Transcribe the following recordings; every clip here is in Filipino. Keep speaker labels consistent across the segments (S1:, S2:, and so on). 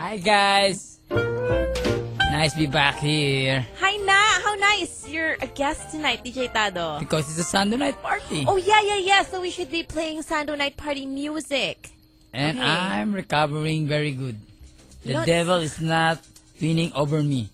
S1: Hi guys! Nice to be back here.
S2: Hi Na! How nice! You're a guest tonight, DJ Tado.
S1: Because it's a Sunday night party.
S2: Oh yeah, yeah, yeah. So we should be playing Sando Night Party music.
S1: and
S2: okay.
S1: I'm recovering very good. The
S2: Lots.
S1: devil is not winning over me.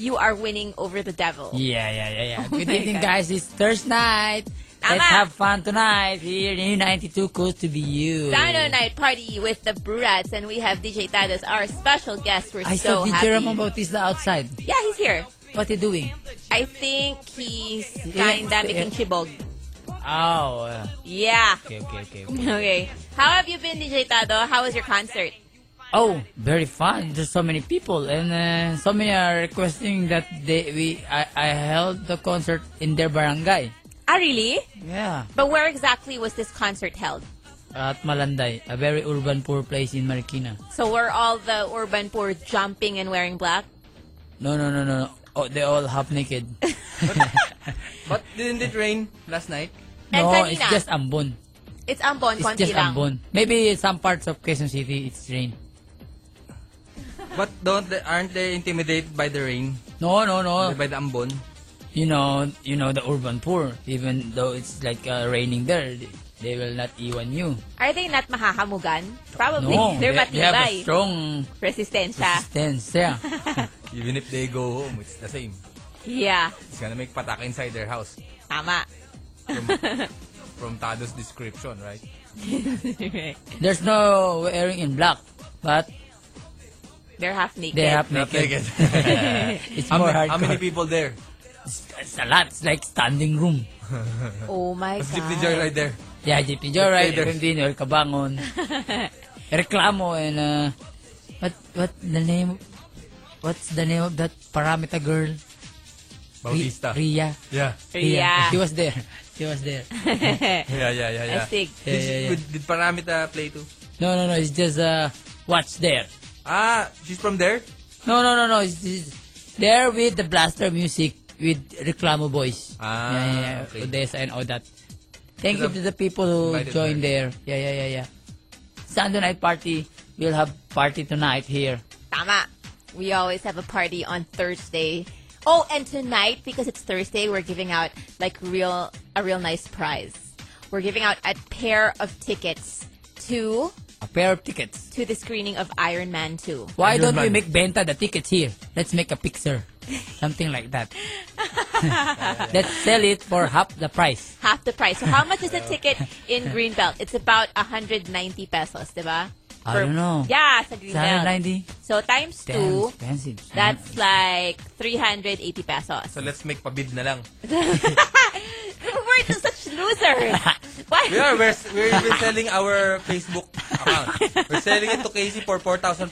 S2: You are winning over the devil.
S1: Yeah, yeah, yeah, yeah.
S2: Oh
S1: good
S2: my
S1: evening
S2: God.
S1: guys. It's Thursday night. Let's
S2: Tama.
S1: have fun tonight here in 92 Coast to be you.
S2: Sando Night Party with the Brats and we have DJ Tado as our special guest. We're
S1: I
S2: so
S1: saw DJ
S2: happy.
S1: Ramon Bautista outside.
S2: Yeah, he's here.
S1: What he doing?
S2: I think he's
S1: Yeah,
S2: kinda making chibog.
S1: Oh, uh,
S2: Yeah.
S1: okay, okay, okay.
S2: Okay. How have you been, DJ Tado? How was your concert?
S1: Oh, very fun. There's so many people, and uh, so many are requesting that they we I, I held the concert in their barangay.
S2: Ah, really?
S1: Yeah,
S2: But where exactly was this concert held?
S1: at Malanday, a very urban poor place in Marikina.
S2: So were all the urban poor jumping and wearing black?
S1: No, no, no, no. no. Oh, they all half naked.
S2: Eh,
S3: But didn't it rain last night?
S2: And
S1: no,
S2: kanina?
S1: it's just Ambon.
S2: It's
S1: It's
S2: ambon, konti
S1: just
S2: lang.
S1: Ambon. Maybe some parts of Quezon City it's rain.
S3: But don't they, aren't they intimidated by the rain?
S1: No, no, no.
S2: Oh.
S3: By the ambon?
S1: You know, you know the urban poor. Even though it's like uh, raining there, they- they will not iwan you.
S2: Are they not mahahamugan? Probably.
S1: No,
S2: They're
S1: they, they have a
S2: matibay.
S1: strong
S2: Resistensya.
S1: resistance. Yeah.
S3: Even if they go home, it's the same.
S2: Yeah.
S3: It's gonna make patak inside their house.
S2: Tama.
S3: From Tado's description, right?
S1: There's no wearing in black, but
S2: They're half naked.
S1: they have
S3: Not
S1: naked.
S3: naked.
S1: It's
S3: how,
S1: more
S3: many, how many
S1: hardcore.
S3: people there?
S1: It's, it's a lot. It's like standing room.
S2: Oh my
S3: Let's keep the
S2: God.
S3: joy right there.
S1: Yeah, JP Joyride,
S3: Traders.
S1: Erwin El Kabangon, Reklamo, and uh, what what the name? What's the name of that Paramita girl? Ri-
S3: Bautista.
S1: Ria.
S3: Yeah.
S2: Yeah.
S1: She was there. She was there.
S3: Yeah, yeah, yeah, yeah.
S2: Astig.
S1: Yeah,
S3: Did,
S1: yeah, yeah.
S3: did, did Paramita play too?
S1: No, no, no. It's just uh, watch there.
S3: Ah, she's from there?
S1: No, no, no, no. It's, it's there with the blaster music with Reclamo Boys.
S3: Ah,
S1: yeah, yeah, yeah.
S3: okay.
S1: Odessa and all that. Thank
S3: To
S1: you
S3: the-
S1: to the people who
S3: invited
S1: joined there. Yeah, yeah, yeah, yeah. Sunday night party. We'll have party tonight here.
S2: Tama. We always have a party on Thursday. Oh, and tonight, because it's Thursday, we're giving out like real a real nice prize. We're giving out a pair of tickets to
S1: A pair of tickets.
S2: to the screening of Iron Man 2.
S1: Why
S3: Iron
S1: don't we
S3: Man.
S1: make Benta the tickets here? Let's make a picture. Something like that. Let's sell it for half the price.
S2: Half the price. So how much is a ticket in Greenbelt? It's about 190 pesos, di ba?
S1: I
S2: For-
S1: don't know.
S2: Yeah, sa Greenbelt.
S1: 790?
S2: So times
S1: Damn,
S2: two,
S1: expensive.
S2: that's like 380 pesos.
S3: So let's make pabid na lang.
S2: We're just such losers. Why?
S3: We are, we're, we're, we're selling our Facebook account. We're selling it to Casey for 4,005.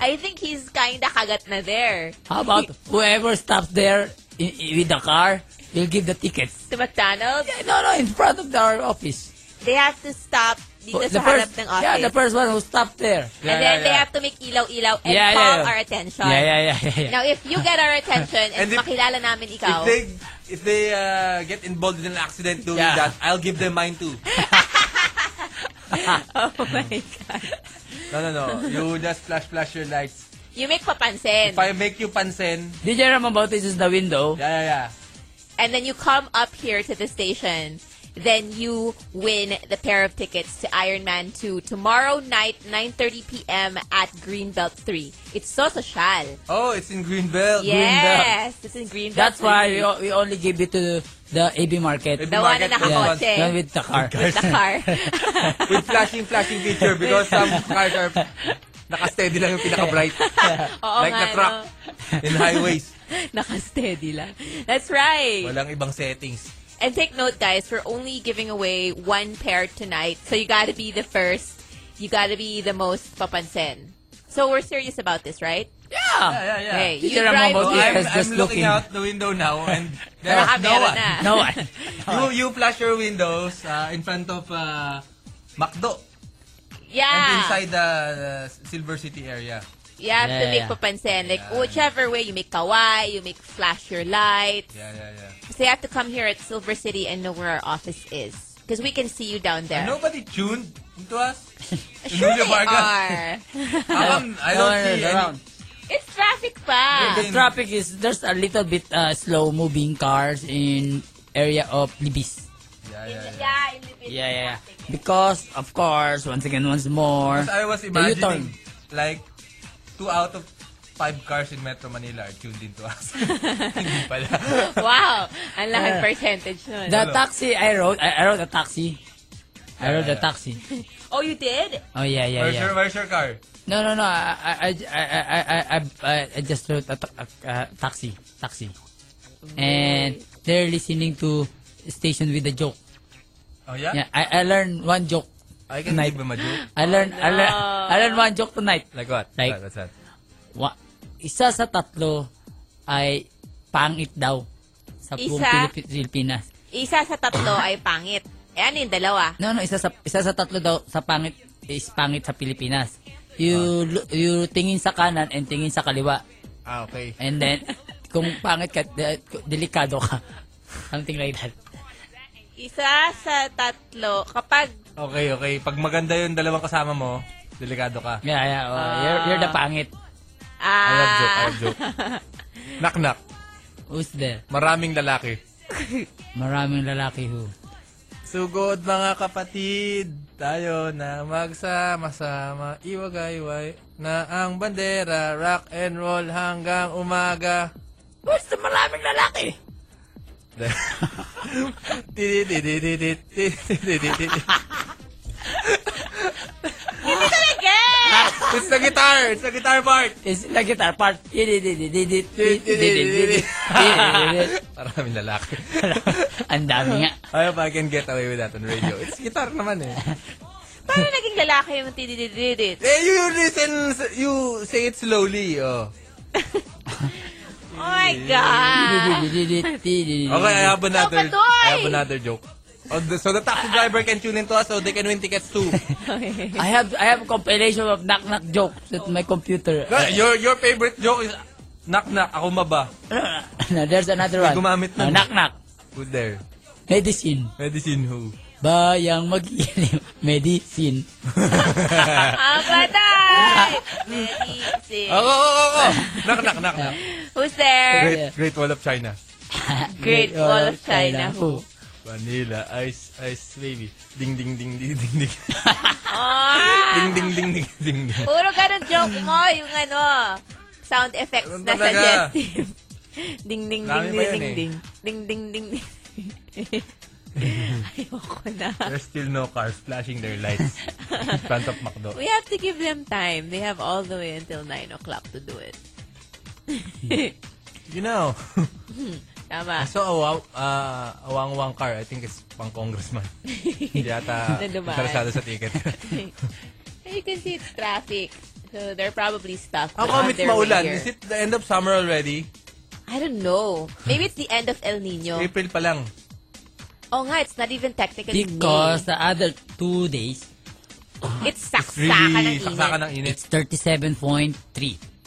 S2: I think he's kinda kagat na there.
S1: How about whoever stops there i i- with the car, we'll give the tickets.
S2: To McDonald's,
S1: Eh, No, no, in front of our office.
S2: they have to stop dito
S1: the
S2: sa harap ng office.
S1: Yeah, the first one who stopped there.
S2: and then they have to make ilaw-ilaw and
S1: Yeah, yeah,
S2: call
S1: yeah.
S2: our attention.
S1: Yeah, yeah, yeah, yeah. yeah.
S2: Now, if you get our attention and,
S3: And if-
S2: makilala namin
S3: If
S2: ikaw,
S3: they, if they uh, get involved in an accident doing
S1: Yeah.
S3: that, I'll give them mine too.
S2: oh my God.
S3: No, no, no. You just flash, flash your lights.
S2: You make papansin.
S3: If I make you pansen,
S1: DJ Ramon Bautista is the window.
S3: yeah, yeah, yeah.
S2: and then you come up here to the station, then you win the pair of tickets to Iron Man 2 tomorrow night, 9.30 p.m. at Greenbelt 3. It's so social.
S3: Oh, it's in Greenbelt.
S2: Yes, it's in Greenbelt.
S1: That's why
S2: 3.
S1: we, o- we only give it to the AB Market.
S3: AB
S2: The one
S3: Market
S2: na
S1: yeah,
S2: nakakotse.
S1: the one with the car.
S2: with the car.
S3: Greenbelt. With flashing, flashing feature because some cars are naka-steady lang yung pinaka-bright.
S2: Oo
S3: like
S2: nga,
S3: the truck
S2: no?
S3: in highways.
S2: Naka-steady lang. That's right.
S3: Walang ibang settings.
S2: And take note, guys, we're only giving away one pair tonight. So you gotta be the first. You gotta be the most papansin. So we're serious about this, right?
S1: Yeah.
S3: Yeah, yeah.
S2: Hey, you
S1: Teacher Ramon
S2: drive
S3: So
S1: Bautista
S2: here.
S3: I'm,
S1: is
S3: I'm
S1: just looking.
S3: looking out the window now and there's
S2: Baka
S3: no
S2: meron
S3: one.
S2: na.
S1: No one.
S3: You, you flash your windows uh, in front of uh,
S1: Ah.
S3: McDo and
S2: Yeah.
S3: inside the uh, Silver City area.
S2: You have to
S1: Yeah,
S2: make
S1: yeah.
S2: papansin. Like,
S3: Yeah.
S2: whichever way, you make kawaii, you make flash your lights.
S3: Yeah, yeah, yeah.
S2: So you have to come here at Silver City and know where our office is. Because we can see you down there.
S3: Nobody tuned. Into us?
S2: Sure they
S3: Emilia Vargas.
S2: are.
S3: Um, I
S1: No, no,
S3: don't
S1: no,
S3: see
S1: no,
S3: any.
S1: around.
S2: It's traffic pa.
S1: The traffic is there's a little bit uh, slow moving cars in area of Libis.
S3: Yeah, yeah, yeah.
S2: Yeah, in the middle
S1: Yeah, yeah.
S2: traffic.
S1: Because of course, once again, once more.
S3: Because I was
S1: the U-turn.
S3: imagining, like, two out of five cars in Metro Manila are tuned into us. Hindi pala.
S2: Wow, ang laking percentage nun.
S1: The taxi I rode, I, I rode a taxi. I rode a taxi.
S2: oh, you did?
S1: Oh yeah, yeah,
S3: Where's,
S1: yeah.
S3: your, where's your car?
S1: No, no, no. I, I, I, I, I, I, I just wrote a, ta- a- a taxi, taxi, and they're listening to station with a joke.
S3: Oh, yeah?
S1: Yeah, I, I learned one joke.
S3: I can
S1: Night.
S3: give him a joke.
S1: I learned, I learned, I learned one joke tonight.
S3: Like what?
S1: Like-
S3: What's that?
S1: Wa, isa sa tatlo ay pangit daw sa buong
S2: Isa?
S1: Pilipi- Pilipinas.
S2: Isa sa tatlo ay pangit. Eh, ano yung dalawa?
S1: No, no, isa sa isa sa tatlo daw sa pangit is pangit sa Pilipinas. You lo- you tingin sa kanan and tingin sa kaliwa.
S3: Ah, okay.
S1: And then, kung pangit ka, de- delikado ka. Something like that.
S2: Isa sa tatlo, kapag
S3: Okay, okay. Pag maganda yung dalawang kasama mo, delikado ka.
S1: Yeah, yeah. oh, you're, you're the pangit.
S2: ah,
S3: I have joke, I have joke. knock, knock.
S1: Who's there?
S3: Maraming lalaki.
S1: Maraming lalaki who.
S3: Sugod mga kapatid, tayo na magsama-sama, iwagayway na ang bandera, rock and roll hanggang umaga.
S1: Who's the maraming lalaki?
S3: It's
S2: Hindi talaga!
S3: the guitar! It's the guitar part!
S1: It's the guitar part.
S3: Maraming lalaki.
S1: Ang dami nga.
S3: I hope I can get away with that on radio. It's guitar naman eh.
S2: Paano naging lalaki yung tididididit?
S3: Eh, you listen, you say it slowly. Oh.
S2: Oh my God!
S3: Ah. Okay, I have another,
S2: Patoy!
S3: I have another joke. Oh, the- so the taxi driver can tune into us so they can win tickets too.
S1: I have I have a compilation of knock knock jokes at my computer.
S3: No, your your favorite joke is knock knock ako maba.
S1: No, There's another one.
S3: Gumamit
S1: Oh,
S3: na.
S1: knock knock.
S3: Who's there?
S1: Medicine.
S3: Medicine who?
S1: Bayang mag-ilim. Medicine.
S2: Ang patay! Medicine.
S3: Oh, oh, oh, oh. knock knock knock knock.
S2: Who's there?
S3: Great Great Wall of China.
S2: Great Wall of China who?
S3: Vanilla ice ice baby. Ding ding ding ding ding ding.
S2: Oh!
S3: ding ding ding ding ding. ding.
S2: Puro ganun joke mo, yung ano, oh. sound effects
S3: Ganun
S2: na
S3: talaga.
S2: suggestive. ding, ding, ding,
S3: Dami
S2: ding,
S3: pa yun
S2: ding,
S3: eh.
S2: ding. Ding, ding, ding, ding. Ayoko na.
S3: There's still no cars flashing their lights in front of McDo.
S2: We have to give them time. They have all the way until 9 o'clock to do it.
S3: You know, I
S2: Tama.
S3: saw a wow, uh, a wang wang car. I think it's pang congressman. Hindi yata
S2: Na dumaan.
S3: interesado sa ticket.
S2: you can see it's traffic. So they're probably stuck. on
S3: How come it's
S2: their way
S3: maulan?
S2: here.
S3: Is it the end of summer already?
S2: I don't know. Maybe it's the end of El Nino.
S3: April pa lang.
S2: Oh nga, it's not even technically
S1: Because the other two days,
S2: May. It's saksakan ng
S3: Really,
S2: init.
S3: saksakan ng init.
S1: it's 37.3.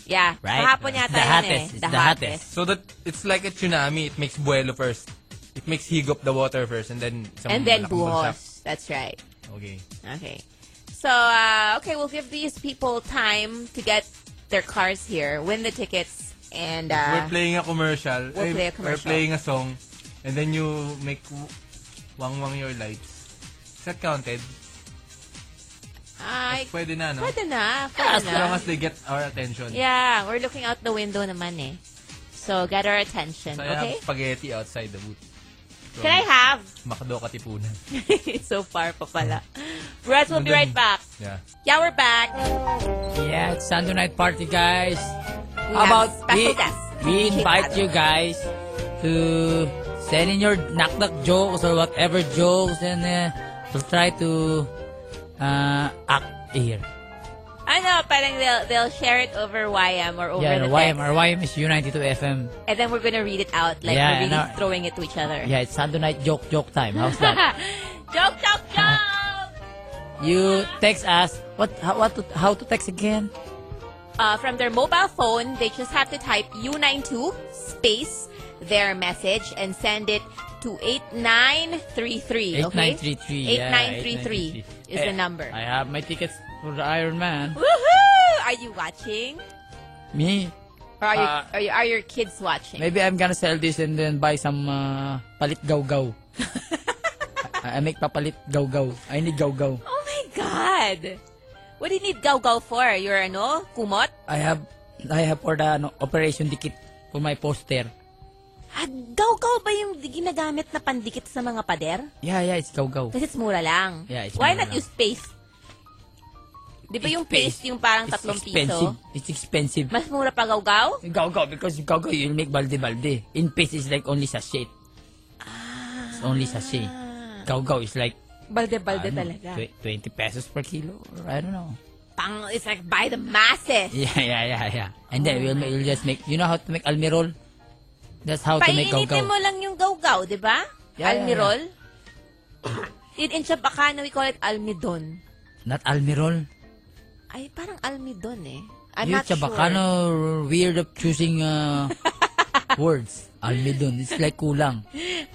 S2: Yeah.
S1: Right?
S2: Kahapon yata
S1: The
S2: yun
S1: hottest.
S2: eh.
S1: It's the hottest.
S3: So that it's like a tsunami. It makes buelo first. It makes higop the water first and then isang
S2: And then
S3: malaking bagsak.
S2: buhos. That's right.
S3: Okay.
S2: Okay. So, uh, okay, we'll give these people time to get their cars here, win the tickets, and uh,
S3: we're playing a commercial.
S2: we'll
S3: Eh,
S2: play a
S3: We're
S2: commercial.
S3: playing a song. And then you make w- wang wang your lights. Is that counted?
S2: ay,
S3: Pwede na, no?
S2: pwede na,
S3: As
S2: pwede
S3: long
S2: na.
S3: as they get our attention.
S2: Yeah, we're looking out the window naman eh. So, get our attention,
S3: So I
S2: okay?
S3: have spaghetti outside the booth. From
S2: Can I have?
S3: Macdo Katipunan.
S2: It's so far pa pala. Rats, we'll be
S3: Nandun.
S2: right back.
S3: Yeah.
S2: Yeah, we're back.
S1: Yeah, it's Sunday night party, guys.
S2: We
S1: How
S2: have
S1: about
S2: special
S1: we,
S2: guest.
S1: we invite you guys to send in your knock knock jokes or whatever jokes and uh, we'll try to uh, act here.
S2: Ano, parang they'll, they'll share it over YM or over
S1: yeah,
S2: the
S1: our
S2: text.
S1: YM, our YM is U92 FM.
S2: And then we're gonna read it out, like
S1: Yeah,
S2: we're
S1: and
S2: really
S1: our-
S2: throwing it to each other.
S1: Yeah, it's Sunday night joke joke time. How's that?
S2: joke, joke, joke!
S1: you text us. What? How, what? To, how to text again?
S2: Uh, from their mobile phone, they just have to type U92 space their message and send it to 8933. Okay?
S1: 8933. yeah,
S2: 8933 is
S1: Eh,
S2: the number.
S1: I have my tickets for the Iron Man.
S2: Woohoo! Are you watching?
S1: Me?
S2: Or are,
S1: Uh,
S2: your, are, your, are your kids watching?
S1: Maybe I'm gonna sell this and then buy some uh, palit gaw-gaw. I, I make papalit gaw-gaw. I need gaw-gaw.
S2: Oh my God! What do you need gaw-gaw for? Your ano? Kumot?
S1: I have I have for the ano, operation dikit for my poster.
S2: Ah, gaw-gaw ba yung ginagamit na pandikit sa mga pader?
S1: Yeah, yeah, it's gaw-gaw.
S2: Kasi it's mura lang.
S1: Yeah, it's
S2: Why
S1: mura
S2: not
S1: lang.
S2: use paste? Di ba
S1: It's
S2: yung
S1: paste.
S2: paste yung parang
S1: It's
S2: tatlong
S1: expensive.
S2: piso?
S1: It's expensive.
S2: Mas mura pa gaw-gaw?
S1: Gaw-gaw because gaw-gaw you'll make balde-balde. In paste is like only sachet. It's only sachet. Gaw-gaw is like
S2: Balde-balde
S1: ano,
S2: Ah. talaga.
S1: tw- 20 pesos per kilo or I don't know.
S2: Pang, it's like by the masses.
S1: Yeah, yeah, yeah, yeah. And then we'll, ma- we'll just make, you know how to make almirol? That's how to make
S2: Painitin mo
S1: gaw-gaw.
S2: lang yung gaw-gaw, di ba?
S1: Yeah, yeah,
S2: Almirol. In, in Chabacano, we call it almidon.
S1: Not almirol.
S2: Ay, parang almidon eh. I'm
S1: you
S2: not sure.
S1: Chabacano weird of choosing uh, words. Almidon. It's like kulang.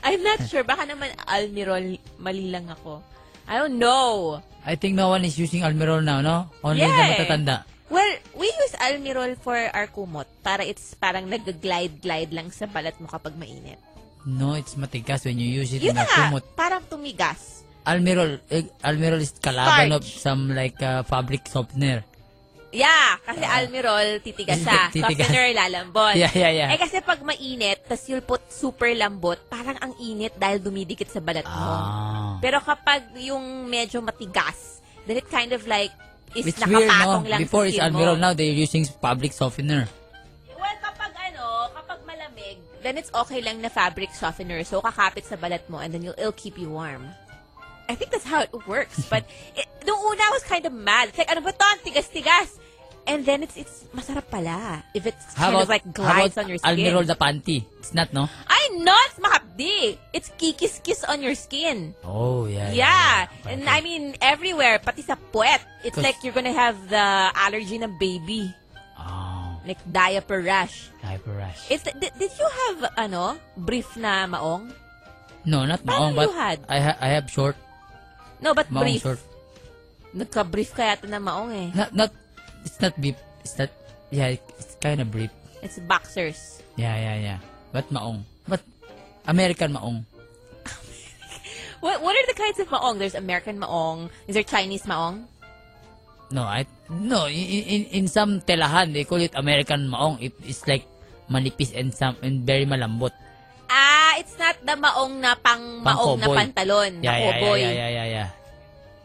S2: I'm not sure. Baka naman almirol, mali lang ako. I don't know.
S1: I think no one is using almirol now, no? Only the
S2: Yeah.
S1: matatanda.
S2: Well, we use almirol for our kumot. Para it's parang nag-glide-glide lang sa balat mo kapag mainit.
S1: No, it's matigas when you use it in
S2: Yun na
S1: a
S2: nga,
S1: kumot.
S2: parang tumigas.
S1: Almirol, eh, almirol is kalaban of
S2: Starch.
S1: some like uh, fabric softener.
S2: Yeah, kasi almirol, titigas siya.
S1: Titigas.
S2: Softener, lalambot.
S1: Yeah, yeah, yeah.
S2: Eh kasi pag mainit, tas you'll put super lambot, parang ang init dahil dumidikit sa balat mo.
S1: Ah.
S2: Pero kapag yung medyo matigas, then it kind of like, is
S1: It's weird, no?
S2: nakapatong lang
S1: Before
S2: sa
S1: it's
S2: skin mo.
S1: almirol, now they're using fabric softener.
S2: Well, kapag ano, kapag malamig, then it's okay lang na fabric softener. So, kakapit sa balat mo and then you'll, it'll keep you warm. I think that's how it works. But, it, nung una, I was kind of mad. It's like, ano ba to? Ang Tigas-tigas. And then, it's, it's masarap pala. If it's
S1: How
S2: kind
S1: about,
S2: of like
S1: how
S2: glides
S1: about
S2: on your skin.
S1: almirol the panty? It's not, no?
S2: Ay, no! It's mahapdi! It's kikis-kis on your skin.
S1: Oh, yeah.
S2: Yeah.
S1: yeah.
S2: And I mean, everywhere. Pati sa puwet. It's
S1: Cause-
S2: like you're gonna have the allergy ng baby.
S1: Oh,
S2: Like diaper rash.
S1: diaper rash.
S2: Is did, did you have ano brief na maong?
S1: no, not
S2: Paano
S1: maong, but
S2: you had?
S1: I, ha- I have short.
S2: No, but
S1: Maong
S2: brief.
S1: short.
S2: Nagka-brief ka yata na maong eh.
S1: Not, not, it's not beep. It's not, yeah, it's kind of brief.
S2: It's boxers.
S1: Yeah, yeah, yeah. But maong. But American maong.
S2: What what are the kinds of maong? There's American maong. Is there Chinese maong?
S1: No, I no in in, in some telahan they call it American maong. It, it's like manipis and some and very malambot.
S2: Ah, it's not the maong na pang maong na
S1: Pang-cowboy.
S2: pantalon.
S1: Yeah,
S2: na
S1: yeah, yeah,
S2: cowboy.
S1: yeah, yeah, yeah, yeah.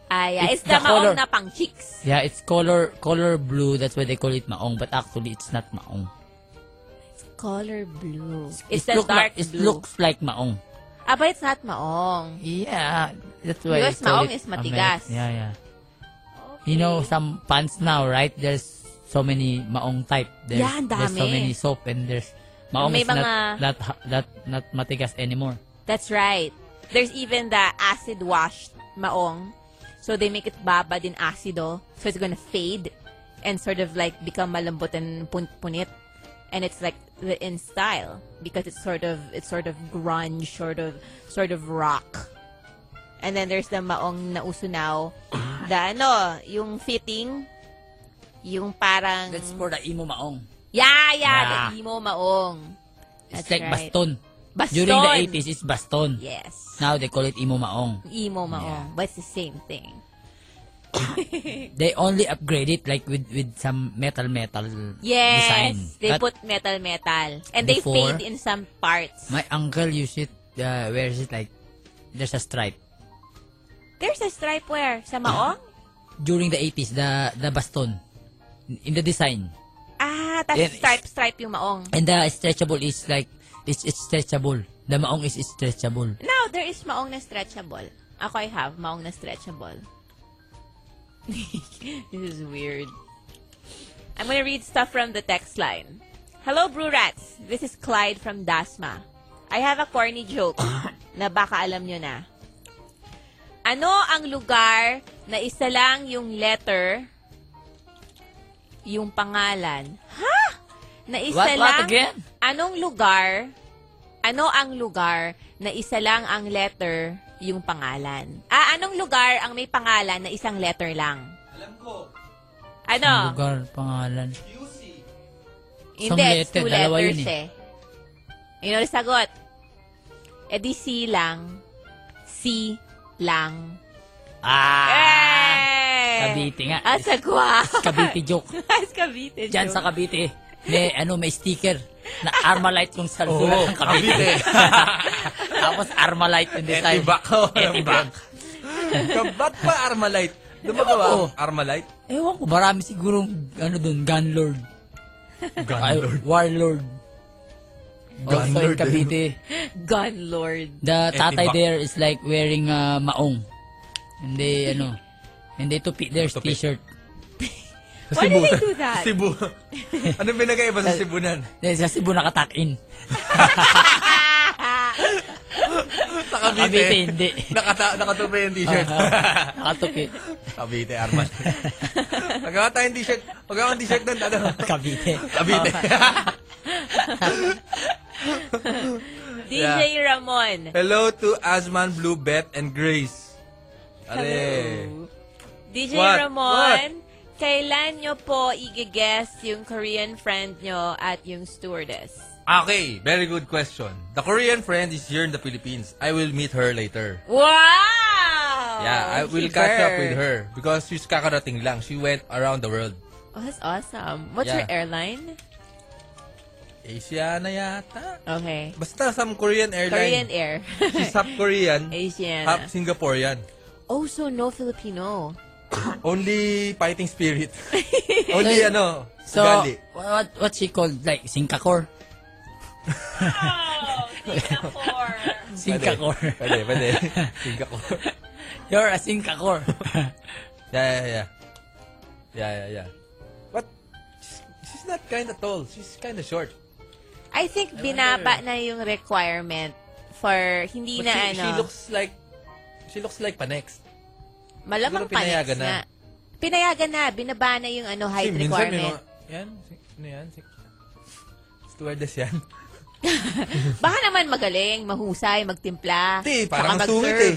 S2: Ah, yeah.
S1: It's
S2: It's, the,
S1: the color.
S2: maong na pang cheeks.
S1: Yeah, it's color color blue. That's why they call it maong. But actually, it's not maong.
S2: Color blue. It's
S1: It
S2: the
S1: look
S2: dark
S1: like- It
S2: blue.
S1: looks like maong.
S2: Ah, but it's not maong.
S1: Yeah, that's why.
S2: Because
S1: they call
S2: maong
S1: it
S2: is matigas.
S1: Ameri- yeah, yeah. You know some pants now, right? There's so many maong type. There's,
S2: Yeah, ang
S1: there's so
S2: dami.
S1: many soap and there's maong is
S2: May
S1: not,
S2: mga- Mm.
S1: not not not matigas anymore.
S2: That's right. There's even the acid wash maong. So they make it babad in acido. So it's gonna fade and sort of like become malambot and pun- punit. And it's like the in style because it's sort of it's sort of grunge, sort of sort of rock. And then there's the maong na uso now. the ano, yung fitting, yung parang
S1: That's for the imo maong.
S2: yeah, yeah,
S1: Yeah.
S2: the emo maong.
S1: It's
S2: That's
S1: like
S2: right.
S1: baston.
S2: Baston.
S1: During the 80s, it's baston.
S2: Yes.
S1: Now they call it imo maong.
S2: emo maong,
S1: Yeah.
S2: but it's the same thing.
S1: They only upgrade it like with with some metal metal
S2: Yes,
S1: design.
S2: they
S1: But
S2: put metal metal and
S1: Before-
S2: they fade in some parts.
S1: my uncle use it. Uh, wears it like there's a stripe.
S2: There's a stripe where sa maong.
S1: During the 80s, the the baston in the design
S2: Ah, tapos
S1: Yes.
S2: stripe stripe yung maong.
S1: and the stretchable is like it's, it's stretchable. The maong is stretchable.
S2: Now there is maong na stretchable. Ako I have maong na stretchable. This is weird. I'm gonna read stuff from the text line. Hello, Brew Rats. This is Clyde from Dasma. I have a corny joke na baka alam nyo na. Ano ang lugar na isa lang yung letter, yung pangalan? Ha? Na isa
S1: What- what
S2: lang?
S1: again?
S2: Anong lugar Ano ang lugar na isa lang ang letter yung pangalan? Ah, anong lugar ang may pangalan na isang letter lang?
S4: Alam ko,
S1: Ang
S2: Ano?
S1: lugar, pangalan.
S4: QC.
S2: Hindi, it's
S1: letter,
S2: two
S1: dalawa
S2: letters
S1: yun
S2: eh. Yun ang sagot. E di C lang. C lang.
S1: Ah!
S2: Eh!
S1: Cavite nga.
S2: Ah, sagwa.
S1: Cavite joke.
S2: As Cavite.
S1: Diyan sa Cavite. May, ano, may sticker na Armalite kung sa
S3: Oo,
S1: sulat ng Cavite.
S3: Cavite.
S1: Tapos Armalite yung design.
S3: Etibac. Oh,
S1: Etibac.
S3: Ba't pa Armalite? Dumagawa
S1: Ewan ko.
S3: ang Armalite?
S1: Ewan ko, marami sigurong, ano dun, gunlord. Ay, warlord. Also in
S3: Gunlord.
S1: Cavite.
S2: Gun Lord.
S1: The tatay
S3: Etibac.
S1: there is like wearing uh, maong. Hindi, ano, hindi tupi their
S3: Tupi.
S1: t-shirt.
S2: Why do they do that?
S3: Cebu. Anong pinagkaiba sa Cebunan?
S1: Dahil sa Cebu nakatakin.
S3: Sa Ah,
S1: Cavite, hindi.
S3: Nakata nakatupa yung t-shirt.
S1: Nakatupi.
S3: Cavite, Armal. Magawa tayong t-shirt. Magawa ng t-shirt doon. Ano?
S1: Cavite.
S3: Cavite.
S2: DJ Ramon.
S3: Hello to Asman, Blue, Beth, and Grace. Are.
S2: DJ
S3: What?
S2: Ramon, kailan nyo po i-guess yung Korean friend nyo at yung stewardess?
S3: Okay, very good question. The Korean friend is here in the Philippines. I will meet her later.
S2: Wow!
S3: Yeah, I will catch up with her because she's kakarating lang. She went around the world.
S2: Oh, that's awesome. What's
S3: Yeah.
S2: your airline?
S3: Asia na yata.
S2: Okay.
S3: Basta some Korean
S2: Korean
S3: airline.
S2: Air.
S3: She's half Korean,
S2: Asian.
S3: half Singaporean.
S2: Oh, so no Filipino.
S3: Only fighting spirit. Only
S1: So-
S3: ano,
S1: So,
S3: ugali.
S1: what what she called? Like, Singkakor?
S2: Oh, Singapore.
S1: Singkakor.
S3: Pwede, pwede. Singapore.
S1: You're a Singkakor.
S3: Yeah, yeah, yeah. Yeah, yeah, yeah. But she's, she's not kind of tall. She's kind of short.
S2: I think binaba na yung requirement for hindi
S3: But
S2: na ano.
S3: she, she looks like she looks like Panex.
S2: Malamang
S3: Siguro
S2: panics
S3: pinayagan na.
S2: na. Pinayagan na. Binaba na yung ano height requirement.
S3: yan, si- ano yan? Si, stewardess yan.
S2: Baka naman magaling, mahusay, magtimpla.
S3: Hindi,
S2: saka
S3: parang
S2: mag-serve.
S3: sungit eh.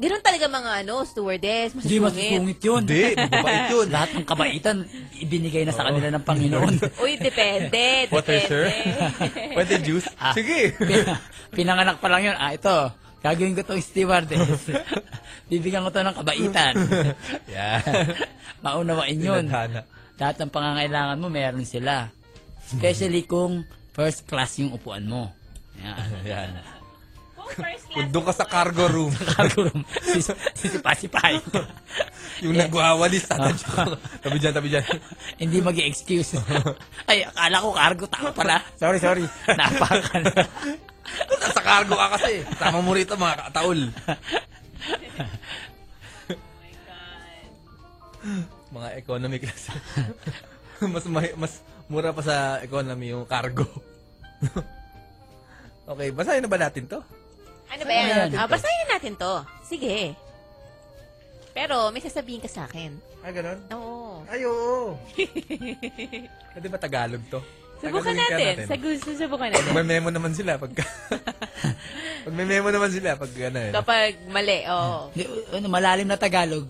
S2: Ganun talaga mga ano, stewardess,
S1: Hindi mas
S2: masasungit.
S1: pungit yun.
S3: Hindi, mabait yun.
S1: Lahat ng kabaitan, ibinigay na sa kanila ng Panginoon.
S2: Uy, depende,
S3: Water,
S2: depende.
S3: sir? Pwede juice?
S1: Ah.
S3: Sige.
S1: Pina- pinanganak pa lang yun. Ah, ito. Gagawin ko tong stewardess. Bibigyan ko to ng kabaitan.
S3: yeah.
S1: Maunawain yun.
S3: Tinadhana.
S1: Lahat ng pangangailangan mo, meron sila. Especially kung first class yung upuan mo. Yan.
S3: Yan. Kung doon ka sa cargo room,
S1: Cargo room. Sis- Sisipasipahin ka.
S3: yung nagwawalis, tatadyo ka. Tabi dyan, tabi dyan.
S1: Hindi mag excuse Ay, akala ko cargo. Tama pala.
S3: Sorry, sorry.
S1: Napakan.
S3: sa cargo ka kasi. Tama mo rito, mga kataol. mga economy class. mas may, mas mura pa sa economy yung cargo. okay, basahin na ba natin to?
S2: Ano ba
S1: Basahin natin
S2: yan? Ah,
S1: to.
S2: basahin natin to. Sige. Pero may sasabihin ka sa akin.
S3: Ay, Ah, ganun?
S2: Oo.
S3: Ay, oo. Pwede ba Tagalog to?
S2: Subukan
S3: Tagalogin ka
S2: natin. Sa gusto, subukan natin.
S3: Pag may memo naman sila, pag... pag may memo naman sila, pag ano eh.
S2: Kapag mali, oo.
S1: Hindi, ano, malalim na Tagalog.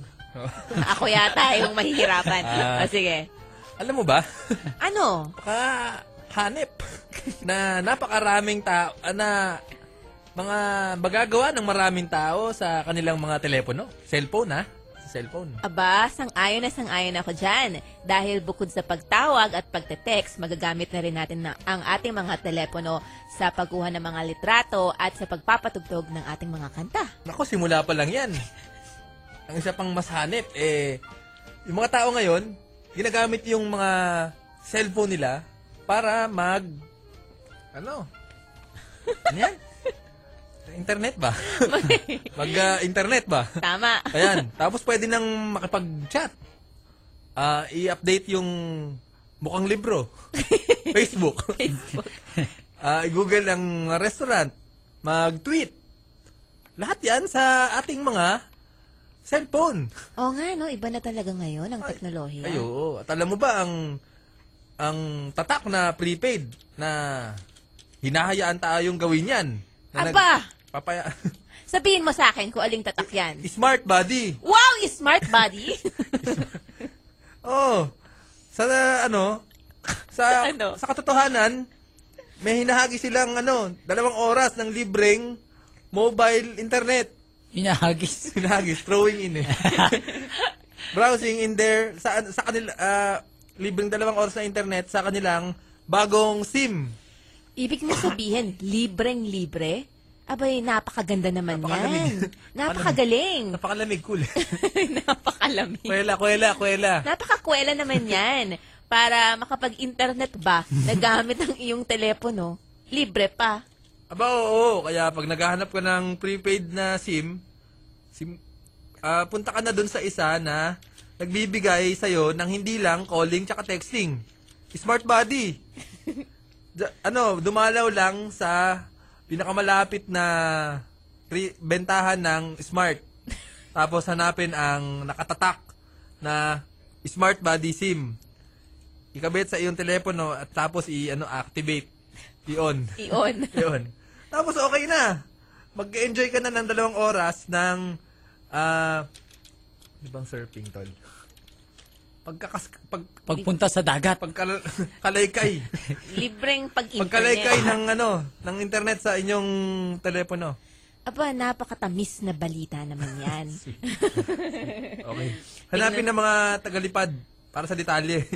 S2: Ako yata yung mahihirapan.
S3: Ah.
S2: O, sige.
S3: Alam mo ba?
S2: Ano?
S3: napaka hanip na napakaraming tao ah, na mga magagawa ng maraming tao sa kanilang mga telepono, cellphone ha, sa cellphone.
S2: Aba, sang-ayon na sang-ayon ako dyan. Dahil bukod sa pagtawag at pagte-text, magagamit na rin natin na ang ating mga telepono sa pagkuha ng mga litrato at sa pagpapatugtog ng ating mga kanta.
S3: Nako, simula pa lang 'yan. Ang isa pang mas hanip eh yung mga tao ngayon ginagamit yung mga cellphone nila para mag ano? Ano yan? Internet ba? mag ah, internet ba?
S2: Tama.
S3: Ayan. Tapos pwede nang makipag-chat. Ah, i-update yung mukhang libro. Facebook. Ah, i-google ang restaurant. Mag-tweet. Lahat yan sa ating mga cellphone.
S2: Oo nga, no? Iba na talaga ngayon ang teknolohiya.
S3: Ay, oo. At alam mo ba ang ang tatak na prepaid na hinahayaan tayong gawin yan. nag-
S2: Aba!
S3: Papaya...
S2: Sabihin mo sa akin kung aling tatak yan.
S3: Smart body.
S2: Wow, smart body!
S3: Oh. Sa uh, ano? Sa
S2: Ano?
S3: sa katotohanan, may hinahagi silang ano, dalawang oras ng libreng mobile internet.
S1: Hinahagis.
S3: Hinahagi, throwing in eh. Browsing in their sa sa kanila ah, libreng dalawang oras na internet sa kanilang bagong SIM.
S2: Ibig mo sabihin, libreng-libre? Abay, napakaganda naman
S3: Napakalamig.
S2: yan. Napakagaling.
S3: Napakalamig cool.
S2: Napakalamig.
S3: kuwela, kuwela, kuwela.
S2: Napakakwela naman yan. Para makapag-internet ba na gamit ang iyong telepono, libre pa.
S3: Aba, oo, oo. Kaya pag naghahanap ka ng prepaid na SIM, SIM ah, punta ka na dun sa isa na nagbibigay sa'yo ng hindi lang calling tsaka texting. Smart body. Ja- ano, dumalaw lang sa pinakamalapit na ri- bentahan ng smart. Tapos hanapin ang nakatatak na smart body SIM. Ikabit sa iyong telepono at tapos i-ano activate. I-on.
S2: Iyon.
S3: Yun. Tapos okay na. Mag-enjoy ka na ng dalawang oras ng ah di bang surfing tol? Pagkakas pag
S1: Pagpunta sa dagat.
S3: pagkalaykay.
S2: Libreng
S3: Pagkalaykay
S2: pag-internet.
S3: ng ano, ng internet sa inyong telepono.
S2: Aba, napakatamis na balita naman yan.
S3: Okay. Hanapin ng mga tagalipad para sa detalye.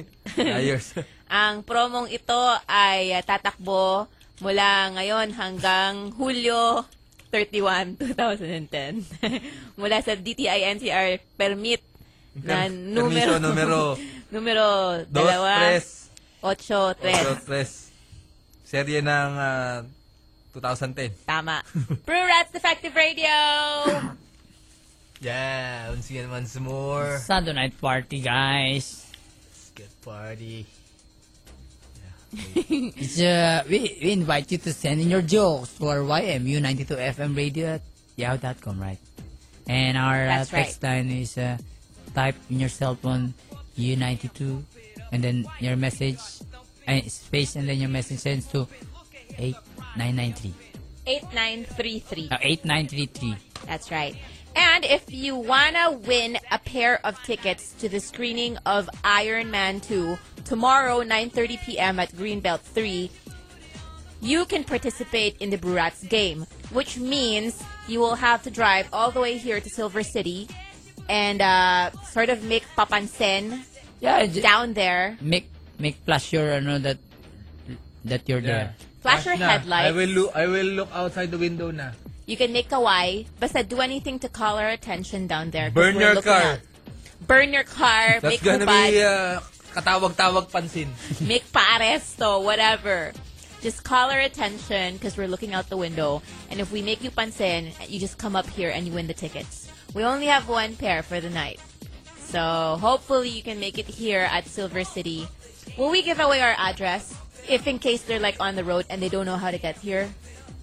S3: Ayos.
S2: Ang promong ito ay ah, tatakbo mula ngayon hanggang Hulyo 31, 2010. mula sa DTI-NCR permit na numero
S3: Permiso numero
S2: numero
S3: 2,
S2: dalawa,
S3: 3,
S2: ocho, tres.
S3: 8, 3. Serye ng ah, 2010.
S2: Tama. Brew Rats Defective Radio!
S5: Yeah, once again, once more.
S1: Sunday night party, guys.
S5: Let's get party.
S1: It's, uh, we, we invite you to send in your jokes to our YMU92FM radio at yahoo.com, right? And our uh,
S2: That's right.
S1: text line is uh, type in your cell phone U92 and then your message, uh, space, and then your message sends to 8993.
S2: 8933.
S1: Uh, 8933.
S2: That's right. And if you wanna win a pair of tickets to the screening of Iron Man 2 tomorrow 9:30 p.m. at Greenbelt 3, you can participate in the Burats game, which means you will have to drive all the way here to Silver City and uh, sort of make papansen
S1: Yeah, j-
S2: down there.
S1: make make flash your ano that that you're there.
S2: Flash your
S5: na. I
S2: headlights.
S5: will look I will look outside the window na.
S2: You can make kawaii. Basta do anything to call our attention down there. 'cause
S3: Burn
S2: we're
S3: your
S2: looking
S3: car.
S2: out. Burn your car. make
S3: That's gonna
S2: hubad,
S5: uh,
S3: be ah, katawag-tawag pansin.
S2: make paaresto, whatever. Just call our attention because we're looking out the window. And if we make you pansin, you just come up here and you win the tickets. We only have one pair for the night. So hopefully you can make it here at Silver City. Will we give away our address if in case they're like on the road and they don't know how to get here?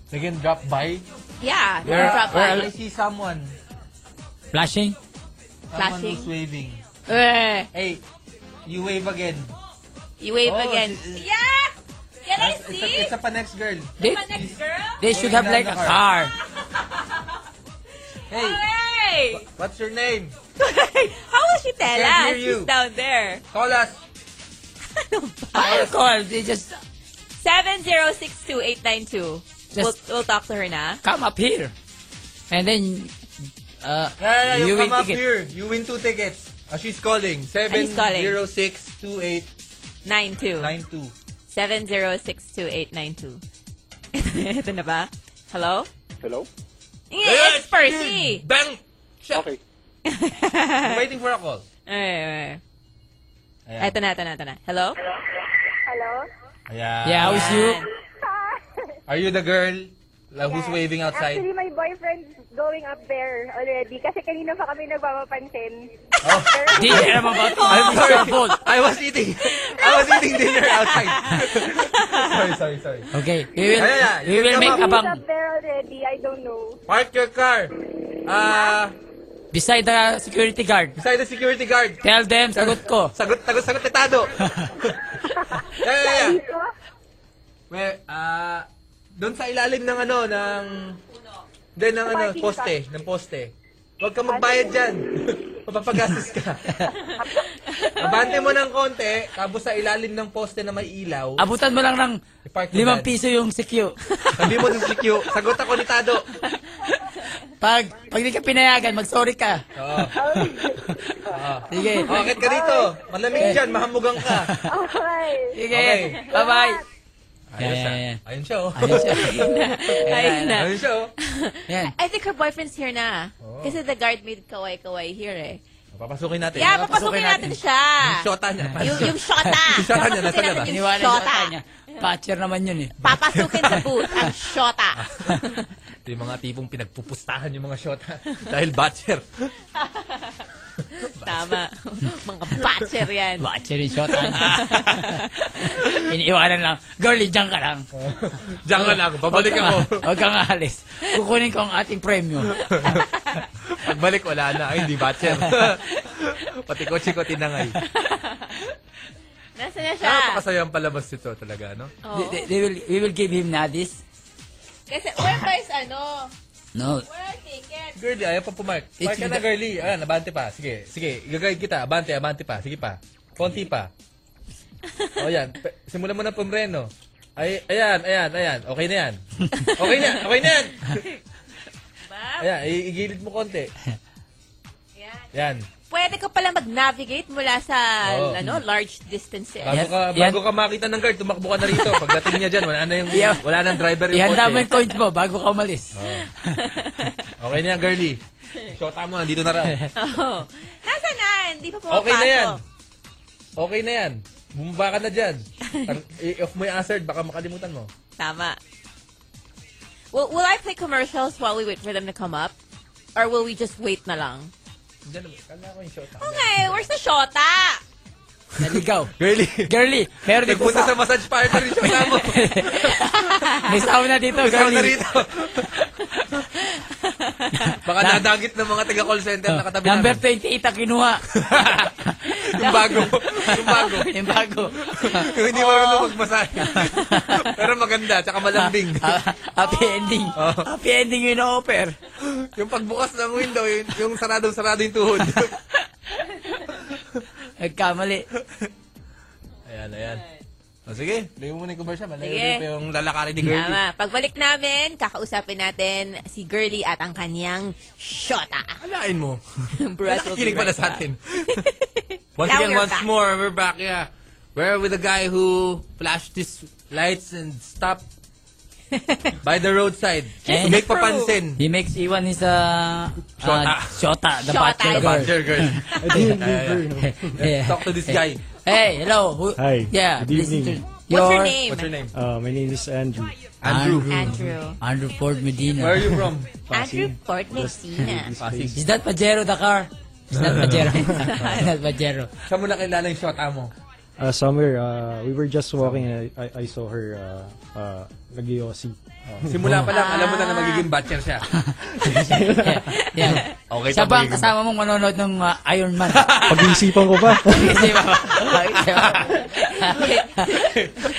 S5: They can drop by.
S2: Yeah,
S1: Where-
S2: drop
S1: where
S2: by.
S5: I see someone.
S1: Flashing?
S5: Someone
S2: Flashing?
S5: who's waving.
S2: Eh.
S5: Hey, you wave again.
S2: You wave
S5: Oh,
S2: again.
S5: she-
S2: yeah! Can I
S5: It's a,
S2: see?
S5: it's a Panex girl.
S1: They,
S2: My next girl?
S1: they should have like a car.
S5: Hey,
S2: Alright!
S5: what's your name?
S2: How will she tell
S5: Can't
S2: us?
S5: hear you.
S2: She's down there.
S5: Call us.
S1: Fire call. They just
S2: 7062892. We'll,
S1: Just-
S2: we'll talk to her na.
S1: come up here. And then uh
S5: Yeah, yeah, you,
S1: win
S5: come up
S1: ticket.
S5: here. You win two tickets. Uh,
S3: Ah, she's calling.
S2: he's calling.
S3: 7062892.
S2: 92. 7062892. Ito na ba? Hello?
S6: Hello?
S2: Yeah, it's Percy!
S3: Bang!
S6: Okay.
S3: I'm waiting for a call.
S2: Ay, ay, ay.
S3: Ayan.
S2: Ito na, ito na, ito na. Hello?
S7: Hello?
S3: Ayan.
S1: Yeah, how's you?
S3: Ah.
S7: Hi.
S3: Are you the girl uh, who's waving outside?
S7: Actually, my boyfriend's going up there already kasi kanina pa kami nagpapapansin.
S3: Oh.
S1: Did you hear about
S3: I'm
S1: I'm
S3: sorry.
S1: your fault.
S3: I was eating. I was eating dinner outside. sorry, sorry, sorry.
S1: Okay, we will
S3: Yeah, yeah,
S1: we
S3: you
S1: will
S3: come
S1: make
S3: up.
S1: abang
S7: He's up there already. I don't know.
S3: Park your car. Ah,
S1: beside the security guard.
S3: beside the security guard.
S1: Tell them sagot ko.
S3: Sagot, sagot, sagot, tetado. yeah, yeah, yeah.
S7: Dito?
S5: Where, ah,
S3: Doon sa ilalim ng ano, ng... Hindi, ng ano,
S7: Parking
S3: poste. Ng poste. Huwag ka magbayad dyan. Mapapagastos ka. Abante mo ng konti, tapos sa ilalim ng poste na may ilaw,
S1: Abutan mo lang ng
S3: I-park mo
S1: limang
S3: yan.
S1: piso yung CQ.
S3: sabi mo sa CQ, sagot ako ni Tado.
S1: Pag, pag di ka pinayagan, mag-sorry ka.
S3: Oo. Oo.
S1: Sige.
S3: Oh, Bakit ka dito? Malamig dyan, mahamugang ka.
S7: Okay.
S1: Sige.
S3: Okay.
S1: Bye-bye.
S3: Ayun siya.
S1: Yeah, yeah,
S3: Ayun siya, oh.
S1: Ayun siya.
S2: Ayun na.
S3: Ayun siya, oh.
S1: Yan.
S2: I think her boyfriend's here na.
S5: Oh.
S2: Kasi the guard made kaway-kaway here eh.
S3: Papasukin natin.
S2: Yeah,
S1: papasukin
S2: papasukin natin siya.
S3: Yung shota niya.
S2: Yung, yung shota.
S3: Yung shota niya,
S2: Papasukin
S3: nasa
S2: natin
S3: labas.
S2: yung
S1: Iniwala yung
S2: shota.
S1: sa kanya. Patcher naman yun eh.
S2: Papasukin sa booth ang shota.
S3: Ito yung mga tipong pinagpupustahan yung mga shota. Dahil butcher.
S2: Tama. Mga batcher yan.
S1: Patcher yung shot. Iniiwanan lang. Girlie, dyan ka lang.
S3: Diyan ka lang, babalik ako.
S1: Huwag kang alis. Kukunin ko ang ating premyo.
S3: Pagbalik, wala na. Ay, hindi butcher. Pati kotse ko tinangay.
S2: Nasaan na siya?
S3: Napakasayang palabas nito talaga, no?
S2: Oo.
S1: They- they- they will, we will give him nadis.
S2: Kasi where ba is ano?
S1: No.
S2: Where are tickets?
S3: Girlie, ayaw pa pumark. Park ka na, girlie. Ayan, abante pa. Sige, sige. Gagay kita. Abante, abante pa. Sige pa. Konti pa. O yan. Pe- Simulan mo na pumreno. Ay, ayan, ayan, ayan. Okay na yan. Okay na, okay na yan.
S2: Ba?
S3: Ayan, i- igilid mo konti.
S2: Yan.
S3: Yan.
S2: Pwede ka pala mag-navigate mula sa
S3: Oo.
S2: ano large distances.
S3: Oh. Bago ka,
S1: Yan-
S3: bago ka makita ng guard, tumakbo ka na rito. Pagdating niya dyan, wala na yung,
S1: Yeah.
S3: wala nang driver yung
S1: Ihanda mo
S3: kotse.
S1: yung coins mo bago ka umalis.
S3: Okay na yan, girlie. Shota mo, nandito na raw.
S2: Oo. Nasaan Oh. na? Hindi pa pumapasok.
S3: Okay na yan. Okay na yan. Bumaba ka na dyan. Tar- I-off mo yung hazard, baka makalimutan mo.
S2: Tama. Will, will I play commercials while we wait for them to come up? Or will we just wait na lang?
S3: Diyan, kala ko yung shota.
S2: Okay, where's the shota?
S1: Naligaw.
S3: Girlie,
S1: Girlie, pero dito
S3: nagpunta sa
S1: sa...
S3: massage parlor yung shota mo.
S1: May sauna dito,
S3: Ikaw na
S1: girlie.
S3: rito. Baka nadagit ng mga taga-call center na katabi
S1: Number
S3: namin.
S1: 28 ang kinuha.
S3: Yung bago. Yung bago.
S1: Yung bago.
S3: Yung hindi marunong magmasahe. Pero maganda, tsaka malambing.
S1: Ah, Happy ending. Happy ending yung offer.
S3: yung pagbukas ng window, yung, yung sarado-sarado yung tuhod.
S1: Nagkamali.
S3: ayan, ayan. O sige, bigyan mo muna yung commercial. Malayo
S2: Sige.
S3: rin pa yung lalakarin ni Girlie.
S2: Tama. Pagbalik namin, kakausapin natin si Girly at ang kanyang shota.
S3: Alain mo.
S2: Brad will be
S3: Kilig pala
S2: right
S3: sa
S2: back.
S3: atin. once
S2: Now
S3: again,
S2: we're
S3: once
S2: back.
S3: more, we're back, yeah. We're with the guy who flashed his lights and stopped by the roadside.
S1: Eh,
S3: to make
S2: true.
S3: papansin.
S1: He makes Iwan is a...
S3: Shota.
S1: Shota, the
S2: Shota.
S1: bachelor
S3: The
S1: girl.
S3: Badger girl.
S1: Yeah.
S3: Talk to this guy.
S1: Hey, hello. Who,
S6: Hi.
S1: Yeah.
S6: Good
S1: listen
S6: evening.
S1: to-
S2: What's your name?
S3: What's your name?
S6: Uh, my name is Andrew.
S3: Andrew.
S2: Andrew.
S1: Andrew Ford Medina.
S3: Where are you from?
S2: Andrew Port Messina.
S3: Pasig.
S1: Is that Pajero the car? Is that Pajero? Is that Pajero?
S3: Saan mo nakilala yung shota mo?
S6: Uh, somewhere, uh, we were just walking and I, I, I saw her uh, uh, nag-yossi.
S3: Simula pa lang, alam mo na na magiging butcher siya.
S1: Yeah. yeah.
S3: Okay,
S1: Siya ba ang
S3: tama.
S1: kasama mong manonood ng uh, Iron Man?
S6: Pag-iisipan ko pa.
S1: Kasi ba?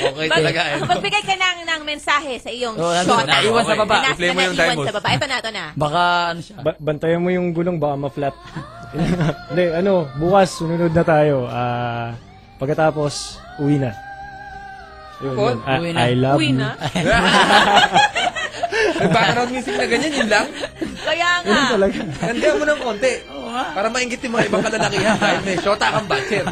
S3: Okay
S2: Mag-
S3: talaga eh. Oh,
S2: magbigay ka ng, ng mensahe sa iyong
S1: Oo, nandun
S2: shota.
S1: na, iwan sa baba.
S2: Na-
S3: I-play mo
S2: na-
S3: yung
S2: iwan
S3: diamond.
S2: sa baba. Ay, panato na.
S1: Baka ano siya?
S6: ba- bantayan mo yung gulong, baka ma-flat. Hindi, ano, bukas, sunod na tayo. Ah, pagkatapos, uwi na. Yun, yun. I,
S1: Uwi na.
S6: I
S3: Um,
S6: love
S2: Uwi
S6: you.
S2: na.
S3: May background music na ganyan, yun lang.
S2: Kaya nga.
S6: Yun talaga.
S3: Gandihan mo ng konti. Para maingit yung mga ibang kalalakihan. Kahit may shota kang butcher.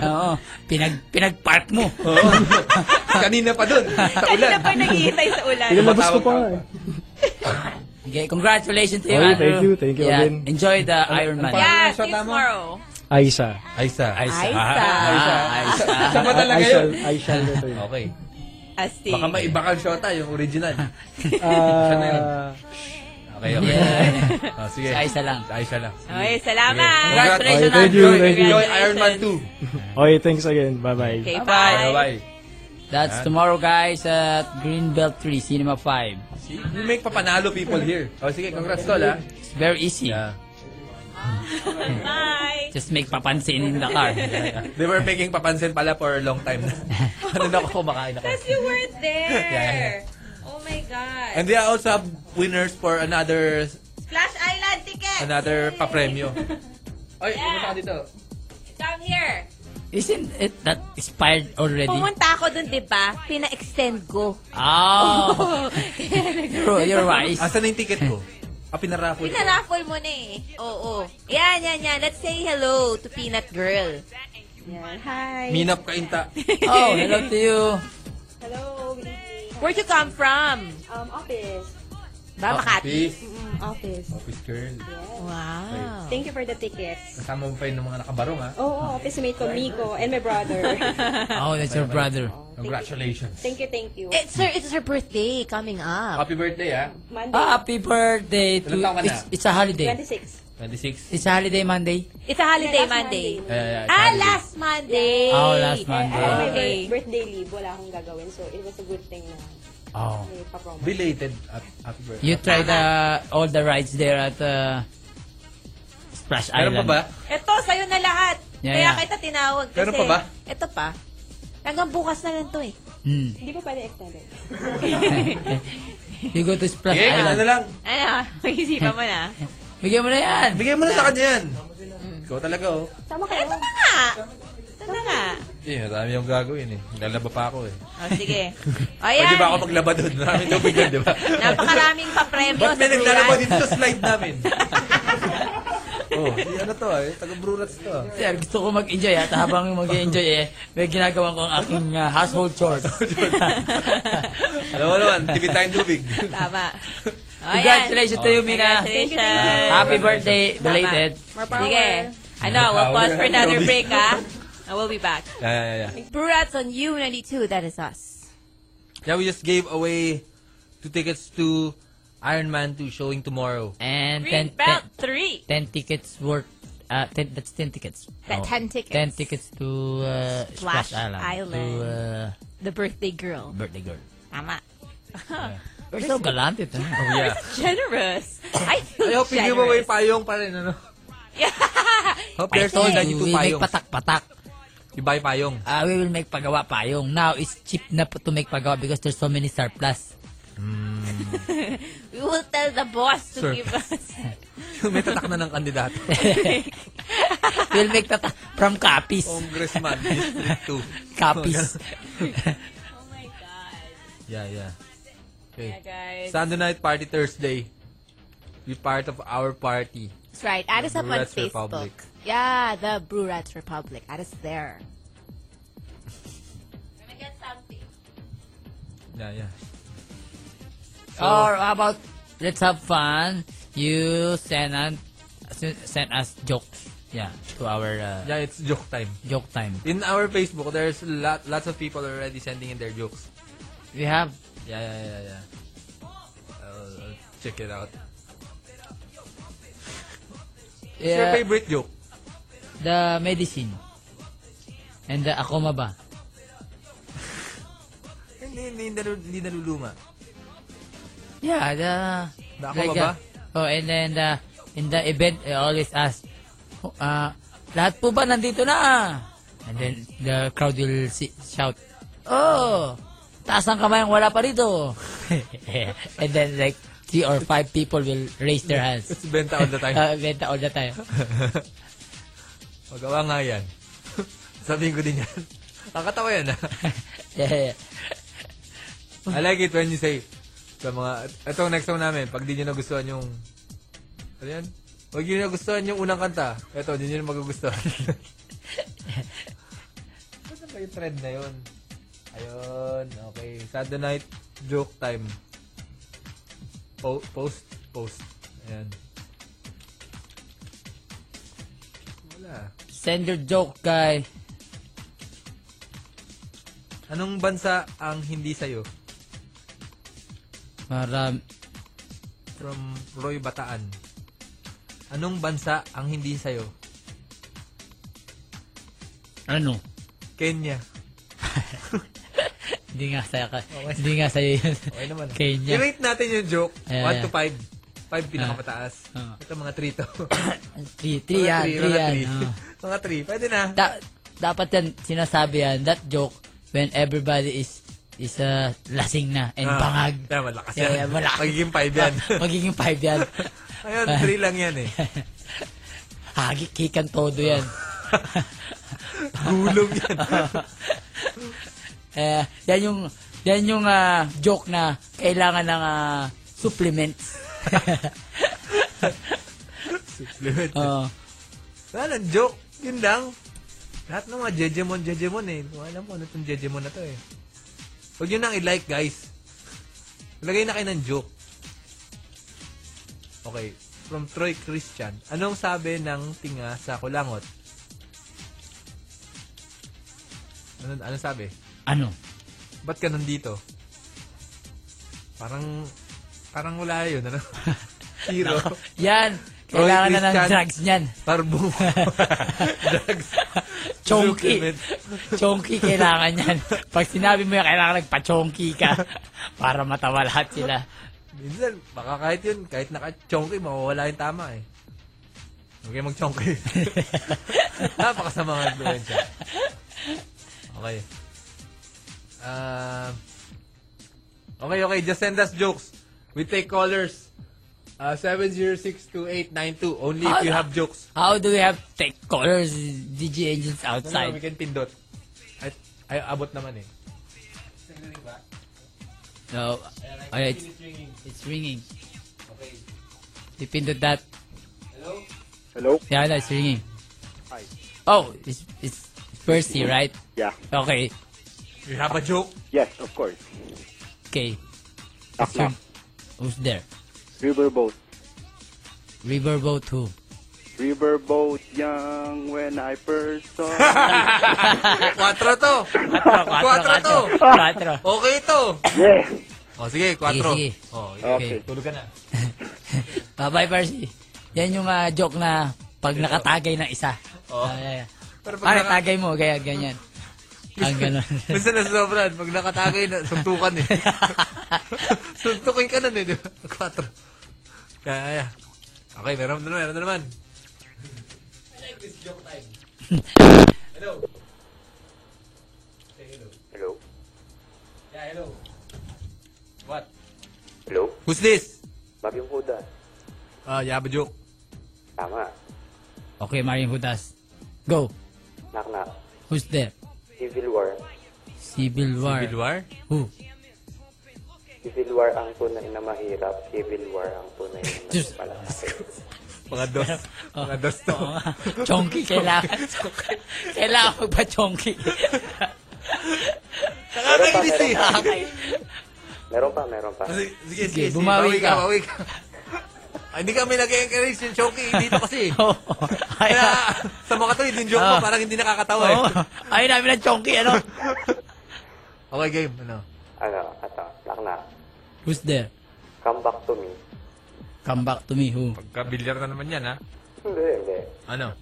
S1: Oo. Pinag, pinag-park mo.
S3: Oo. Kanina pa dun, sa
S2: Kanina
S3: ulan.
S2: pa naghihintay sa ulan.
S6: Pinalabas ko pa.
S3: Tumatawag
S1: Okay, congratulations to you,
S6: Okay,
S1: Andrew.
S6: thank you, thank you
S1: yeah.
S6: again.
S1: Enjoy the Iron Man.
S3: pa-
S2: Yeah,
S3: Ano yung
S2: see you
S3: shota mo?
S2: tomorrow.
S6: Aisa.
S3: Aisa. Ah, Aisa.
S2: Aisa.
S1: Ayos ah.
S3: Siya ba talaga
S6: I,
S3: yun?
S6: shall, I shall return.
S3: Okay.
S2: Astig.
S3: Baka may iba kang shota, yung original.
S6: Ah,
S3: Okay, okay.
S1: Yeah.
S3: Ah, sige.
S1: Sa Aisa lang.
S3: Sa Aisa lang.
S2: Okay, salamat.
S3: Congratulations,
S6: Okay, thank you,
S3: Andrew.
S6: thank you.
S3: Enjoy Iron Man 2.
S6: okay, thanks again. Bye-bye.
S2: Okay,
S1: Bye-bye.
S2: bye.
S3: Bye-bye.
S1: That's tomorrow, guys, at Greenbelt 3, Cinema 5.
S3: You make papanalo people here. Oh, sige, congrats tol, ha?
S1: It's very easy.
S3: Yeah.
S2: Bye.
S1: Just make papansin in the car.
S3: They were making papansin pala for a long time. ano na ako kumakain ako.
S2: Because you weren't there.
S3: Yeah, yeah.
S2: Oh my God.
S3: And they are also have winners for another
S2: Splash Island ticket!
S3: another papremyo. Oy,
S2: Yeah.
S3: pumunta ka dito.
S2: Come here.
S1: Isn't it that expired already?
S2: Pumunta ako dun, di ba? Pina-extend ko.
S1: Oh, you're, you're wise.
S3: Asan na yung ticket ko? Ah, pinaraffle.
S2: Pinaraffle mo na eh. Oo. Yan, yan, yan. Let's say hello to Peanut Girl. Yan. Hi.
S3: Minap ka inta.
S1: Oh, hello to you.
S7: Hello, good evening.
S2: Where'd you come from?
S7: Um, office.
S3: Oh,
S2: Ba, Ah, Makati?
S3: Peace.
S7: Mm, office.
S3: Office girl.
S2: Wow.
S7: Thank you for the tickets.
S3: Kasama mo pa yun ng mga nakabarong ha.
S7: Oo, oh, office mate ko, Migo, and my brother.
S1: Oh, that's your brother.
S3: Congratulations.
S7: thank you, thank you.
S3: Eh,
S2: Eh,
S8: It's her, it's her birthday coming up.
S3: Happy birthday ha.
S7: Monday,
S1: Ah,
S3: ah,
S1: Happy birthday to...
S3: Ilang taon ka na?
S1: It's, it's a
S3: eh.
S1: holiday.
S7: 26.
S3: 26.
S1: It's a holiday Monday.
S2: It's a holiday
S7: Last
S2: Monday.
S3: Yeah, yeah, it's
S2: Ah,
S3: holiday.
S2: last Monday.
S1: Oh, last
S7: Ako
S1: Monday.
S7: may
S2: Okay.
S7: bir- birthday leave, wala akong gagawin. So, it was a good thing na
S1: Oh.
S7: may papromo.
S3: Belated hap- happy birthday.
S1: You try the all the rides there at uh, Splash
S3: Meron
S1: Island.
S3: pa ba?
S2: Ito, sa'yo na lahat.
S1: Yeah,
S2: Kaya
S1: yeah.
S2: kita tinawag kasi.
S3: Meron pa ba?
S2: Ito pa. Hanggang bukas na lang to eh.
S1: Hmm.
S7: Hindi pa pwede extended.
S1: You go to Splash
S3: Eh, ano
S1: Island.
S3: na lang.
S2: Ano? Pag-isipan mo na.
S1: Bigyan mo na yan.
S3: Bigay mo na sa kanya yan. Ikaw talaga oh.
S7: Sama kayo.
S2: Ito na nga. Ito na nga.
S3: Eh, marami yung gagawin eh. Lalaba pa ako eh.
S2: O, sige. O,
S3: Pwede
S2: yan.
S3: ba ako maglaba doon? Maraming tubig doon, di ba?
S2: Napakaraming papremyo sa
S3: Ba't may naglalaba
S2: Brurats.
S3: dito sa slide namin? oh, eh, ano to eh? Taga Brurats to. ah.
S1: Sir, gusto ko mag-enjoy at habang mag-enjoy eh, may ginagawa ko ang aking uh, household chores.
S3: Alam mo naman, tibi tayong tubig.
S2: Tama. O, yan.
S1: Congratulations to you, Mina. Ah,
S2: Congratulations.
S1: Happy birthday,
S2: Tama.
S1: belated.
S2: Sige. Ano, we'll
S3: power.
S2: pause for another
S3: Grabe.
S2: break, ha? And we'll be back.
S3: Ah, Yeah, yeah, yeah.
S8: Brats on U92, that is us.
S3: Yeah, we just gave away two tickets to Iron Man 2 showing tomorrow.
S1: And
S2: Green
S1: 10
S2: belt, three.
S1: tickets worth, uh, 10, that's 10 tickets.
S8: That
S1: Oh.
S8: 10 tickets.
S1: 10 tickets to uh,
S8: Splash
S1: Splash, Island.
S8: Island.
S1: To uh,
S8: The birthday girl.
S1: birthday girl.
S2: Tama.
S1: We're so galante. to.
S3: Oh, yeah.
S2: Generous. I feel
S3: I hope you give away
S2: generous.
S3: payong pa rin, ano?
S2: Yeah.
S3: Hope
S1: I
S3: there's more
S1: told
S3: than
S1: you,
S3: you two
S1: we make
S3: payong.
S1: patak-patak.
S3: You buy payong.
S1: Uh, we will make pagawa payong. Now, it's cheap na po to make pagawa because there's so many surplus.
S2: We will tell the boss to
S3: Sir.
S2: give us.
S3: May tatak na ng kandidato.
S1: We'll make tata from copies.
S3: Oh Congressman, District 2.
S1: Copies.
S2: Oh my God.
S3: Yeah, yeah.
S2: Yeah,
S3: Okay.
S2: guys.
S3: Sunday night party Thursday. Be part of our party.
S8: That's right. Add us
S3: The
S8: up on
S3: Brurats
S8: Facebook.
S3: Republic.
S8: Yeah, the Brew Rats Republic. Add us there.
S2: Gonna get something.
S3: Yeah, yeah.
S1: Or how about, let's have fun. You send, an, send us jokes. Yeah, to our uh,
S3: Yeah, it's joke time.
S1: joke time.
S3: In our Facebook, there's lot, lots of people already sending in their jokes.
S1: We have,
S3: Yeah, yeah, yeah, yeah. I'll, I'll check it out. What's your
S1: yeah,
S3: favorite joke?
S1: uh, the medicine. And the akoma ba?
S3: Hindi, hindi, hindi, nalu- hindi naluluma.
S1: Yeah, the...
S3: The akoma ba?
S1: uh, oh, and then the, in the event, I always ask, oh, ah, lahat po ba nandito na? And then the crowd will si- shout, Oh! Taas ang kamay ang wala pa rito. and then like, three or five people will raise their hands.
S3: It's benta all the time.
S1: Uh, benta all the time.
S3: Magawa nga yan. Sabihin ko din yan. Nakakatawa yan. ah.
S1: yeah.
S3: I like it when you say sa mga etong next song namin pag di niyo nagustuhan yung ano yan? Pag di niyo nagustuhan yung unang kanta, eto di niyo na magugustuhan. Ano ba yung thread na yun? Ayun, okay. Saturday night joke time. Po- post, post. Ayan. Wala.
S1: Send your joke, guy.
S3: Anong bansa ang hindi sa'yo?
S1: Maram.
S3: From Roy Bataan. Anong bansa ang hindi sa'yo?
S1: Ano?
S3: Kenya.
S1: Hindi nga sa'yo ka. Hindi nga sa'yo yun.
S3: Okay naman.
S1: Kenya.
S3: I-rate natin yung joke. 1
S1: Yeah, yeah.
S3: to 5. 5 pinakamataas.
S1: Ah.
S3: Ito mga 3 to.
S1: Three, three yan. Three yan. oh.
S3: mga 3. Pwede na.
S1: da- dapat yan, sinasabi yan, that joke, when everybody is is uh, lasing na and bangag.
S3: Kaya Ah. malakas yan.
S1: Kaya malakas.
S3: Magiging five yan.
S1: Magiging five yan.
S3: Ayun, three lang yan eh.
S1: Hagi, kikan todo yan.
S3: Gulong yan.
S1: eh, yan yung, yan yung ah, joke na kailangan ng ah, supplements.
S3: Supplement.
S1: Oo.
S3: Wala, joke. Yun lang. Lahat ng mga Jejemon, Jejemon eh. Wala mo ano itong Jejemon na to eh. Huwag nyo nang i-like guys. Lagay na kayo ng joke. Okay. From Troy Christian. Anong sabi ng tinga sa kulangot? Ano, ano sabi?
S1: ano?
S3: Ba't ka nandito? Parang, parang wala yun. Ano? Hero.
S1: Yan.
S3: Roy
S1: Kailangan na ng
S3: Christian.
S1: drugs niyan.
S3: Parbo. Drugs.
S1: Chonky.
S3: Supplement.
S1: Chonky kailangan yan. Pag sinabi mo yan, kailangan nagpa-chonky ka para matawa lahat sila.
S3: Minsan, baka kahit yun, kahit naka-chonky, mawawala yung tama eh. Huwag kayong mag-chonky. Napakasama nga influensya. Okay. Ah. okay, okay. Just send us jokes. We take callers. Uh, 7062892. Only if you have jokes.
S1: How do we have take colors, DJ Angels
S3: No, no, Ano we
S1: outside?
S3: can pindot. Ay, ay abot naman eh.
S1: No. Ay, it's, it's ringing. Dipindot that.
S9: Hello?
S1: Yeah, no, it's ringing.
S9: Hi.
S1: Oh, it's, it's Percy, right?
S9: Yeah.
S1: Okay.
S3: You have a joke?
S9: Yes, of course.
S1: Okay. It's
S9: Akla.
S1: your- Who's there?
S9: Riverboat.
S1: Riverboat who?
S9: Riverboat young when I first saw.
S1: Ah.
S3: Quatro to. Quatro to.
S1: Quatro.
S3: Okay to.
S9: yeah.
S3: O sige, Oh, quatro.
S1: Sige, sige.
S3: O,
S1: Okay.
S3: Tulog ka na.
S1: Bye-bye, Percy. Yan yung ah, joke na pag nakatagay ng isa.
S3: Oo.
S1: Ah, yeah, yeah.
S3: Oh. Pero pag
S1: Ah,
S3: naka-
S1: natagay mo, kaya ganyan. Ang gano'n.
S3: Minsan na sobran. Pag nakatagay, na, suntukan eh. Suntukin ka na eh, di ba? Quatro. Kaya, kaya. Okay, meron na naman, meron na naman.
S9: Hello?
S3: What?
S9: Hello?
S3: Who's this?
S9: Babyong Huda.
S3: Ah, you have a joke.
S9: Tama.
S1: okay, Marian Hudas. Go.
S9: Knock knock.
S1: Who's there?
S9: Civil war.
S1: Civil War.
S3: Civil War?
S1: Who?
S9: Civil war ang tunay na mahirap. Civil war ang tunay na
S1: Diyos.
S9: malapit.
S3: Mga dos.
S1: Oh.
S3: Mga dos to.
S1: Oo nga. chonky kailangan. kailangan magpa-chonky.
S3: Nakakainis eh.
S9: Meron pa, meron pa.
S3: Sige, sige,
S1: Sige,
S3: sige.
S1: bumawi ka.
S3: Bawi ka. Ah, Hindi kami nag-encourage yung choki dito kasi. eh.
S1: Oo.
S3: Kaya,
S1: Ayaw.
S3: sa mga to, yung joke mo
S1: Ah.
S3: parang hindi nakakatawa eh.
S1: Oo. Ayaw namin ng chonky, ano?
S3: Okay, game. Ano?
S9: Ano, ato, knock knock.
S1: Who's there?
S9: Come back to me.
S1: Come back to me, who?
S3: Pagka-bilyar na naman yan, ha?
S9: Hindi, hindi.
S3: Ano?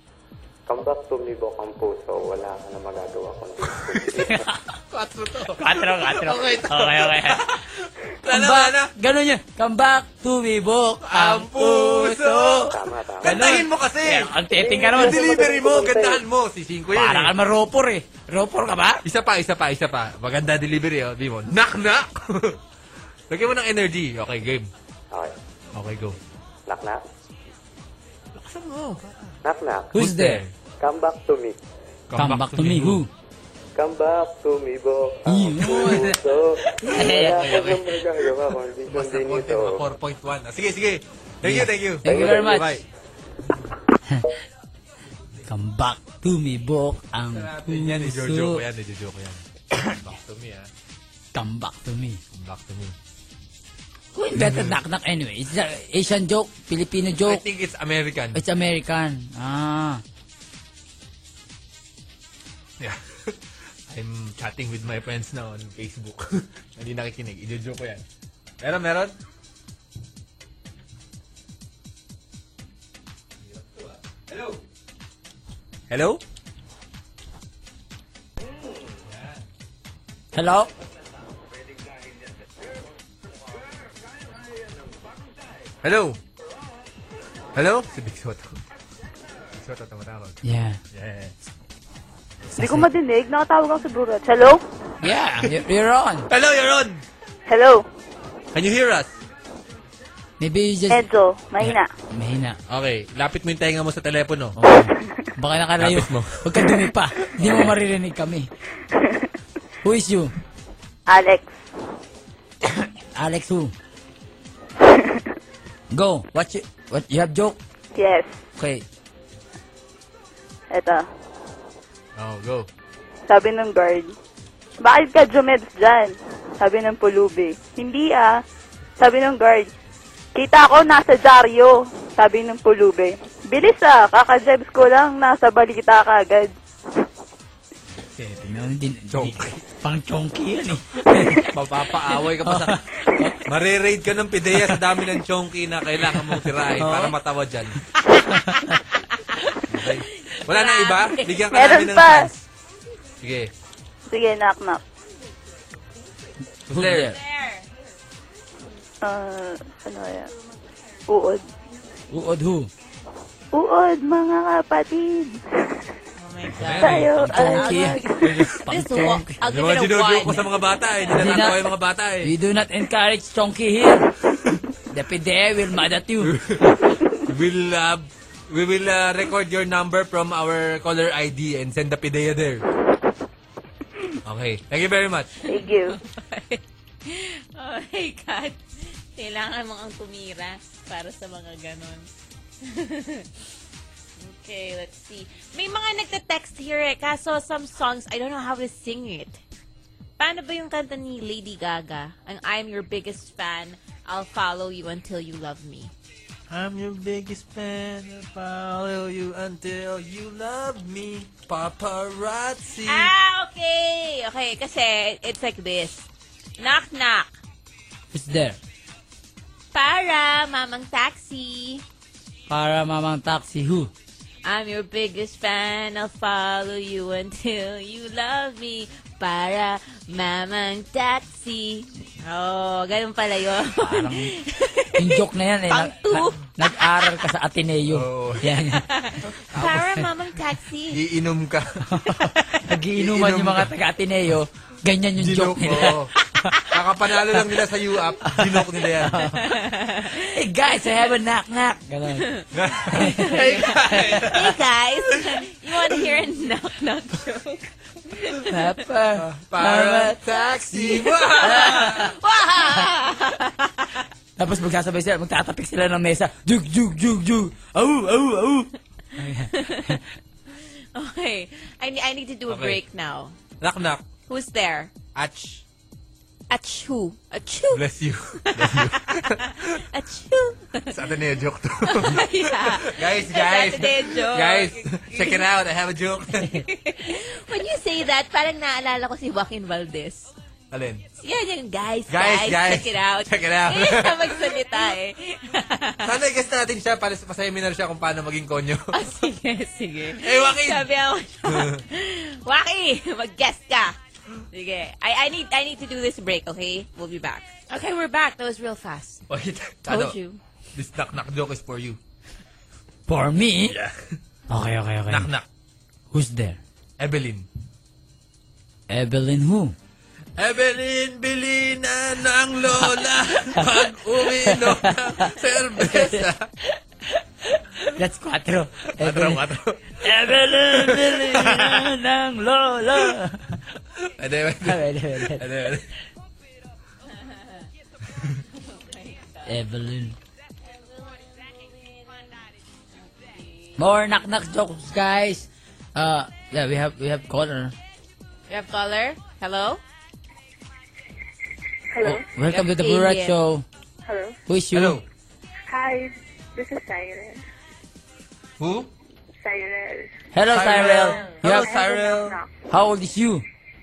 S9: Come back to me, bokang puso. Wala ka na magagawa kundi.
S3: Quatro to.
S1: Quatro, quatro. Okay, okay. okay.
S3: Wala,
S1: Come back-
S3: wala.
S1: Ganun yun. Come back to Bibok ang puso.
S9: Tama, tama.
S3: Kantahin mo kasi.
S1: Eh, ang titing ka
S3: Yung
S1: naman.
S3: delivery mo, gandahan mo. Si Cinco yan
S1: Para ka
S3: eh.
S1: naman ropor eh. Ropor ka ba?
S3: Isa pa, isa pa, isa pa. Maganda delivery, oh. Di mo, knock, knock. Lagyan mo ng energy. Okay, game.
S9: Okay.
S3: Okay, go.
S9: Knock knock. Knock knock.
S1: Who's there?
S9: Come back to me.
S1: Come back to me, who?
S9: Come back to me, bo.
S1: Yun.
S9: puso.
S1: Okay,
S9: Wala ka nang magagawa kundi
S3: Basta
S9: sundin
S3: konti,
S9: ito.
S3: mga 4.1. Ah, Sige, sige. Thank you, thank you.
S1: Thank you very much.
S3: Bye.
S1: Come back to me, Bok ang
S3: Natin yan, i-jojo ko
S1: puso.
S3: yan, i-jojo ko yan. Back to me, ah.
S1: Come back to me.
S3: Back to me.
S1: Who invented knock knock anyway? It's a Asian joke, Filipino
S3: I
S1: joke.
S3: think it's American.
S1: It's American. Ah.
S3: Yeah. I'm chatting with my friends now on Facebook. Hindi nakikinig. Ijojo ko yan. Meron, meron? Hello?
S1: Hello?
S3: Hello? Hello? Si Big Soto. Big Soto, tumatawag.
S1: Yeah.
S3: Yeah.
S7: Hindi ko madinig. Nakatawag ako sa Hello?
S1: Yeah, you're, you're on.
S3: Hello, you're on.
S10: Hello,
S3: Can you hear us?
S1: Maybe you just...
S10: Enzo. Mahina.
S1: Mahina.
S3: Okay, lapit mo yung tenga mo sa telepono.
S1: Oo. Baka nakalayo.
S3: Lapit mo.
S1: Huwag ka dumi pa. Hindi mo maririnig kami. Who is you?
S10: Alex.
S1: Alex who? Go. What you, what, you have joke?
S10: Yes.
S1: Okay.
S10: Eto.
S3: Oh, go.
S10: Sabi ng guard, bakit ka jumebs dyan? Sabi ng pulubi, hindi ah. Sabi ng guard, kita ko nasa dyaryo. Sabi ng pulubi, bilis ah, kakajebs ko lang, nasa balita ka agad.
S1: Okay, tingnan mo, din,
S3: Joke.
S1: pang chonky yan eh.
S3: Mapapaaway ka pa sa... Marirate ka ng pideya sa dami ng chonky na kailangan mong tirahin para matawa dyan. Okay. Wala na iba? Bigyan ka
S10: Meron
S3: namin ng
S10: pa.
S3: chance. Sige.
S10: Sige, knock knock.
S1: Who's there?
S10: Ah, ano yan? Uod.
S1: Uod who?
S10: Uod, mga kapatid.
S2: Oh my God.
S10: Tayo. ah,
S1: Pang chonky.
S10: ay,
S1: Pang
S2: This one,
S1: chonky.
S2: I'll give
S3: Yung mga
S2: it a
S3: ginujoke ko
S2: one.
S3: sa mga bata eh. Hindi
S1: Hindi
S3: na
S1: na-
S3: yung mga bata eh.
S1: We do not encourage chonky here. The PDA will mad at you.
S3: We'll, uh, we will uh, record your number from our caller ID and send the pideya there. Okay. Thank you very much.
S10: Thank you.
S2: oh my God. Kailangan mo ang tumira para sa mga ganon. okay, let's see. May mga nagte-text here eh, kaso some songs, I don't know how to sing it. Paano ba yung kanta ni Lady Gaga? Ang I'm your biggest fan, I'll follow you until you love me.
S3: I'm your biggest fan. I'll follow you until you love me. Paparazzi.
S2: Ah, okay! Okay, kasi it's like this. Knock, knock.
S1: Who's there?
S2: Para, mamang taxi.
S1: Para mamang taxi who?
S2: I'm your biggest fan. I'll follow you until you love me. Para mamang taxi. Oh, ganun pala yun.
S1: Yung joke na yan eh.
S2: Pang
S1: na-
S2: two.
S1: na- Nag-aral ka sa Ateneo.
S3: Oo.
S1: Yan.
S2: Para mamang taxi.
S3: Iinom ka.
S1: Nagiinuman yung mga taga-Ateneo. Ganyan yung
S3: Ginok
S1: joke nila.
S3: mo. Kakapanalo lang nila sa UAP. Ginok nila yan.
S1: Hey guys, I have a knock-knock. Ganun.
S2: Hey guys, you want to hear a knock knock joke?
S1: Papa.
S3: Para taxi. Wow!
S1: Tapos magsasabay sila, magtatapik sila ng mesa. Jug, jug, jug, jug. Au, au, au.
S2: Okay, I, ne- I need to do a
S3: Okay.
S2: break now.
S3: knock knock.
S2: Who's there?
S3: Ach.
S2: Achoo. Achoo.
S3: Bless you.
S2: Achoo.
S3: Sa Ateneo joke to.
S2: yeah.
S3: guys,
S2: That's
S3: guys.
S2: a joke.
S3: Guys, check it out. I have a joke.
S2: When you say that, parang naalala ko si Joaquin Valdez.
S3: Alin?
S2: Yan, yan, guys, guys,
S3: Guys, guys,
S2: check it out.
S3: check it out.
S2: Hindi siya magsalita eh.
S3: Sana i-guess natin siya para sa seminar siya kung paano maging konyo.
S2: oh, sige, sige.
S3: Eh, Joaquin!
S2: Sabi ako, Waki, mag-guest ka. Sige. I, I need I need to do this break, okay? We'll be back. Okay, we're back. That was real fast.
S3: Wait,
S2: Told
S3: ano?
S2: you.
S3: This knock knock joke is for you.
S1: For me? Okay, okay, okay.
S3: Knock knock.
S1: Who's there?
S3: Evelyn.
S1: Evelyn who?
S3: Evelyn, bilina ng lola pag uminom ng serbesa.
S1: That's cuatro.
S3: Atro,
S1: Evelyn.
S3: atro.
S1: Evelyn, Evelyn ng Lola.
S3: Ede,
S1: Evelyn,
S3: ede.
S1: Evelyn.
S3: Ede, ede.
S1: Evelyn. More knock-knock jokes, guys. Uh, yeah, we have we have caller.
S2: You have caller? Hello?
S7: Hello?
S1: Welcome to the Blue Rat
S2: Alien.
S1: Show.
S7: Hello?
S1: Who is you?
S3: Hello.
S7: Hi, this is Cyril.
S3: Who?
S7: Cyril.
S1: Hello, Cyril. You
S3: Hello,
S1: have-
S3: Cyril.
S1: how old is you?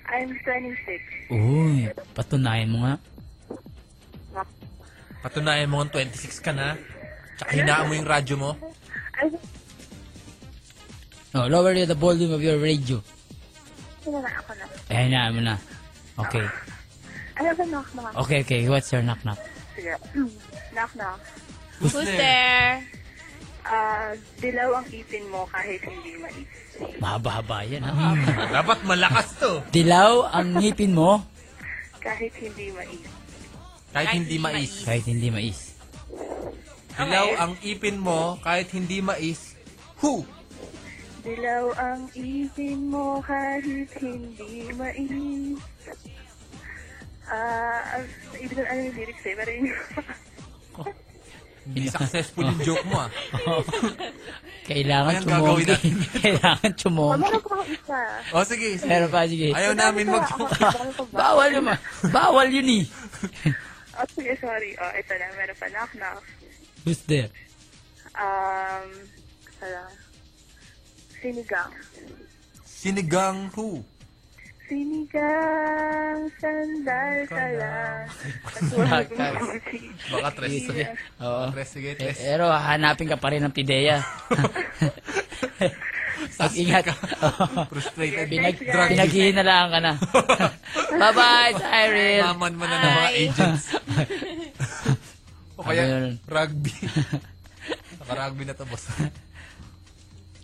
S7: I'm 26.
S1: Uy, patunayan mo nga.
S3: Patunayan mo kung 26 ka na. Tsaka hinaan mo yung radyo mo.
S7: I'm
S1: No, lower the volume of your radio.
S7: sino na ako na.
S1: Ayan na, mo na. Okay.
S7: Ano ba knock knock?
S1: Okay, okay. What's your knock-knock?
S7: Sige. knock knock.
S2: Who's there?
S7: Ah, dilaw ang ipin mo kahit hindi mais.
S1: Mahaba-haba yan, ha?
S3: Dapat malakas to.
S1: Dilaw ang ngipin mo
S7: Kahit hindi mais.
S3: Kahit hindi mais.
S1: kahit hindi mais.
S3: Dilaw ang ipin mo kahit hindi mais. Who?
S7: Dilaw ang ipin mo kahit hindi mais. Ah, ang- ibig sabihin, ano yung lyrics eh, pero yun.
S3: Hindi successful yung joke mo ah.
S1: Kailangan
S3: Ayan,
S1: tumugi.
S3: gagawin natin.
S1: Kailangan tumugi.
S7: Mamalo ko ako isa.
S3: O Oh, sige, sige.
S1: Pero pa, sige.
S3: Ayaw namin mag...
S1: Bawal yun, ma. Bawal yun, eh.
S7: Oh, sige, sorry. Oh, ito na. Meron pa. Knock, knock.
S1: Who's there?
S7: Um, ito lang. Sinigang.
S3: Sinigang who?
S7: Sinigang, sandal ka lang. Katulad mo naman si-
S3: Baka tres. Sige.
S1: Oo.
S3: Tres, sige,
S1: Eh,
S3: tres.
S1: Pero hahanapin ka pa rin ng pideya. Mag-ingat.
S3: Frustrated.
S1: Pinag
S3: Drug
S1: pinaghihinalaan ka na. Bye-bye, Cyril.
S3: Maman mo na ng mga agents. o
S1: Ano
S3: kaya,
S1: yun?
S3: rugby. Naka-rugby na to, boss.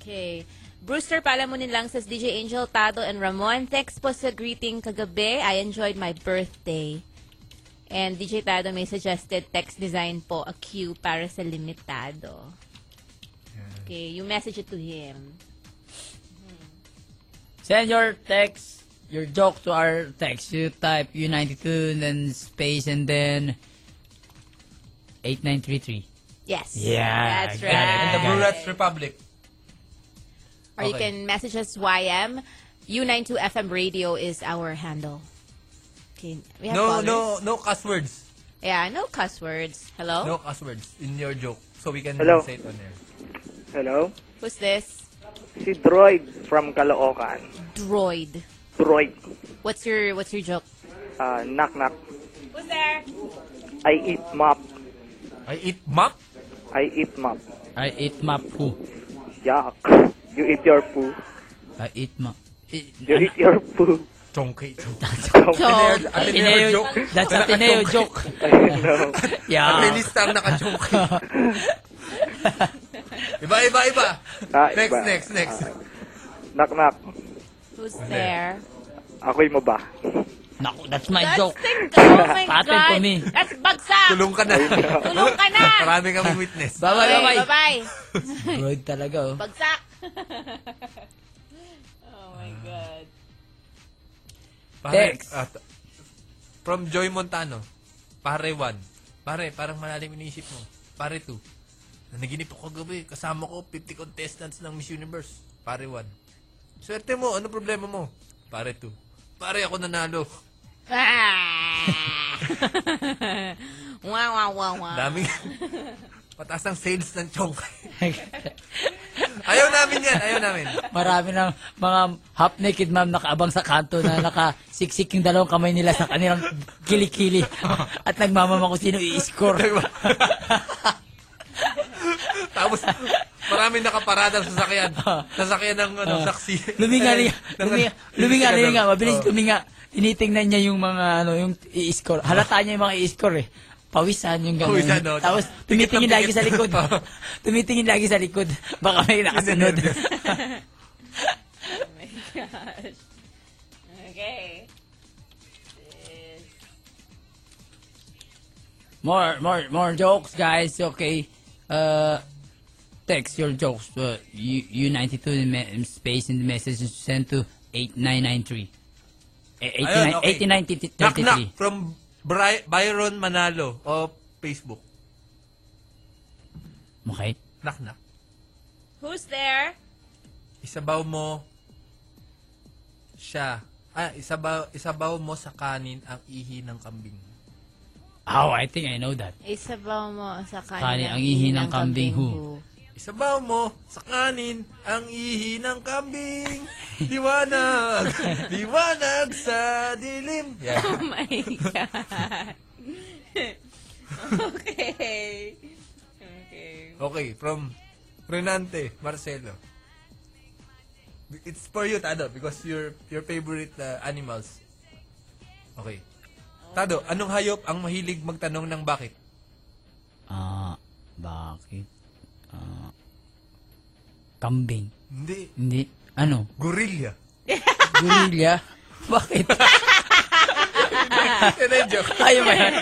S2: Okay. Brewster Palamunin lang says, DJ Angel, Tado, and Ramon, thanks po sa greeting kagabi. I enjoyed my birthday. And DJ Tado may suggested text design po, a cue para sa limitado. Okay, you message it to him.
S1: Send your text, your joke to our text. You type U92 and then space and then 8933.
S2: Yes.
S1: Yeah,
S2: That's
S1: got
S2: right.
S1: it. And
S3: The Blue Rats Republic.
S2: Or you
S3: Okay.
S2: can message us YM. U92FM Radio is our handle. Okay. We have
S3: No,
S2: callers.
S3: no, no cuss words.
S2: Yeah, no cuss words. Hello?
S3: No cuss words in your joke. So we can
S9: Hello.
S3: say it on air.
S9: Hello?
S2: Who's this?
S9: Si Droid from Caloocan.
S2: Droid.
S9: Droid.
S2: What's your what's your joke?
S9: Ah, knock knock.
S2: Who's there?
S9: I eat mop.
S3: I eat map.
S9: I eat mop.
S1: I eat map poo.
S9: Yuck. You eat your poo.
S1: I eat map.
S9: You eat your poo.
S3: Chonky.
S2: Joke.
S3: Ateneo
S1: Ateneo,
S3: joke.
S1: that's Ateneo joke.
S9: Ayun no.
S1: Yeah.
S3: Really star naka-chonky. iba, iba, iba.
S9: Ah,
S3: next,
S9: iba. Ah.
S3: next, next.
S9: Knock knock.
S2: Who's there?
S9: Ako'y mo ba?
S1: Naku, that's my
S2: That's
S1: joke.
S2: the, oh my
S1: Patent
S2: God.
S1: to me.
S2: That's bagsak.
S3: Tulong ka na.
S2: Tulong ka na.
S3: Marami kami witness.
S1: Bye-bye,
S2: Okay,
S1: bye-bye.
S2: Bye-bye.
S1: Droid talaga, oh.
S2: Bagsak. oh my God.
S3: Pare,
S1: Text.
S3: at, from Joy Montano, pare 1. Pare, parang malalim iniisip mo. Pare 2. Naginip ako gabi. Kasama ko 50 contestants ng Miss Universe. Pare 1. Swerte mo, ano problema mo? Pare 2. Pare, ako nanalo.
S2: Ah. wow, wow, wow, wow.
S3: Daming... Pataas ang sales ng chong.
S1: oh.
S3: Ayaw namin yan. Ayaw namin.
S1: Marami ng mga half naked ma'am nakaabang sa kanto na nakasiksik yung dalawang kamay nila sa kanilang kilikili at nagmamama kung sino i-score.
S3: Diba? Tapos, maraming nakaparada sa sasakyan. Sasakyan ng ano, saksi.
S1: Ah. luminga niya.
S3: Ng-
S1: Luminga, luminga,
S3: ng-
S1: luminga. Mabilis
S3: Oh.
S1: luminga. Tinitingnan niya yung mga ano, yung i-score. Halata niya yung mga i-score eh. Pawisan yung gano'n.
S3: Pawisan, no?
S1: Tapos
S3: Tingit ng Oh.
S1: tumitingin lagi
S3: tingit.
S1: sa likod. tumitingin lagi sa likod. Baka may nakasunod.
S2: Okay.
S1: more, more, more jokes, guys. Okay. Uh, text your jokes to uh, U- U92 in me- in space in the message is sent to 8993. Eh, 89
S3: Ayun, okay.
S1: 8933.
S3: Knock knock from Bry- Byron Manalo o Facebook.
S1: Okay.
S3: Knock knock.
S2: Who's there?
S3: Isabaw mo siya. Ah, isabaw, isabaw mo sa kanin ang ihi ng kambing.
S1: Oh, I think I know that.
S2: Isabaw mo sa
S1: Kani
S2: kanya
S1: ang ihi ng kambing who.
S3: Isabaw mo sa kanin ang ihi ng kambing. Liwanag, liwanag sa dilim. Yeah.
S2: Oh my God. okay. Okay.
S3: Okay, from Renante Marcelo. It's for you, Tado, because your your favorite uh, animals. Okay. Tado, anong hayop ang mahilig magtanong ng bakit?
S1: Ah, bakit? Ah, Kambing.
S3: Hindi.
S1: Hindi. Ano?
S3: Gorilla.
S1: Gorilla? Bakit?
S3: Yan ang joke.
S1: Ayaw mo yan?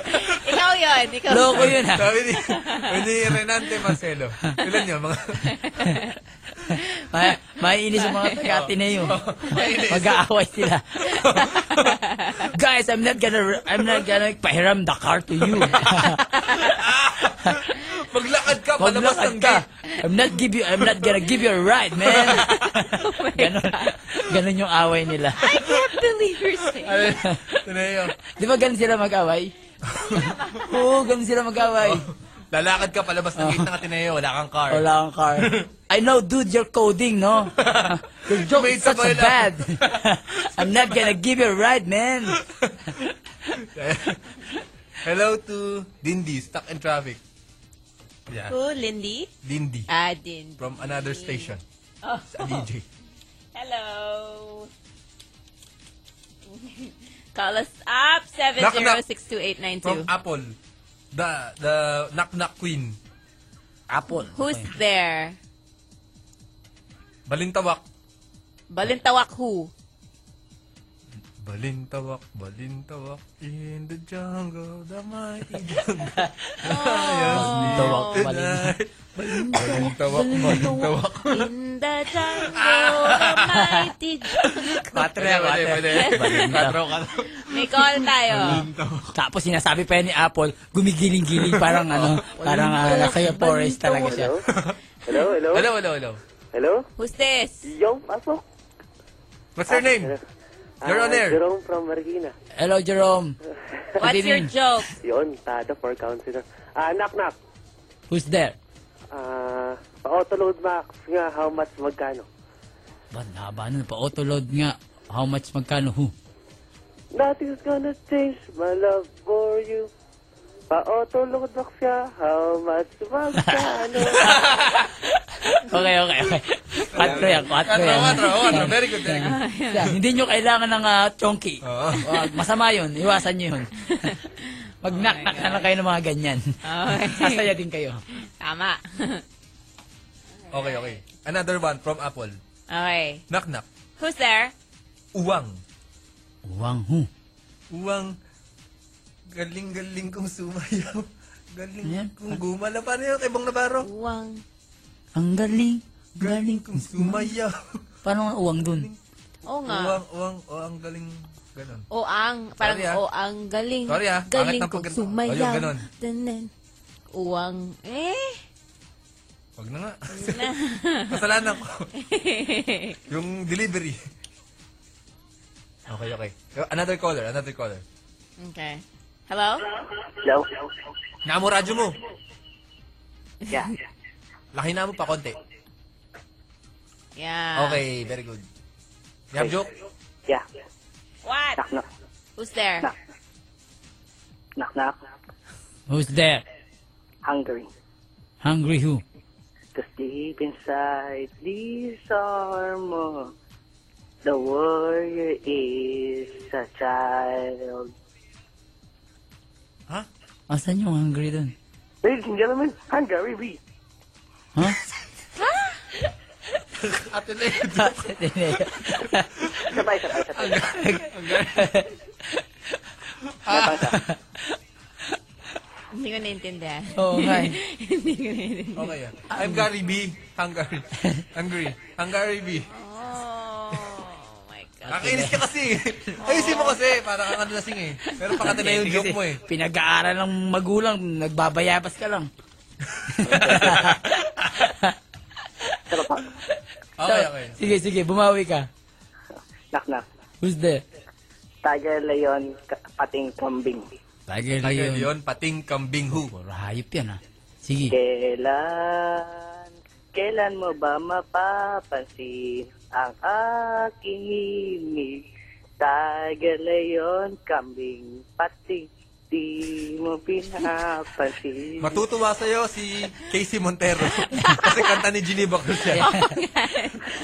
S8: Ikaw yun. Ikaw.
S1: Loko Oh, yun ah. ha?
S3: Sabi ni, sabi ni Renante Marcelo. Ilan yun? Mga,
S1: May, maiinis ang mga taga-Ateneo. Mag-aaway sila. Guys, I'm not gonna, I'm not gonna pahiram the car to you.
S3: maglakad ka, palabas
S1: Maglakad
S3: ng
S1: ka.
S3: gate.
S1: I'm not give you, I'm not gonna give you a ride, man.
S3: Oh
S1: ganon, ganon yung away nila.
S2: I can't believe you're saying
S3: Sabi- Tineo,
S1: Di ba ganun sila mag-away? Oo, ganun sila mag-away.
S3: Lalakad ka, palabas ng gate ng Ateneo, wala kang car.
S1: Wala kang car. I know, dude, you're coding, no? Your joke is
S3: Made
S1: such a
S3: sabay lang.
S1: bad. I'm not gonna give you a ride, man.
S3: Hello to Dindi, stuck in traffic. Yeah,
S2: Who, Lindy?
S3: Dindi.
S2: Ah, Din.
S3: From another station.
S2: Oh.
S3: Sa DJ.
S2: Hello. Call us up,
S3: Knock, knock.
S2: 7062892.
S3: From Apple. The, the Knock Knock Queen.
S1: Apple.
S2: Who's there?
S3: Balintawak.
S2: Balintawak who?
S3: Balintawak, balintawak, in the jungle, the mighty jungle. Balintawak,
S1: balin-
S3: balintawak, balintawak.
S2: In the jungle, the mighty jungle.
S1: Patre,
S3: Pwede, pwede. Katro, katro.
S2: May call tayo.
S1: Tapos sinasabi pa yan ni Apple, gumigiling-giling parang ano, parang ah, nasa yung forest talaga siya.
S9: Hello? Hello, hello?
S3: Hello, hello, hello.
S9: Hello?
S2: Who's this?
S9: Yo, pasok.
S3: What's your name? You're
S9: Ah,
S3: on air.
S9: Jerome from Marikina.
S1: Hello, Jerome.
S2: What's your joke?
S9: Yun, Tada for Councilor. Ah, knock knock.
S1: Who's there?
S9: Ah, pa-autoload max nga, how much magkano?
S1: Ba't haba nun? Pa-auto load nga. How much magkano? Who?
S9: Nothing's gonna change my love for you. Pa-autoload max nga, how much ano? magkano?
S1: Okay, okay, okay. Katro yan, katro
S3: Katro,
S1: yan.
S3: katro, katro. Very good, very good. Uh-huh.
S1: Yan, Hindi nyo kailangan ng ah, chonky.
S3: Oo.
S1: Wag, masama yun. Iwasan nyo yun. Mag knock-knock na lang kayo ng mga ganyan. Sasaya din kayo.
S2: Tama.
S3: Okay, okay. Another one from Apple.
S2: okay.
S3: Knock knock.
S2: Who's there?
S3: Uwang.
S1: Wang who?
S3: Uwang. Galing-galing kong sumayaw. Galing
S1: Ayan.
S3: kong gumala. Paano yun? Kay Bong Navarro?
S2: Uwang.
S1: Ang galing. Galing
S3: Galing kong sumayaw.
S1: Paano nga uwang dun?
S2: Oo nga.
S3: Uwang, uwang, uwang galing. Ganon.
S2: O ang, parang
S3: Sorry, ah.
S2: o ang galing.
S3: Sorry, ah. Pangit
S2: Galing
S3: ng
S2: kong
S3: pagkanta.
S2: sumayaw.
S3: Ayun, ganun.
S2: Tanan. Uwang. Eh?
S3: Wag na nga. Kasalanan ko. Yung delivery. Okay, okay. Uh, Another caller, another caller.
S2: okay. Hello?
S9: Hello?
S3: Nga mo radyo mo.
S9: Yeah.
S3: Laki na mo pa konti.
S2: Yeah.
S3: Okay, very good. Yam joke?
S9: Yeah.
S2: What?
S9: Knock knock.
S2: Who's there?
S9: Knock. Knock knock.
S1: Who's there?
S9: Hungry.
S1: Hungry who?
S9: Cause deep inside this armor, the warrior is a child.
S1: Asan yung hungry dun?
S9: Ladies and gentlemen, I'm Gary Reed.
S1: Ha?
S3: Ate na yun.
S9: Sabay, sabay, sabay.
S2: Hindi ko naiintindihan.
S1: Oo
S3: Ah.
S1: nga eh.
S2: Hindi ko naiintindihan.
S3: Okay, ah. I'm Gary B. Hungary. Hungary. Hungary B.
S2: Oh my God.
S3: Nakainis ka kasi. eh. Ayusin mo kasi. Para kang ano nasing eh. Pero pakata na yung joke mo eh.
S1: Pinag-aaral ng magulang, nagbabayabas ka lang.
S3: Okay, okay.
S1: Sige, sige, bumawi ka.
S9: Knock, knock.
S1: Who's there?
S9: Tiger Leon, ka- pating kambing.
S1: Tiger
S3: Tiger Leon, pating kambing who?
S1: Puro hayop yan ah. Sige.
S9: Kailan, kailan mo ba mapapansin ang aking himig? Tiger Leon, kambing pating. Di mo pinapansin.
S3: Matutuwa sa'yo si Casey Montero. Kasi kanta ni Ginny Bacruz yan.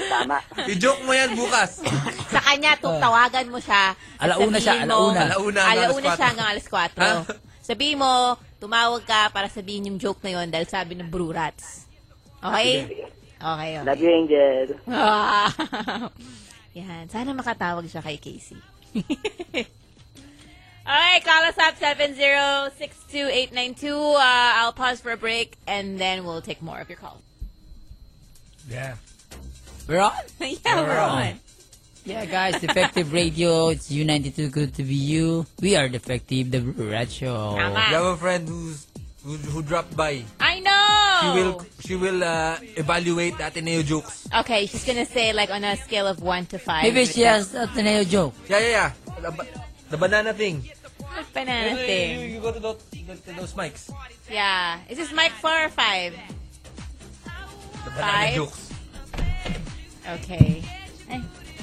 S9: Tama.
S3: I-joke mo yan bukas.
S2: Sa kanya, tutawagan mo siya. at
S1: Oh. Alauna siya,
S2: sabihin mo-
S1: alauna.
S3: Alauna
S2: Alauna
S3: hanggang alas
S2: siya
S3: 4.
S2: hanggang alas 4.
S3: Ha?
S2: Sabihin mo, tumawag ka para sabihin yung joke na yon dahil sabi ng Brew Rats. Okay? Okay, okay.
S9: Love you, Angel.
S2: Wow. Yan. Sana makatawag siya kay Casey. Alright, call us up 7062892. Uh, I'll pause for a break and then we'll take more of your calls.
S3: Yeah.
S1: We're on?
S2: yeah, we're on.
S1: Yeah, guys, Defective Radio, it's U92, good to be you. We are Defective, the Red Show.
S2: Tama.
S3: We have a friend who's, who, who dropped by.
S2: I
S3: She
S2: know.
S3: will she will uh, evaluate the Ateneo jokes.
S2: Okay, she's gonna say like on a scale of one to five.
S1: Maybe she has a Taneo joke.
S3: Yeah, yeah, yeah. The, ba- the banana thing.
S2: banana thing.
S3: You, you go to those, to those mics.
S2: Yeah. Is this mic four or five?
S3: The banana
S2: Five.
S3: jokes.
S2: Okay.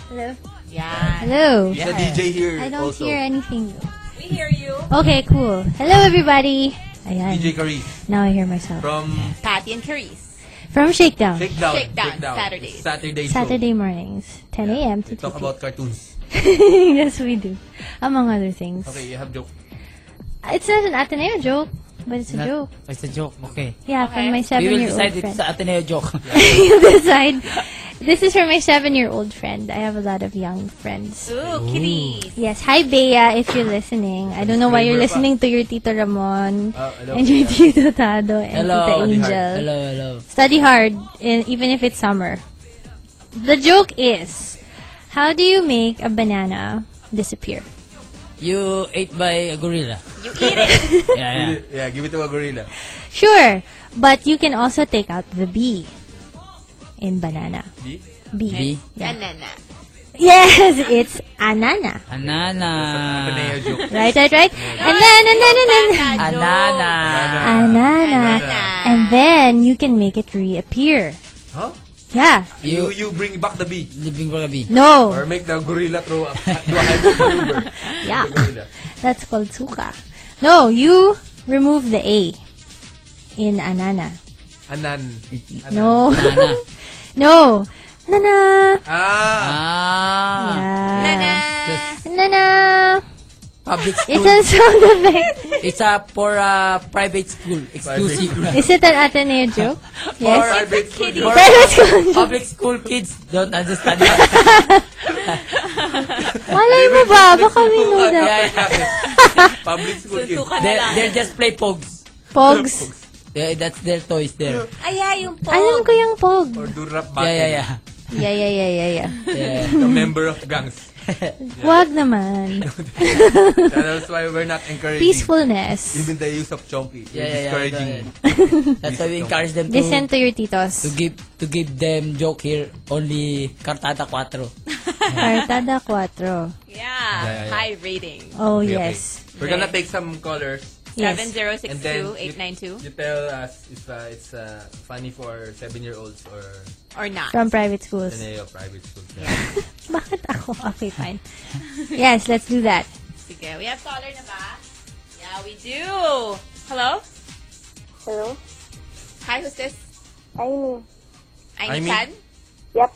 S11: Hello?
S2: Yeah.
S11: Hello.
S3: She's a DJ here
S11: I don't
S3: also.
S11: hear anything. though.
S2: We hear you.
S11: Okay, cool. Hello, everybody. Ayan.
S3: DJ Kareem
S11: Now I hear myself.
S3: from
S2: Patty and Carice.
S11: From Shakedown.
S3: Shakedown.
S2: Shakedown, Saturdays.
S3: Saturday show.
S11: Saturday mornings, 10 a.m. to
S3: We
S11: 2
S3: talk about cartoons.
S11: p.m. yes, we do. Among other things.
S3: Okay, you have joke.
S11: It's not an Ateneo joke, but it's a
S1: Not- oh,
S11: joke.
S1: It's a joke, okay.
S11: Yeah, from my
S1: We will
S11: seven-year-old
S1: decide if
S11: friend.
S1: it's a Taneo joke.
S11: you decide. This is for my seven-year-old friend. I have a lot of young friends.
S2: Ooh, kitties.
S11: Yes, hi Bea, if you're listening. I don't know why you're
S3: Disclaimer
S11: listening to your Tito Ramon
S3: Ah, hello,
S11: and your
S3: Bea.
S11: Tito Tado and
S1: Oh, Hello. Study
S11: Tita Angel.
S3: hard.
S1: hello, hello.
S11: Study hard, in, even if it's summer. The joke is, how do you make a banana disappear?
S1: You ate by a gorilla.
S2: You eat it.
S1: Yeah, yeah.
S3: Yeah, give it to a gorilla.
S11: Sure, but you can also take out the bee in banana.
S3: Bee?
S11: Bee.
S1: B.
S11: Yeah.
S2: Banana.
S11: Yes, it's anana.
S3: Ateneo
S1: Anana.
S3: joke.
S11: Right, right, right. And then, and then, and then.
S1: Anana.
S11: Anana.
S2: Anana.
S11: And then you can make it reappear.
S3: Huh?
S11: Yeah.
S3: You you bring back the bee.
S1: Living for a bee.
S11: No.
S3: Or make the gorilla throw a, throw a hamburger.
S11: Yeah.
S3: The gorilla.
S11: That's called suka. No, you remove the A in anana.
S3: Anan.
S11: No.
S1: Anana.
S11: no. Nana.
S3: Ah!
S1: Ah.
S11: Yeah.
S1: Just
S11: Nana.
S1: public
S11: It's
S1: school.
S11: a sound effect.
S1: It's a for a private school. Exclusive.
S11: Is it an Ateneo joke? Yes.
S3: Private school
S1: For
S3: joke.
S11: Private school.
S1: public school kids don't understand it.
S11: Malay mo ba? Baka may muna.
S1: yeah, yeah.
S3: Public school kid.
S2: Susuka na
S1: They,
S2: lang.
S1: they just play pogs.
S11: Pogs.
S1: They, that's their toys there.
S2: Ay, ay, yung po.
S11: Alam ko yung pog.
S3: Or
S1: Yeah,
S3: durap battle.
S1: yeah, yeah.
S11: Yeah, yeah, yeah, yeah, yeah.
S1: yeah.
S3: The member of gangs.
S11: Wag naman.
S3: That's why we're not encouraging.
S11: Peacefulness.
S3: Even the use of chonky. We're
S1: Yeah, yeah, yeah,
S3: discouraging.
S11: Oh,
S1: That's why we encourage them to,
S11: Listen to your
S1: to
S11: titos.
S1: give to give them joke here only Cartata 4.
S11: Cartada 4.
S2: Yeah. High rating.
S11: Oh, yes.
S3: We're gonna take some colors.
S2: Seven
S11: Yes.
S2: zero
S3: And
S2: six
S3: then
S2: two eight nine two
S3: You tell us if uh, it's uh, funny for seven-year-olds or
S2: or not.
S11: From private schools.
S3: Ateneo private school.
S11: Bakit ako? Okay, fine. Yes, let's do that.
S2: Sige, we have caller na ba? Yeah, we do. Hello?
S7: Hello?
S2: Hi, who's this?
S7: I mean,
S2: Aimee
S3: Aimee?
S2: Chan?
S7: yep.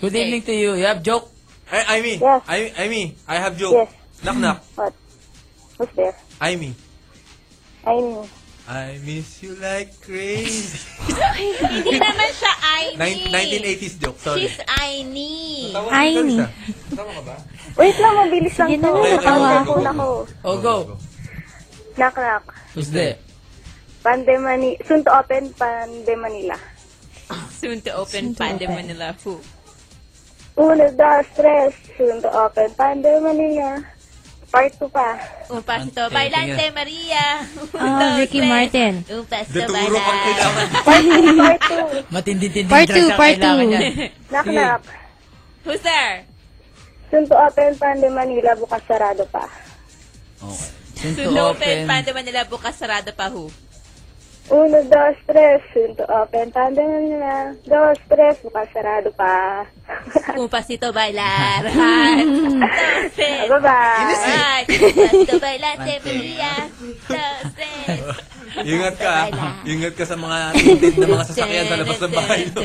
S1: Good evening to you. You have joke?
S3: I, I mean,
S7: Yes.
S3: I, I mean, I have joke.
S7: Yes.
S3: Knock knock.
S7: What? Who's there?
S3: I mean,
S7: I mean,
S3: I miss you like crazy.
S2: Hindi naman siya
S3: Nin-
S2: Aimee.
S3: 1980s joke. Sorry.
S2: She's Aimee.
S11: Aimee.
S3: Tama ka ba?
S7: wait lang, mabilis lang
S11: Sige na
S7: to.
S11: lang,
S3: nakawa ako.
S7: Nako, nako.
S1: Oh, go.
S7: Knock, knock.
S1: Who's there?
S7: Pande Mani- soon to open Pande Manila.
S2: Soon to open
S11: Soon to
S2: Pande
S11: open.
S2: Manila. Who?
S7: Uno, dos, tres, soon to open Pande Manila. Part 2 pa.
S2: Un pasito
S1: Ante,
S2: bailante Maria. Oh,
S11: Ah, Ricky Martin.
S2: Un pasito
S3: Deturo ka
S2: bailante.
S3: kailangan.
S7: Part 2.
S1: Matindi-tinding
S11: Part
S1: drugs
S11: two,
S1: ang
S11: part
S1: kailangan
S11: two.
S1: niyan.
S7: Knock, knock.
S2: Who's there?
S7: Soon to open Pande Manila, bukas sarado pa.
S1: Okay. Soon to
S2: Soon to open
S1: open.
S2: Pande Manila. Bukas sarado pa who?
S7: Uno, dos, tres, soon to open Pande Manila. Dos, tres, bukas sarado pa.
S2: Un pasito bailar. Entonces.
S7: Bye-bye.
S2: Ay, un pasito bailante Maria. Entonces.
S3: Ingat ka. ah. Ingat ka sa mga tinted na mga sasakyan sa labas ng bahay. no?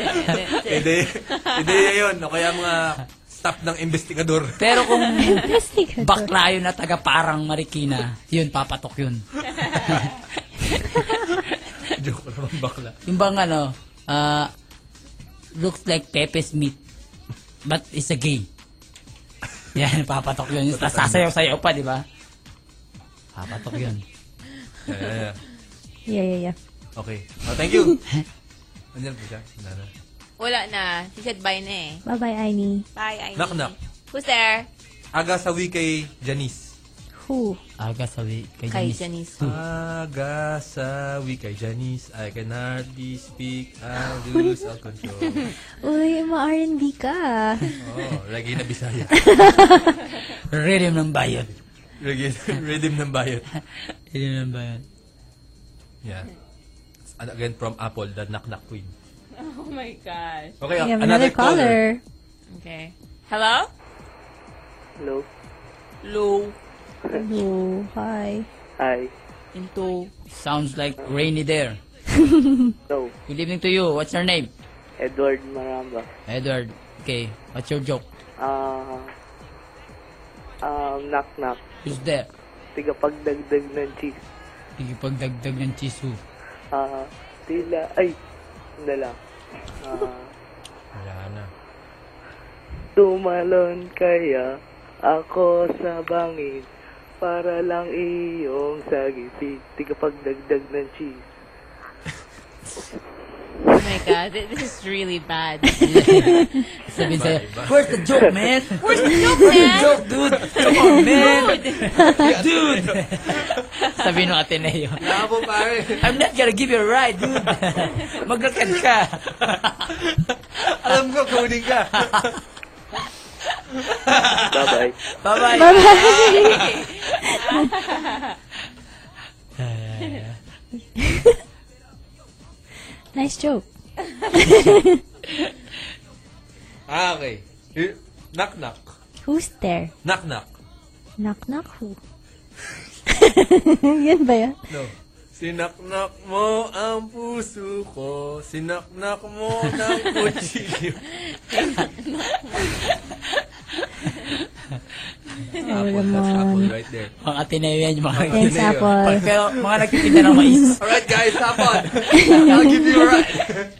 S3: Ede, ede yun. O kaya mga staff ng investigador.
S1: Pero kung
S11: Plastic.
S1: bakla yun na taga parang Marikina, yun, papatok yun.
S3: Joke ko naman bakla.
S1: Yung bang ano, ah, looks like Pepe's meat, but is a gay. Yan, papatok yun. Tapos sasayaw-sayaw pa, di ba? Papatok yun.
S3: Yeah, yeah, yeah.
S11: Yeah, yeah, yeah.
S3: Okay. Oh, thank you. Andiyan po siya. Wala na.
S2: Wala na. Oh, She said bye na eh.
S11: Bye-bye, Aini.
S2: Bye, Aini.
S3: Knock, knock.
S2: Who's there?
S3: Aga sawi kay Janice.
S11: Who?
S1: Aga sawi kay
S2: Kay
S1: Janice.
S2: Janice.
S3: Aga sawi kay Janice. I can hardly speak. I lose all control.
S11: Uy, ma-R&B ka.
S3: Oh, lagi na Bisaya.
S1: Rhythm ng bayan.
S3: Lagi rhythm ng bayot.
S1: Rhythm ng bayan.
S3: Yeah. And again, Ya. from Apple, the Knock Knock Queen.
S2: Oh my gosh.
S3: Okay,
S11: We have
S3: another, caller.
S2: Okay. Hello?
S9: Hello.
S2: Low.
S11: Hello. Hi.
S9: Hi.
S2: Into.
S1: Sounds like rainy there.
S9: So,
S1: Good evening to you. What's your name?
S9: Edward Maramba.
S1: Edward. Okay. What's your joke?
S9: Ah, um, knock knock.
S1: Who's there?
S9: Tigapagdagdag ng cheese.
S1: Nagipagdagdag ng cheese who?
S9: Ah, tila, ay, nala. Ah,
S3: Wala na.
S9: tumalon kaya ako sa bangin para lang iyong sagisig. Tigapagdagdag ng cheese.
S2: Oh my god, thi- this is really bad.
S1: Sabihin sa'yo,
S3: Iba, iba.
S1: where's the joke, man?
S2: Where's the joke, man?
S1: joke, dude? Come on, man! dude! Sabihin ng Ateneo.
S3: Ya,
S12: Labo pare.
S1: I'm not gonna give you a ride, dude. Maglakad ka.
S3: Alam ko, kunin ka.
S9: Bye-bye.
S1: Bye-bye.
S11: Nice joke.
S3: Ah, okay. Eh, Knock Knock.
S11: Who's there?
S3: Knock Knock.
S11: Knock, knock, who? Yan ba yan?
S3: No. Sinaknak mo ang puso ko, sinaknak mo ng kutsilyo. Apple, that's Apple right there.
S1: Mga Ateneo yan, yung mga
S11: Thanks,
S3: Ateneo.
S11: Apple.
S1: Pero mga nagtitinda ng mais.
S3: Alright guys, hop on. I'll give you a ride.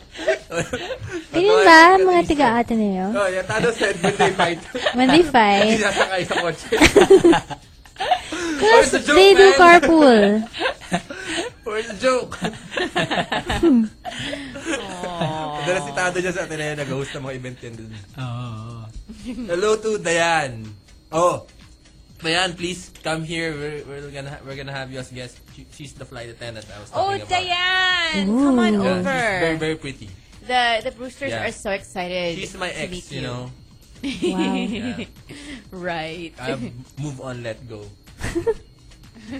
S11: Ganyan ba, mga tiga Ateneo?
S3: Oh, Yatado said when they fight.
S11: When they fight,
S3: Sinasakay sa kotse. Oh,
S11: Yes, they do carpool.
S3: Where's the Oh, joke? Madalas sitado dyan sa Ateneo, nag-host ng mga event yan dun.
S1: Oo.
S3: Hello to Dayan. Oh, Dayan, please come here. We're, we're gonna ha- we're gonna have you as guest. She, she's the flight attendant I was
S2: oh,
S3: talking about.
S2: Diane! Come on
S3: Yeah,
S2: over.
S3: she's very very pretty.
S8: The the Brewsters
S3: Yeah.
S8: are so excited.
S3: She's my
S8: to
S3: ex,
S8: meet
S3: you know.
S11: Wow.
S3: Yeah.
S8: Right.
S3: I move on, let go.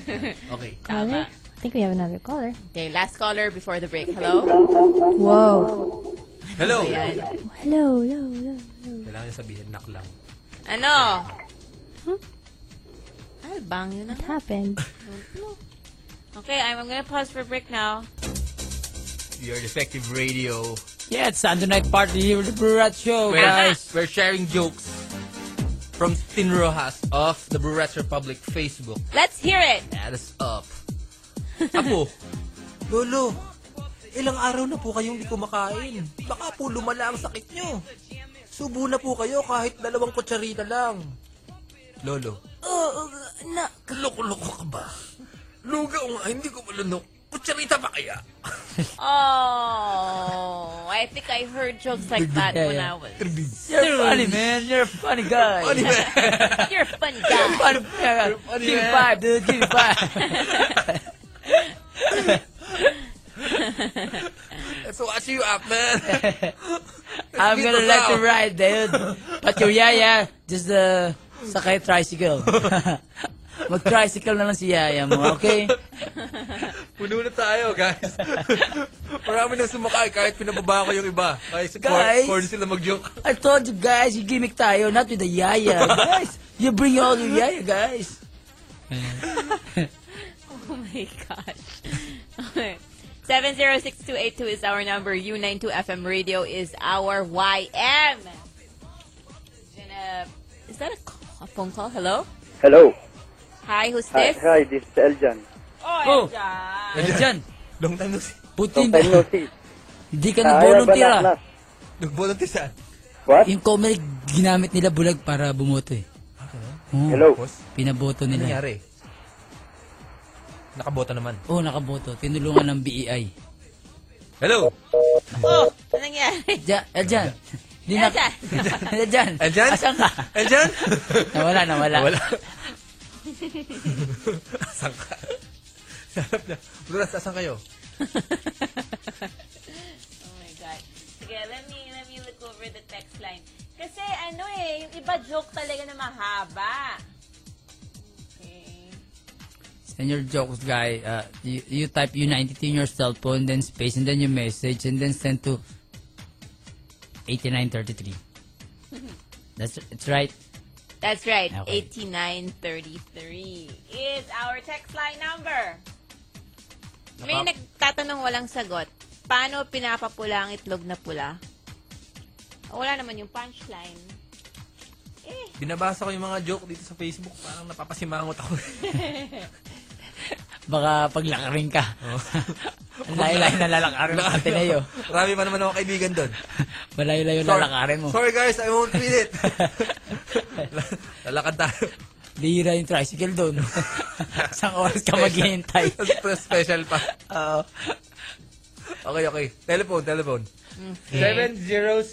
S3: Yeah. Okay.
S11: Caller? I think we have another caller.
S8: Okay, last caller before the break. Hello?
S11: Whoa.
S3: Hello.
S11: Hello, hello, hello.
S3: Kailangan niya sabihin knock lang.
S2: Ano? Ay, bang yun na.
S11: What happened?
S2: Okay, I'm, I'm gonna pause for a break now.
S3: Your defective radio.
S1: Yeah, it's Sunday night party here at the Brew Rat Show,
S3: We're,
S1: guys.
S3: we're sharing jokes from Tin Rojas of the Burettes Republic Facebook.
S2: Let's hear it!
S3: That is up. Ako, Lolo, ilang araw na po kayong hindi kumakain. Baka po lumala ang sakit nyo. Subo na po kayo kahit dalawang kutsarina lang. Lolo, Oo, na, kaloko-loko ka ba? Lugaw nga, hindi ko malunok. Kutsarita pa kaya?
S2: Oh, I think I heard jokes like that
S1: Yeah,
S2: when
S1: yeah.
S2: I was.
S1: You're funny, man. You're a funny guy.
S3: Funny man.
S2: You're a funny
S1: You're
S2: guy.
S1: funny, man.
S3: funny,
S1: Give me
S3: man.
S1: five, dude. Give me five.
S3: so I see you up, man.
S1: I'm gonna let you ride, dude. But your yaya, just uh, sakay tricycle. Mag-tricycle na lang si yaya mo, okay?
S3: Puno na tayo, guys. Marami nang sumakay kahit pinababa ko yung iba. Kahit sa
S1: Guys.
S3: corn, corn sila mag-joke.
S1: I told you guys, you gimmick tayo, not with the yaya. Guys, you bring all your yaya, guys.
S2: Oh my gosh. Seven zero six two eight two is our number. U 92 FM radio is our YM. Gonna- Is that a, call, a phone call? Hello.
S9: Hello.
S2: Hi, who's
S9: Hi,
S2: this?
S9: hi, this is Eljan.
S1: Oh.
S2: yeah.
S1: Diyan,
S3: Long time no see.
S1: Putin,
S9: Long time no see.
S1: di ka
S9: Ayaw ba
S1: nag-volunteer ah.
S9: knock knock?
S3: Dugbot ng tisan.
S1: What? Yung Comelec, ginamit nila bulag para bumoto eh. Oo.
S3: Hello?
S1: Pinaboto
S3: Ano
S1: nila.
S3: nangyari? Nakabota naman.
S1: Oo, Oh, nakaboto. Tinulungan ng E BEI.
S3: Hello?
S2: Oh, ano nangyari?
S1: Diyan, eh, diyan. Di na,
S2: Eljan.
S1: Eljan. Eljan? Asan ka?
S3: Eljan?
S1: nawala, nawala.
S3: Nawala. Asan ka? Sarap na. Brunas, asan kayo?
S2: Oh my God. Sige, let me, let me look over the text line. Kasi ano eh, yung iba joke talaga na mahaba. Okay.
S1: Send your jokes, guy. Uh, you, you type U92 in your cell phone, then space, and then your message, and then send to 8933. That's it's right.
S2: That's right.
S1: Okay.
S2: 8933 is our text line number. May nagtatanong walang sagot. Paano pinapapula ang itlog na pula? Wala naman yung punchline.
S3: Binabasa ko yung mga joke dito sa Facebook. Parang napapasimangot ako.
S1: Baka paglakarin ka.
S3: Oh.
S1: Ang layo-layo na lalakarin mo sa Ateneo.
S3: Marami pa naman ako kaibigan doon.
S1: Malayo-layo na lalakarin mo.
S3: Sorry guys, I won't read it. Lalakad tayo.
S1: Lihira yung tricycle doon. Isang oras ka maghihintay.
S3: Express special pa.
S1: Oo.
S3: Okay, okay. Telephone, telephone.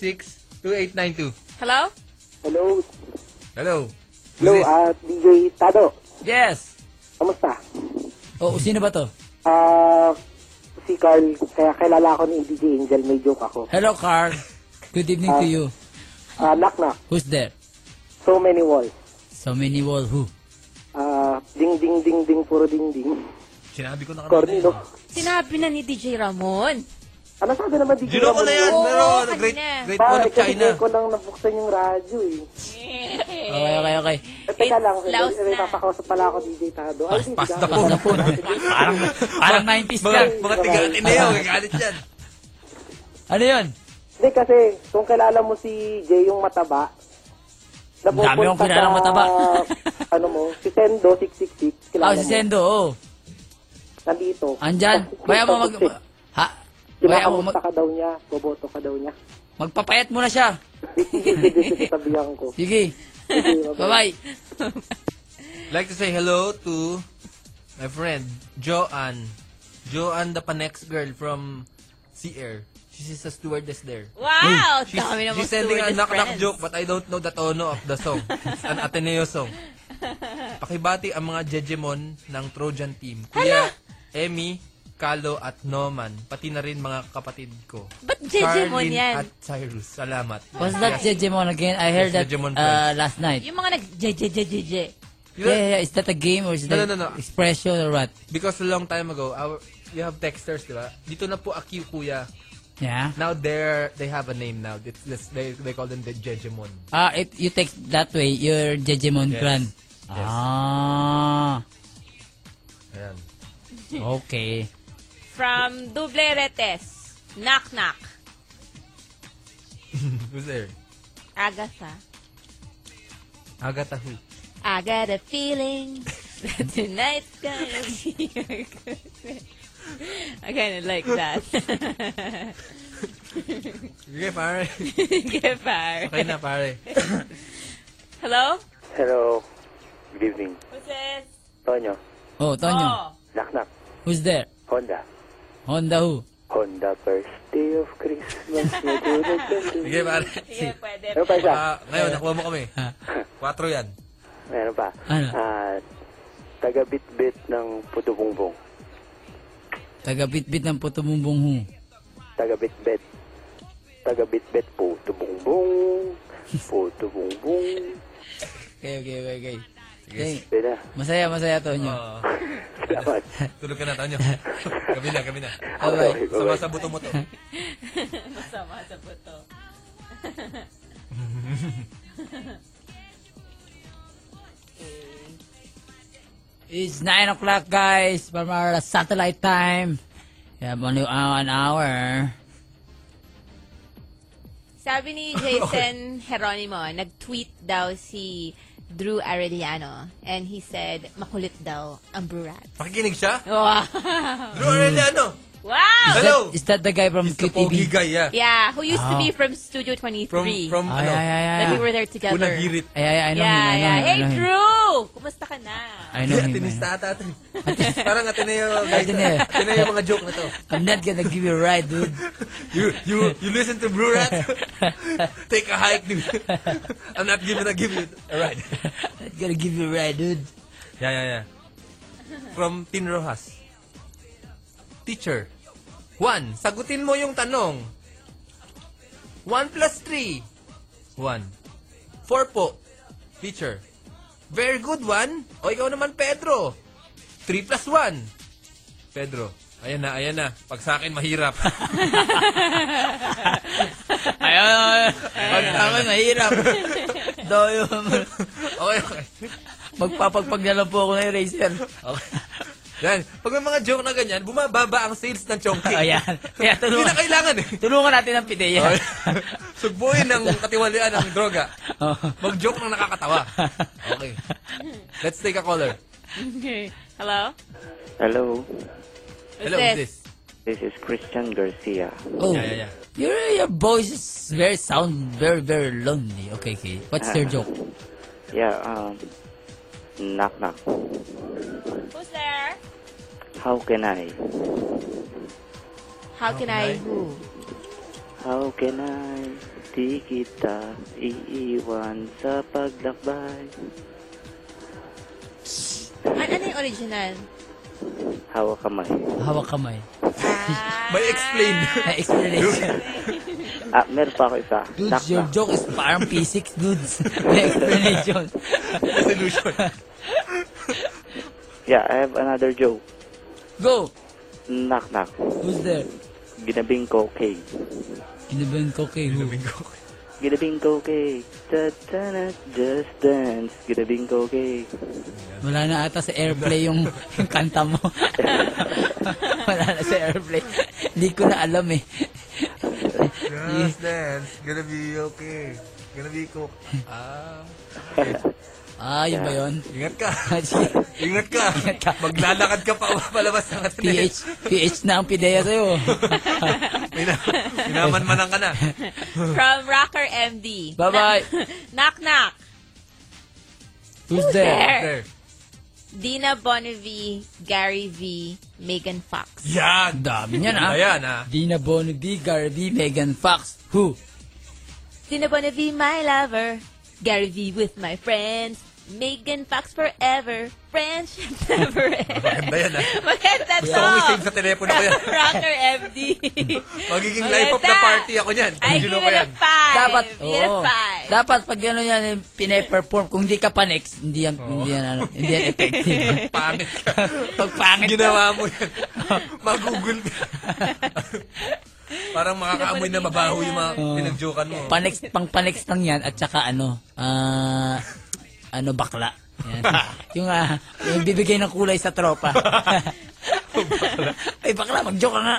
S3: 706-2892.
S2: Hello?
S9: Hello.
S3: Hello.
S9: Hello, ah, DJ Tado.
S1: Yes!
S9: Kamusta?
S1: Oo, sino ba to?
S9: Ah, si Carl, kaya kilala ko ni DJ Angel, may joke ako.
S1: Hello, Carl. Good evening to
S9: Ah.
S1: you.
S9: Ah, knock knock,
S1: Who's there?
S9: so many walls.
S1: So many wall who?
S9: Ah, ding ding ding ding, puro ding ding.
S3: Sinabi ko na
S9: Corny, no?
S2: Sinabi na ni DJ Ramon.
S9: Ano sabi naman DJ
S3: Gino ko
S9: Ramon?
S3: na yan.
S2: Oo,
S3: Meron.
S2: kanina.
S3: Great, great
S9: Pare,
S3: wall of
S9: Ah, kasi
S3: China.
S9: hindi ko lang nabuksan yung radyo eh.
S1: Okay, okay, okay.
S9: Eh, Teka lang,
S2: Laos
S9: may, may
S2: na.
S9: papakausap pala ako DJ Tado. Ay, hindi
S3: Pass the
S9: ako.
S3: phone.
S1: Parang, parang 90s
S3: Mga,
S1: ka.
S3: mga tiga
S9: Ah.
S3: Ateneo, kagalit yan.
S1: Ano yun?
S9: Hindi kasi, kung kilala mo si Jay yung mataba,
S1: Ang dami
S9: napupunta
S1: kong kilala
S9: sa-
S1: mataba.
S9: ano mo, si Sendo 666,
S1: Ah,
S9: kilala mo.
S1: si Sendo, oo.
S9: Nandito.
S1: Andyan. Kaya mo mag... Ha? Kaya mo mag...
S9: Kinakamusta ka daw niya, boboto ka daw niya.
S1: Magpapayat muna siya.
S9: Sige, sige, sabihan ko.
S1: Sige. Bye-bye.
S3: I'd like to say hello to my friend, Joanne. Joanne, the Panex girl from Sea Air. She's a stewardess there.
S2: Wow!
S3: She's,
S2: Dami na
S3: she's sending a knock-knock joke but I don't know the tono of the song. It's an Ateneo song. Pakibati ang mga Jejemon ng Trojan team. Kuya, Emmy, Kalo at Noman. Pati na rin mga kapatid ko.
S2: Ba't Jejemon
S3: Charlene
S2: yan?
S3: at Cyrus. Salamat.
S1: What's that Jejemon again? I heard that
S3: Yes, Jejemon
S1: uh,
S3: friends.
S1: last night.
S2: Yung mga nag je je je je je.
S3: You know,
S1: Yeah, yeah, is that a game or is
S3: No,
S1: that
S3: no, no, no.
S1: expression or what?
S3: Because a long time ago, our, you have texters, di ba? Dito na po aki kuya.
S1: Yeah.
S3: Now they're, they have a name now. It's, it's- they, they call them the Jejemon.
S1: Ah, if you text that way, you're Jejemon
S3: Yes.
S1: Grand.
S3: Yes.
S1: Ah,
S3: Ayan.
S1: okay.
S2: From Dubleretes. Knock knock.
S3: Who's there?
S2: Agatha.
S3: Agatha who?
S2: I got a feeling that tonight's gonna be a good night. I kind of like that.
S3: Sige, pare.
S2: Get fired.
S3: Okay na, pare.
S2: Hello?
S9: Hello. Good evening.
S2: Who's this?
S9: Tonyo.
S1: Oh,
S3: Ano?
S1: Tonyo,
S2: Oh,
S9: Knock knock.
S1: who's there?
S9: Honda.
S1: Honda who?
S9: Honda first day of Christmas. Madulog na
S3: Sige, pare.
S2: sige, pwede.
S9: Ano pa isa?
S3: Ah,
S1: eh.
S3: ngayon, nakuha mo kami.
S1: Ah.
S3: Quatro yan.
S9: Meron pa.
S1: Ano?
S9: Ah, taga-bit-bit ng puto-bungbong.
S1: Taga-bitbit ng puto mong bunghu.
S9: Taga-bit-bit. Taga-bit-bit puto-bungbong. Puto-bungbong.
S1: Okay, okay, okay, okay. Okay.
S9: Yun na.
S1: Masaya, masaya, Tonyo.
S3: Oo.
S9: Salamat.
S3: Oh, tulog ka na, Tanyo. gabi na, gabi na.
S1: Alright.
S3: Sama sa buto mo to.
S2: Masama sa buto.
S1: It's 9 o'clock, guys, from our satellite time. We have only uh, an hour.
S2: Sabi ni Jason Geronimo, nag-tweet daw si Drew Arellano and he said, makulit daw ang burat.
S3: Makikinig siya?
S2: Wow!
S3: Drew Aureliano!
S2: Wow!
S1: Is that, is that the guy Hmm. from QTV?
S3: The pogi guy, yeah.
S2: Yeah, who used
S1: Ah.
S2: to be from Studio 23.
S3: from
S1: Ay,
S3: ano,
S1: ay, ay, ay.
S2: That we were there together.
S3: Punagirit.
S1: Ay, ay, I know
S2: yeah,
S1: him, I know him,
S2: yeah.
S1: I
S2: Hey,
S1: know him.
S2: Drew! Kumusta ka na?
S1: I know him. I know him.
S3: Atinista ata ata. Parang Ateneo.
S1: Ateneo.
S3: Ateneo yung mga joke na to.
S1: I'm not gonna give you a ride, dude.
S3: You, you, you listen to Blue Rat? Take a hike, dude. I'm not giving a give you a ride.
S1: I'm not gonna give you a ride, dude.
S3: Yeah, yeah, yeah. From Tin Rojas. Teacher. Juan, sagutin mo yung tanong. 1 plus 3. Juan. 4 po. Teacher. Very good, Juan. O ikaw naman, Pedro. 3 plus 1. Pedro. Ayan na, ayan na. Pag sa akin, mahirap.
S1: Ayun. Pag tama, mahirap. Doyo.
S3: okay, okay.
S1: Magpapagpag na lang po ako ng eraser.
S3: Okay. Yan. Pag may mga joke na ganyan, bumababa ang sales ng chongki.
S1: Ayan. Kaya
S3: Hindi
S1: tulungan,
S3: na kailangan eh.
S1: tulungan natin ang pideya.
S3: Okay. Sugbuin ng katiwalian ng droga.
S1: Oh.
S3: Mag-joke ng nakakatawa. Okay. Let's take a caller.
S2: Okay. Hello?
S9: Hello,
S2: Who's
S3: Hello, who's
S2: this?
S3: this?
S9: this is Christian Garcia.
S1: Oh.
S3: Yeah, yeah, yeah.
S1: Your, your voice is very sound, very, very lonely. Okay, okay. What's your joke?
S9: Yeah, um, knock knock.
S2: Who's there?
S9: How can I?
S8: How can I who?
S9: How can I? Di kita iiwan sa paglakbay.
S8: An ano yung original?
S9: Hawak kamay.
S1: Hawak kamay.
S3: May explain.
S1: May explanation.
S9: Ah, meron pa ako isa.
S1: Dudes,
S9: knock
S1: your
S9: knock.
S1: joke is parang physics, dudes. May explanation.
S3: Solution.
S9: Yeah, I have another joke.
S1: Go!
S9: Knock knock.
S1: Who's there?
S9: Ginabing ko cake.
S1: Ginabang ko kay who?
S9: Ginabing ko cake. Ta-ta-na, just dance. Ginabing ko cake.
S1: Wala na ata sa airplay yung, yung kanta mo. Wala na sa airplay. Hindi ko na alam eh.
S3: Just dance. Gonna be okay. Gonna be cool. Ah.
S1: Ah, yun ba yun?
S3: Ingat ka. Ingat ka. Maglalakad ka pa palabas ng Ateneo.
S1: PH, PH na ang pideya sa'yo.
S3: Minamanmanan ka na.
S2: From Rocker MD.
S1: Bye-bye.
S2: knock, knock.
S1: Who's
S2: there?
S1: there?
S3: There.
S2: Dina Bonavie, Gary V, Megan Fox.
S1: Yan! Dami niyan ah.
S3: Ayan ah.
S1: Dina Bonaby, Garvey, Megan Fox. Who?
S2: Dina Bonavie, my lover. Gary V with my friends. Megan Fox forever. Friendship never ends.
S3: Maganda yan ah.
S2: Maganda
S3: Gusto kong
S2: to.
S3: i-save sa telepono ko yan.
S2: Rocker MD.
S3: Magiging life up
S2: Maganda.
S3: na party ako niyan.
S2: I give
S3: Sino
S2: it
S3: ko
S2: a
S3: yan?
S2: five.
S1: Dapat,
S2: give it a
S3: oh.
S1: oo.
S2: five.
S1: Dapat pag gano'n yan, yung pine-perform, kung di ka pa next, hindi yan, hindi yan, ano, hindi yan effective.
S3: Pangit ka.
S1: pag pangit ka,
S3: Ginawa mo yan. Magugul ka. Parang makakaamoy na mabaho yung mga pinagjokan mo.
S1: panex, pang panex lang yan, at saka ano, ah, ano, bakla. Yan. yung, ah, yung bibigay ng kulay sa tropa. Ay, bakla, mag-joke ka nga.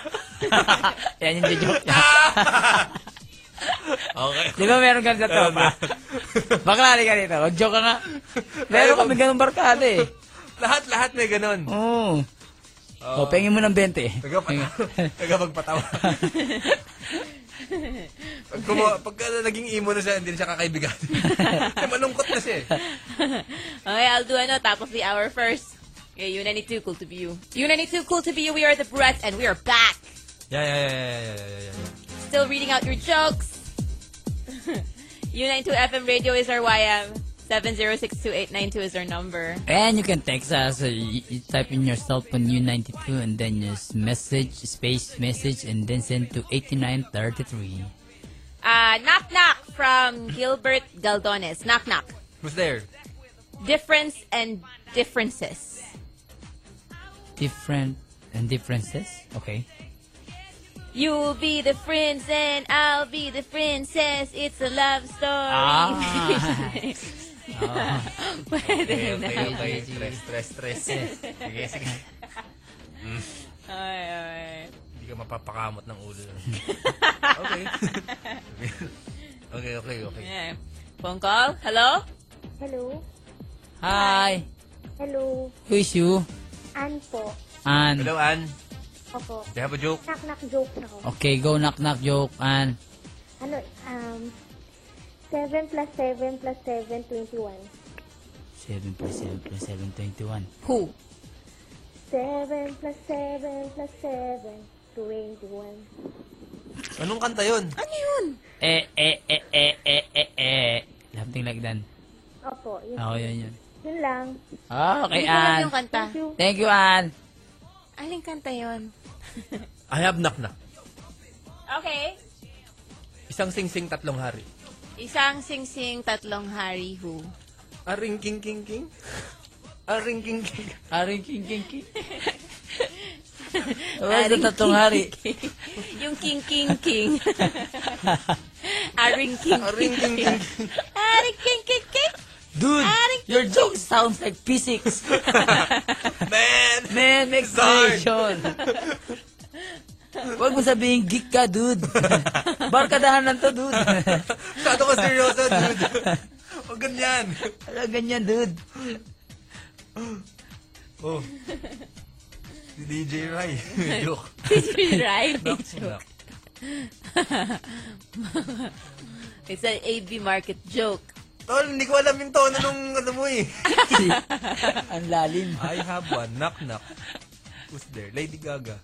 S1: yan yung joke niya.
S3: Okay.
S1: Di ba meron ganun sa tropa? bakla, halika dito, mag-joke ka nga. Meron kami ganun barkada eh.
S3: Lahat-lahat may ganun.
S1: Oo. Oh, pengin mo ng 20.
S3: Tagapag- Tagapagpatawa. pag, kumu- pag uh, naging emo na siya, hindi na siya kakaibigan. Kasi malungkot na siya eh.
S2: Okay, I'll do ano, top of the hour first. Okay, U92, cool to be you. U92, cool to be you. We are the Breath, and we are back.
S3: Yeah, yeah, yeah, yeah, yeah, yeah, yeah, yeah.
S2: Still reading out your jokes. U92 FM radio is our YM. 7062892 is our number.
S1: And you can text us. Uh, you, you type in your cell phone U92 and then just message, space message, and then send to 8933.
S2: Uh, knock knock from Gilbert Galdones. Knock knock.
S3: Who's there?
S2: Difference and differences.
S1: Different and differences? Okay.
S2: You'll be the prince and I'll be the princess. It's a love story.
S1: Ah.
S2: Pwede na.
S3: okay. Stress, stress, stress. Sige, sige.
S2: Ay, ay.
S3: Hindi ka mapapakamot ng ulo. okay. okay, okay, okay.
S2: Yeah. Phone call? Hello?
S7: Hello?
S1: Hi!
S7: Hello?
S1: Who is you?
S7: Ann po.
S1: Ann.
S3: Hello, Ann.
S13: Opo.
S12: Do you have a joke?
S13: Knock-knock joke na ako.
S1: Okay, go knock knock joke and
S13: Ano, um, 7 plus 7 plus 7, 21.
S1: 7 plus 7 plus 7, 21.
S8: Who?
S13: 7 plus 7 plus 7, 21.
S3: Anong kanta yun?
S8: Ano yun?
S1: Eh, eh, eh, eh, eh, eh, eh. Something like that.
S13: Opo, yun.
S1: Ako, yun yun.
S13: Yun lang.
S1: Ah, Okay,
S8: Hindi ko alam
S1: Ann.
S8: yung kanta.
S1: Thank you, Ann.
S8: Aling kanta yun?
S3: I have knock-knock.
S2: Okay.
S3: Isang sing-sing tatlong hari.
S8: Isang sing-sing, tatlong hari who.
S3: Aring king king king. Aring king king.
S1: Aring king king king. Where's the Oh, tatlong hari?
S2: yung king king king. Aring king.
S3: Aring king king.
S2: Aring king king king.
S1: Dude, your joke sounds like physics. Man! Man, make sensation. Huwag mo sabihin geek ka, dude. Barkadahan lang to, dude.
S3: Masyado ka seryoso, dude. Huwag ganyan.
S1: Wala ganyan, dude.
S3: Oh. Si DJ Rai. Joke.
S2: DJ Rai, may
S3: Knock,
S2: joke.
S3: knock.
S8: It's an AB market joke.
S3: Tol, hindi ko alam yung tono nung ano mo eh.
S1: Ang lalim.
S3: I have one. Knock, knock. Who's there? Lady Gaga.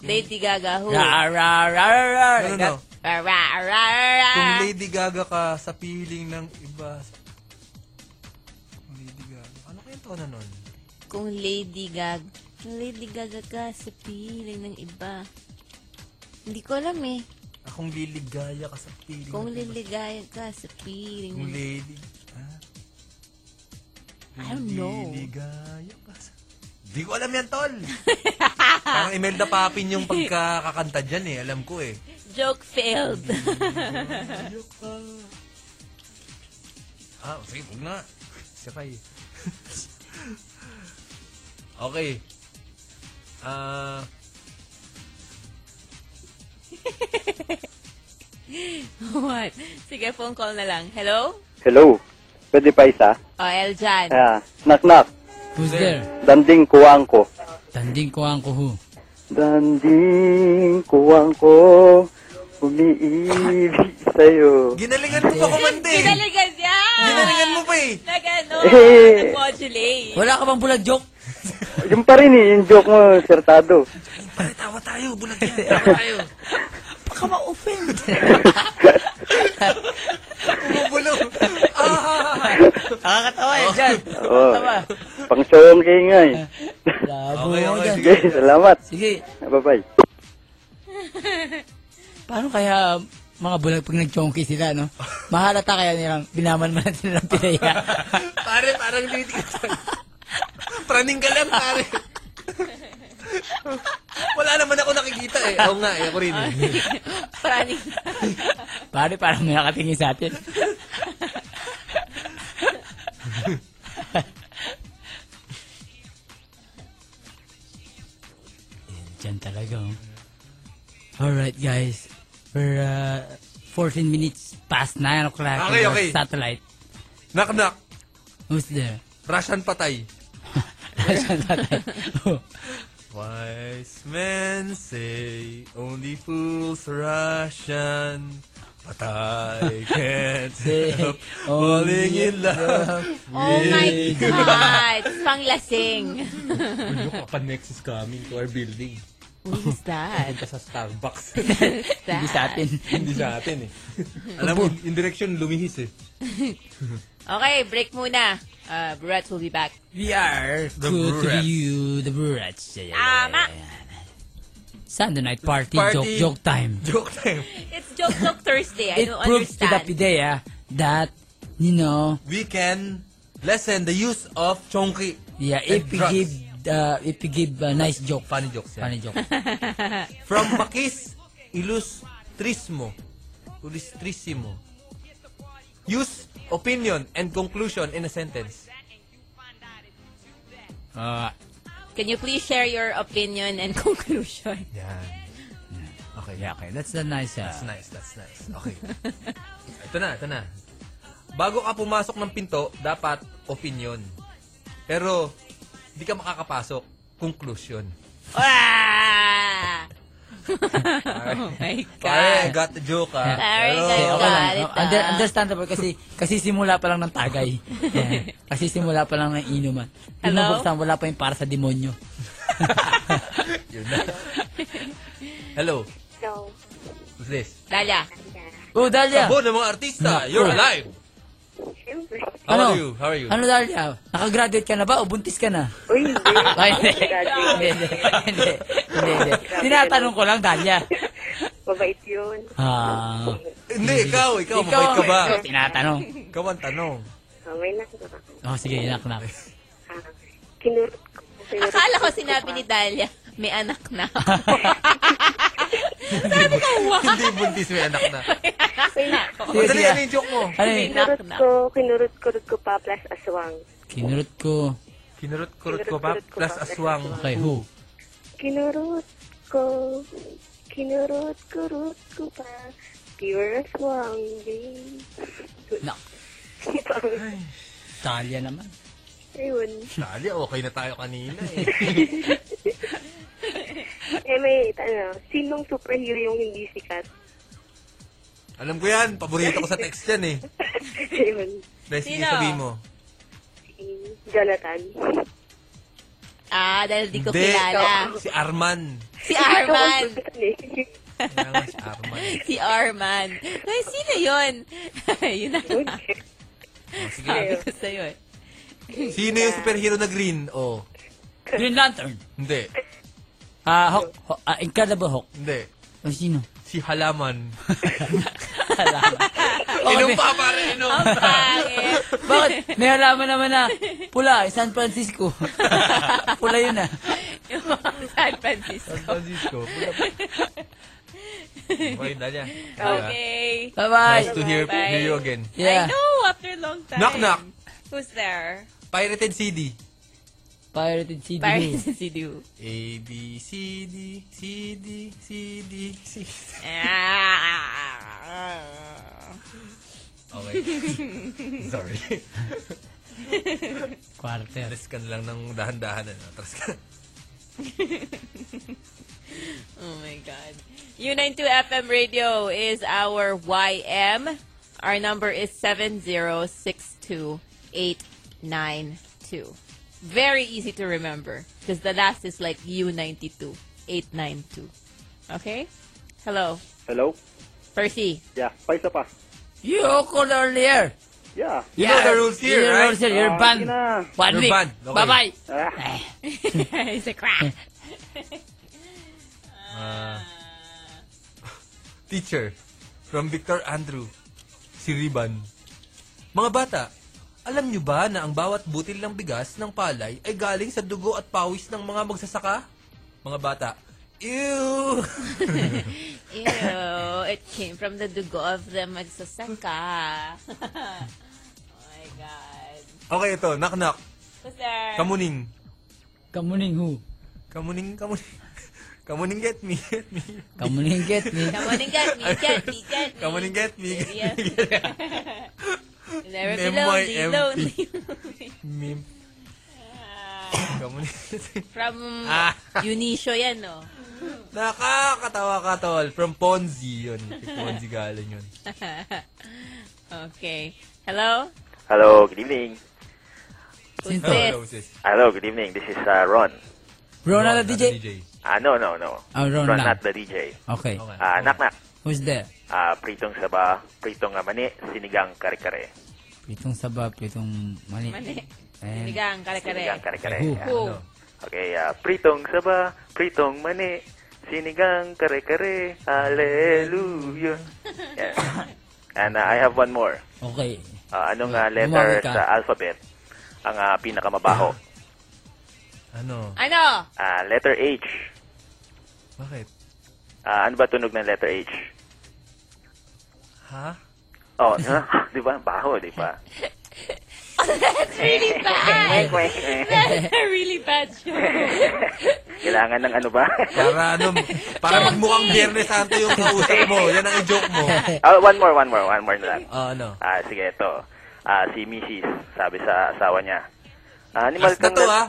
S8: Lady Gaga who.
S1: Ra, ra, ra, ra, ra.
S3: No, no, no.
S8: Ra, ra, ra, ra.
S3: Kung Lady Gaga ka sa piling ng iba. Lady Gaga. Ano kayong tono nun?
S8: Kung Lady Gaga. Kung Lady Gaga ka sa piling ng iba. Hindi ko alam eh.
S3: Akong Ah, liligaya ka sa piling
S8: Kung
S3: ng iba.
S8: liligaya ka sa piling
S3: Kung
S8: ng
S3: lady. Ha?
S8: I don't know.
S3: Liligaya ka sa... Di ko alam yan, tol. Parang Imelda Papin yung pagkakakanta dyan eh. Alam ko eh.
S2: Joke failed.
S3: Ah, sige, huwag na. Sakay. okay. Ah,
S2: What? Sige, phone call na lang. Hello?
S14: Hello. Pwede pa isa?
S2: Oh, Eljan.
S14: Ah, knock knock.
S1: Who's there?
S14: Danding kuwang ko.
S1: Tanding ko ang kuhu.
S14: Danding kuwang ko. Umiibig sa'yo.
S3: ginalingan mo pa kumante.
S2: Kinaligan niya!
S3: Ginalingan mo pa eh.
S2: Nag ano,
S14: Eh.
S2: nag-modulate.
S1: Wala ka bang bulag joke?
S14: Yung pa rin eh, yung joke mo, sertado.
S3: Pare, tawa tayo. Bulag yan. Tawa tayo.
S1: Baka ma-offend.
S3: Bumubulong. Ah!
S1: Nakakatawa yan dyan.
S14: Oo.
S1: Tama.
S14: Pang song kay nga eh.
S1: Labo
S3: Okay,
S1: mo
S3: okay,
S1: dyan.
S14: Sige, salamat.
S1: Sige,
S14: Bye-bye.
S1: paano kaya mga bulag pag nag-chonky sila, no? Mahalata kaya nilang binaman man natin ng pinaya.
S3: pare, parang tinitingin sa... Praning ka lang, pare. Wala naman ako nakikita eh. Oo nga, eh, ako rin. eh.
S2: Praning.
S1: Pare, parang may nakatingin sa atin. Yan, dyan talaga, oh. Alright, guys. We're uh, 14 minutes past 9 o'clock
S3: Okay,
S1: on our
S3: okay.
S1: satellite.
S3: Knock, knock.
S1: Who's there?
S3: Russian patay.
S1: Russian satellite. Oh.
S3: Wise men say only fools Russian. Patay can't
S1: Say,
S3: help
S1: only
S3: falling in love.
S2: Oh my God! It's panglasing.
S3: Look, Kapanex is coming to our building.
S8: Who's that?
S3: Punta sa Starbucks.
S8: Who's that?
S1: Hindi sa atin.
S3: Hindi sa atin eh. Alam mo, in direction lumihis eh.
S8: Okay, break muna. Uh, Brett will be back.
S1: We are
S3: The
S1: good to
S3: Brats.
S1: you, the Brats.
S2: Tama.
S1: Sunday night party,
S3: Party.
S1: joke, joke time.
S3: Joke time.
S2: It's joke joke Thursday.
S1: It
S2: I don't
S1: proves to the
S2: understand.
S1: Pidea that, you know,
S3: We can lessen the use of chonky.
S1: Yeah,
S3: and
S1: if you
S3: drugs.
S1: give uh, if you give a nice joke,
S3: Funny jokes yan.
S1: funny joke.
S3: From Makis Ilustrismo. Illustrissimo. Use opinion and conclusion in a sentence.
S1: Ah,
S2: Can you please share your opinion and conclusion?
S3: Yan. Okay.
S1: yeah, okay. That's the nice. Uh,
S3: That's nice, that's nice. Okay. ito na, ito na. Bago ka pumasok ng pinto, dapat opinion. Pero, hindi ka makakapasok. Conclusion.
S2: Ah! oh my God.
S12: Pare, I got the joke, ah.
S2: Sorry,
S12: Pero-
S1: Okay
S2: guys,
S1: lang.
S2: got it,
S1: No, under-
S2: ah.
S1: understandable kasi kasi simula pa lang ng tagay. Yeah. Kasi simula pa lang ng inuman. Yung
S2: Hello?
S1: mabuksan, wala pa yung para sa demonyo.
S3: Hello,
S13: No.
S3: who's this?
S2: Dalia.
S1: Oh, Dalia.
S3: Sabon ng mga artista,
S1: Naku.
S3: you're alive. How
S1: Ano?
S3: are you? How are you?
S1: Ano, Dalia? Nakagraduate ka na ba o buntis ka na?
S13: Uy, hindi.
S1: Ay, hindi. Hindi, hindi. Hindi, hindi, hindi. Tinatanong ko lang, Dalia.
S13: Mabait yun.
S1: Ah.
S3: Hindi, ikaw, ikaw,
S1: Ikaw
S3: Oh, mabait ka ba?
S1: ang- ikaw, tinatanong.
S3: Ikaw ang tanong.
S13: Oh, may nakita ka.
S1: Oh, sige, inak-nak.
S13: Kinurot ko. Kinurot
S2: Akala ko
S13: pa.
S2: sinabi ni Dalia, may anak na. Sabi ko, wow.
S3: Hindi buntis, may anak na.
S13: May na.
S3: Madali, ano yung joke mo?
S1: Ano yun?
S13: Kinurot ko. Kinurot-kurot ko pa plus aswang.
S1: Kinurot ko.
S3: Kinurot-kurot ko pa, plus aswang.
S1: Okay, who?
S13: Kinurot ko. Kinurot-kurot ko pa. Pure aswang. babe.
S1: No. Dalia naman.
S13: Ayun.
S3: Dali, okay na tayo kanina eh.
S13: Eh, may, ano, sinong superhero yung hindi sikat?
S3: Alam ko yan, paborito ko sa text yan eh.
S13: Ayun.
S3: Dahil sige,
S13: Sino?
S3: sabihin mo.
S13: Si Jonathan.
S2: Ah, dahil di ko
S3: Hindi,
S2: kilala.
S3: Si Arman.
S2: Si Arman.
S3: Kaya nga si Arman.
S2: si Arman. Ay, sino yun? yun na lang. Sabi ko sa'yo eh.
S3: Sino yung superhero na green? Oh.
S1: Green Lantern.
S3: Hindi.
S1: Ah, Hulk. Ho- ah, Incredible Hulk.
S3: Hindi.
S1: Oh, sino?
S3: Si Halaman.
S1: Oh,
S3: Inom
S1: may-
S3: pa, pare, inom.
S1: Bakit? May halaman naman na pula, eh, San Francisco. pula yun ah.
S2: Yung mga San Francisco.
S3: San Francisco. Okay, Dalia.
S2: Okay.
S1: Bye-bye.
S3: Nice to hear, hear you again.
S2: I know, after a long time.
S3: Knock, knock.
S2: Who's there?
S3: Pirated CD.
S1: Pirated CD.
S2: Pirated CD.
S3: A, B, C, D, C, D, C, D, C. Okay. Sorry.
S1: Quarter.
S3: Alas ka na lang ng dahan-dahan. Ano? Atras ka.
S2: oh my God. U92 FM Radio is our YM. Our number is 7062892. Very easy to remember because the last is like U92 892. Okay? Hello,
S14: Hello?
S2: Percy.
S14: Yeah, pa isa pa.
S1: You called earlier.
S14: Yeah.
S1: You know the rules here, You know the right? rules here. You're
S14: Ah,
S1: banned.
S14: sige na.
S1: One
S3: You're
S1: week.
S3: banned. Okay.
S1: Bye-bye.
S14: Ah.
S2: He's like, "Rah."
S3: Ah. teacher, from Victor Andrew, si Riban. Mga bata, alam nyo ba na ang bawat butil ng bigas ng palay ay galing sa dugo at pawis ng mga magsasaka? Mga bata, ew!
S2: Ew, it came from the dugo of the magsasaka. oh my God.
S3: okay, ito, knock-knock.
S2: Who's there?
S3: Kamuning.
S1: Kamuning who?
S3: Kamuning, kamuning. Kamuning get me, get me.
S1: Kamuning get me.
S2: Kamuning get me, get me, get me.
S3: Kamuning get me, get me, get me.
S2: You'll Never be lonely,
S3: M-Y-M-P.
S2: lonely.
S3: Meme.
S2: Ah.
S3: Kamuning
S2: From
S3: Ah.
S2: Unicio yan, no?
S3: Nakakatawa ka, tol. From Ponzi yun. Kay Ponzi galing yun.
S2: okay. Hello?
S14: Hello, good evening.
S1: Hello,
S2: Who's this?
S3: Hello, Ano sis.
S14: Hello, good evening. This is uh, Ron.
S1: Ron na DJ.
S14: Ah, no, no, no.
S1: Ah, Ron lang.
S14: not the DJ.
S1: Okay.
S14: Ah, knock-knock.
S1: Who's there?
S14: Ah, pritong saba, pritong ah, mani, sinigang kare-kare.
S1: Pitong saba, pitong mali.
S2: Mani.
S1: Ayan.
S2: Sinigang,
S14: Sinigang ya.
S2: kare-kare.
S14: kare-kare.
S1: Who?
S14: Yeah.
S2: Who?
S14: Okay, ah, pritong saba, pritong mani, sinigang kare-kare, hallelujah. Yeah. And ah, I have one more.
S1: Okay.
S14: Ah, anong ah,
S1: Bumawi
S14: letter
S1: ka.
S14: sa alphabet ang ah, pinakamabaho?
S3: Ano?
S2: Ano?
S14: Ah, letter H.
S3: Bakit?
S14: Ah, ano ba tunog ng letter H?
S3: Ha?
S14: Oh, na- di ba? Baho, di ba?
S2: That's really bad. That's a really bad joke.
S14: Kailangan ng ano ba?
S3: Para ano, para magmukhang Biyernes Santo yung kausap mo. Yan ang i-joke mo.
S14: Ah, one more, one more, one more na lang.
S3: Ah, ano?
S14: Ah, sige, ito. Ah, si Mrs. sabi sa asawa niya. Ah, animal
S3: Last na
S14: kang
S3: to, ha?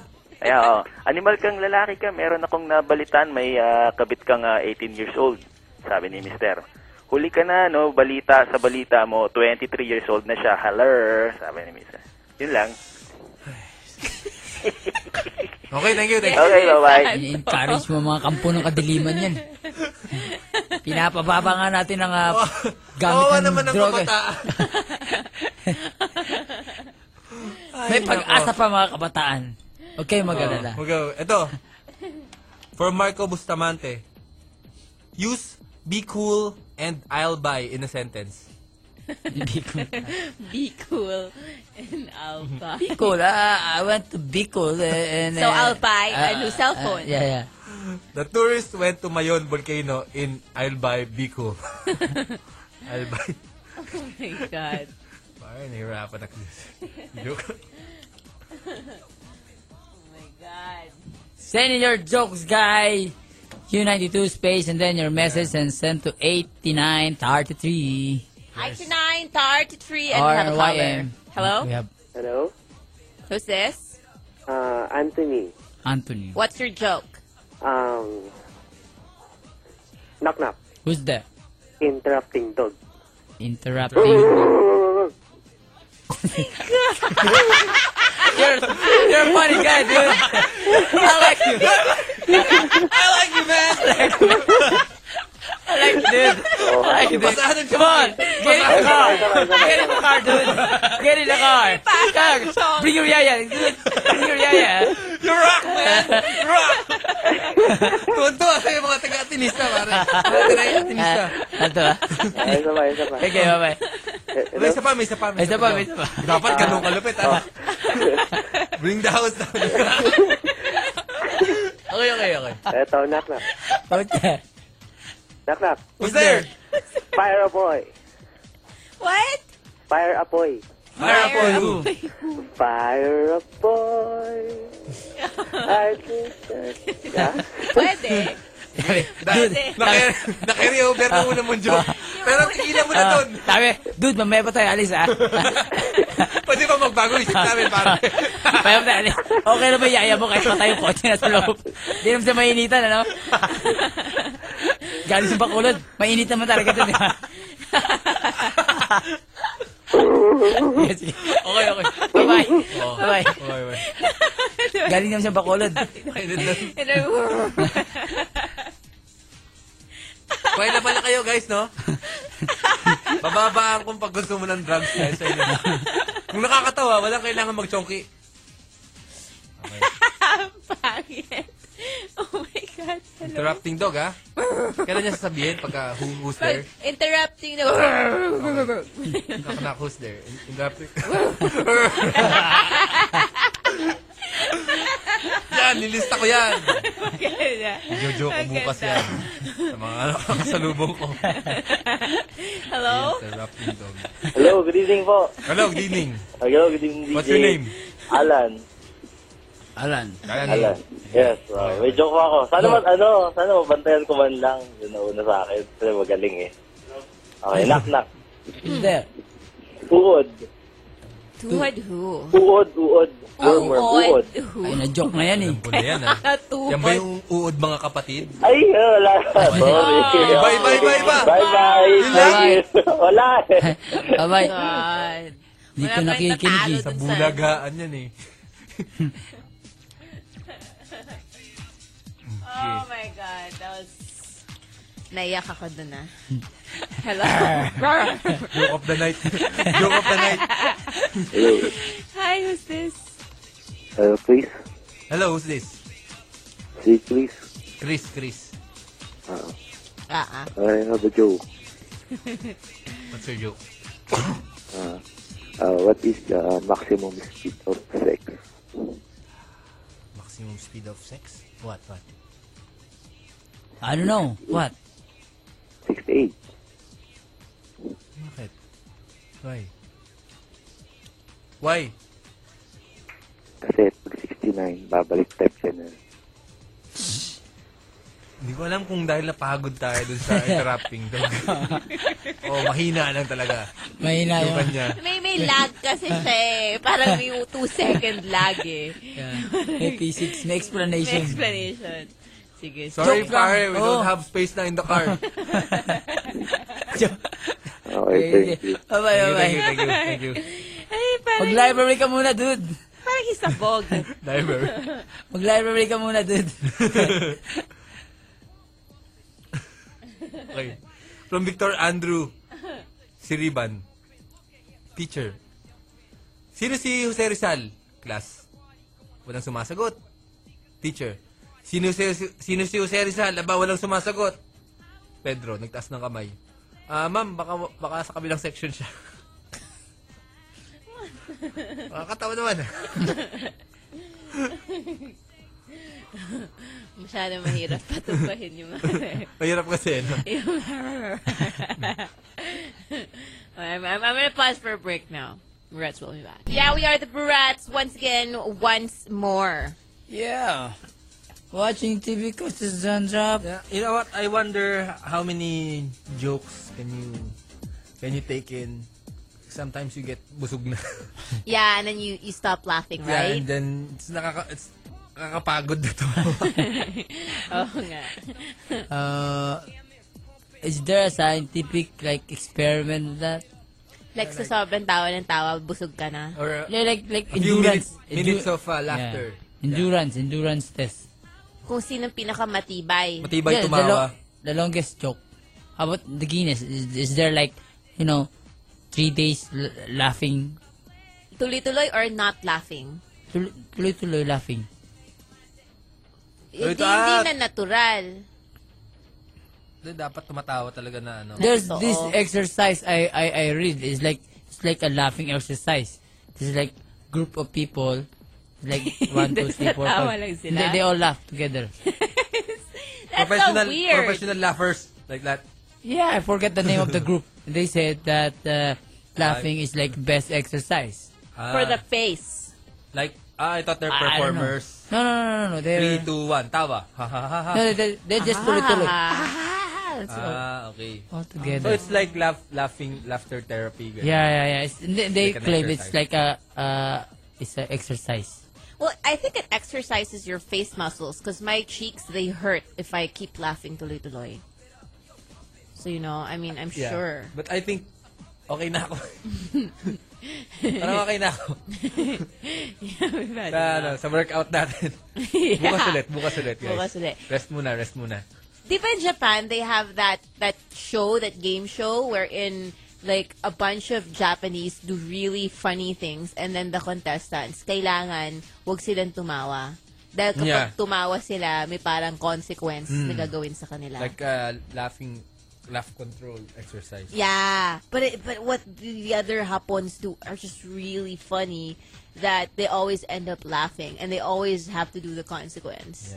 S14: Kaya, oo. Animal kang lalaki ka, meron akong nabalitaan, may ah, kabit kang ah, 18 years old, sabi ni mister. Huli ka na, no, balita sa balita mo, 23 years old na siya, hello, sabi ni mister. Yun lang.
S15: Okay, thank you. Thank you.
S14: Okay, bye-bye.
S1: I-encourage mo mga kampo ng kadiliman yan. Pinapababa nga natin ang ah,
S3: Oh,
S1: gamit
S15: kawawa
S1: ng
S15: naman ang
S1: droga.
S15: kabataan.
S1: May
S15: Ay,
S1: pag-asa
S15: nako.
S1: pa mga kabataan. Huwag kayong mag-alala.
S3: Oo, mag- Ito, for Marco Bustamante, use be cool and I'll buy in a sentence.
S1: be cool.
S2: Be cool and I'll buy.
S1: Be cool. ah, I want to be cool. eh, and,
S2: So
S1: eh,
S2: I'll buy
S1: ah,
S2: a new cell phone.
S1: ah, yeah, yeah.
S3: The tourist went to Mayon Volcano in I'll buy be cool. I'll buy.
S2: Oh my God.
S3: Parang nahirapan ako. Joke.
S2: Oh my God.
S1: Send in your jokes, guy. Q92 space and then your message and send to 8933.
S2: Hi to 9, tar to 3, and we have a caller.
S1: RYM.
S2: Hello?
S1: We have
S11: Hello?
S2: Who's this?
S11: Uh, Anthony.
S1: Anthony.
S2: What's your joke?
S11: Um, knock knock.
S1: Who's that?
S11: Interrupting dog.
S1: Interrupting. you're, you're a funny guy, dude. I like you. I like you, man. I like you, dude. I like you, dude. Oh, Come on. Get in the car. Get in the car, dude. Get in the car. Come. Bring your yaya, dude. Bring your yaya.
S3: You rock, man! You rock! Tuntua sa mga taga-atinista, pare. Mga taga-atinista.
S1: Ato ah.
S11: Ah, isa pa, isa pa.
S1: Okay, bye-bye.
S11: Eh,
S3: May isa pa, may isa pa.
S1: May isa pa, may isa pa.
S3: Dapat ganun kalupit, ah. Bring the house down. okay, okay, okay.
S11: Eto, knock knock.
S1: Okay.
S11: Knock knock.
S3: Who's there?
S11: Fire a boy.
S2: What?
S11: Fire a boy.
S3: Fire up on who?
S11: Fire a boy. I think that- Yeah?
S2: Pwede.
S1: Dude,
S3: Naki- Naki-reover na muna mong joke. Pero tigilan mo na
S1: Ah,
S3: doon.
S1: sabi, dude, mamaya pa tayo alis ah.
S3: Pwede ba magbago isip namin, pare?
S1: Mamaya pa tayo alis. Okay na ba yaya mo kahit patay yung kotse na sa loob? Hindi naman siya mainitan, ano? Galing sa bakulod. Mainit naman talaga ito, di ba? Yes, sige. okay, okay. Bye-bye.
S3: Oo.
S1: Bye-bye.
S3: Okay, okay.
S1: Galing naman siya bakulod.
S3: Mainit na.
S2: And I-
S3: Kuha na pala kayo, guys, no? Bababaan kung pag gusto mo ng drugs, guys. sa inyo. Kung nakakatawa, walang kailangan mag-chonky.
S2: Pangit. Oh my God. Hello?
S3: Interrupting dog, ha? Kailan niya sasabihin pagka who, who's there?
S2: Pag interrupting the...
S3: Nakanak, who's there? In- Interrupting. yan, nilista ko yan.
S2: Maganda.
S3: Jojo ko bukas
S2: Maganda.
S3: yan. Sa mga ano, kasalubong ko.
S2: Hello?
S3: Interrupting dog.
S9: Hello, good evening po.
S3: Hello, good evening.
S9: Hello, good evening, DJ.
S3: What's your name?
S9: Alan.
S1: Alan.
S9: Alan. Yes, wow. May joke ako. Sana mas, ano, sana mabantayan ko man lang. Yun ang una sa akin. Kasi magaling eh. Okay, knock knock.
S1: Hindi.
S9: Uod.
S2: Tuhod who?
S9: Uod, uod.
S2: Ah,
S9: Wormworm, Ah, uod.
S1: Ay, na-joke na yan eh.
S3: Wala yan, ha? Yan ba yung uod mga kapatid?
S9: Ay, eh, wala. Sorry.
S3: Bye, bye, bye, bye.
S9: Bye, Ah. bye. Thank you. Wala eh.
S1: Bye-bye.
S2: God.
S1: Hindi
S2: Wala
S1: ko
S2: pa rin
S1: nakikinig eh.
S2: tatalo
S3: Sa
S2: dun
S3: bulagaan yan, eh.
S2: Oh my God. That was... Naiyak ako dun ah. Hello?
S3: Joke of the night. Joke of the night.
S2: Hi, who's this?
S11: Hello, Uh, please.
S3: Hello, who's this?
S11: See, please.
S3: Chris, Chris.
S2: Ah, ah.
S11: I have a joke.
S3: What's your joke?
S11: Uh, uh, what is the maximum speed of sex?
S3: Maximum speed of sex? What, what?
S1: I don't know. What?
S11: 68.
S3: Bakit? Why? Why?
S11: Kasi pag 69, babalik type siya na.
S3: Hindi ko alam kung dahil napagod tayo dun sa interrupting dog. o, mahina lang talaga.
S1: Mahina
S3: yung kanya.
S2: May may lag kasi siya eh. Parang may two second lag eh.
S1: AP6, may explanation.
S2: May explanation. Sige.
S3: Sorry,
S2: joke lang.
S3: pare, we
S2: Oh.
S3: don't have space na in the car.
S1: Okay,
S9: Eh.
S1: thank you. Bye-bye, bye-bye.
S3: Thank you, thank you, thank you.
S2: Ay, parang,
S1: Mag-library ka muna, dude.
S2: parang isabog.
S3: Library.
S1: Mag-library ka muna, dude.
S3: Okay. From Victor Andrew Siriban. Teacher. Sino si Jose Rizal? Class. Walang sumasagot. Teacher. Sino si, sino si Jose Rizal? Aba, walang sumasagot. Pedro, nagtaas ng kamay. Ah, ma'am, baka, baka sa kabilang section siya. Nakakatawa naman.
S2: Masyado mahirap patumbahin yung mga...
S3: Mahirap kasi, no?
S2: Yung- I'm, I'm, I'm gonna pause for a break now. Brats will be back. Yeah, we are the Brats once again, once more.
S1: Yeah. Watching TV courses on job.
S3: Yeah, you know what? I wonder how many jokes can you can you take in. Sometimes you get busog na.
S2: Yeah, and then you, you stop laughing,
S3: Yeah,
S2: right?
S3: and then it's nakaka it's nakakapagod na to.
S2: Oo nga.
S1: Uh, is there a scientific like experiment with that?
S2: like, sa sobrang tawa ng tawa, busog ka na.
S3: Or,
S1: Yeah, like like
S2: A few
S1: endurance.
S2: minutes- minutes
S1: Endu-
S2: of, uh, laughter.
S1: Yeah. Endurance, endurance test.
S2: Kung sino pinakamatibay.
S1: Yeah, The, lo- the longest joke. How about the Guinness? Is, is there like, you know, three days l- laughing,
S2: Tuloy-tuloy or not laughing?
S1: tul- tuloy-tuloy laughing?
S2: Hindi,
S3: Tuloy-tuloy.
S2: hindi na natural.
S3: Then dapat tumatawa talaga na ano.
S1: There's this exercise I, I, I read. It's like it's like a laughing exercise. This is like group of people, like one, two, three, four,
S2: Nagtatawa
S1: five.
S2: lang sila.
S1: Hindi, they all laugh together.
S2: That's
S3: professional
S2: so weird.
S3: professional laughers like that.
S1: Yeah, I forget the name of the group. They said that uh, laughing is like best exercise.
S3: Ah,
S2: For the ano? face.
S3: like ah, I thought they're
S1: I don't know.
S3: performers.
S1: No, no, no, no, no. They're,
S3: 3 2 1 tawa. Ha ha ha ha.
S1: no, they're, they're
S2: Ah.
S1: just tuloy-tuloy.
S3: Ah, okay.
S1: All together.
S3: So it's like laugh, laughing, laughter therapy. ganun.
S1: Yeah, yeah, yeah. It's, they they
S3: Like an
S1: claim it's
S3: exercise.
S1: like a, uh, it's an exercise.
S2: Well, I think it exercises your face muscles because my cheeks, they hurt if I keep laughing tuloy-tuloy. So, you know, I mean, I'm
S3: Yeah.
S2: sure.
S3: But I think, okay na ako. Parang okay na ako. sa, ano, sa workout natin.
S2: Yeah.
S3: Bukas ulit, bukas ulit, guys.
S2: Bukas ulit.
S3: Rest muna, rest muna.
S2: Di ba in Japan, they have that, that show, that game show, wherein, like, a bunch of Japanese do really funny things and then the contestants, kailangan wag silang tumawa. Dahil kapag
S3: Yeah.
S2: tumawa sila, may parang consequence na
S3: Mm.
S2: gagawin sa kanila.
S3: Like, uh, laughing, laugh control exercise.
S2: Yeah, but it, but what the other Hapons do are just really funny that they always end up laughing and they always have to do the consequence.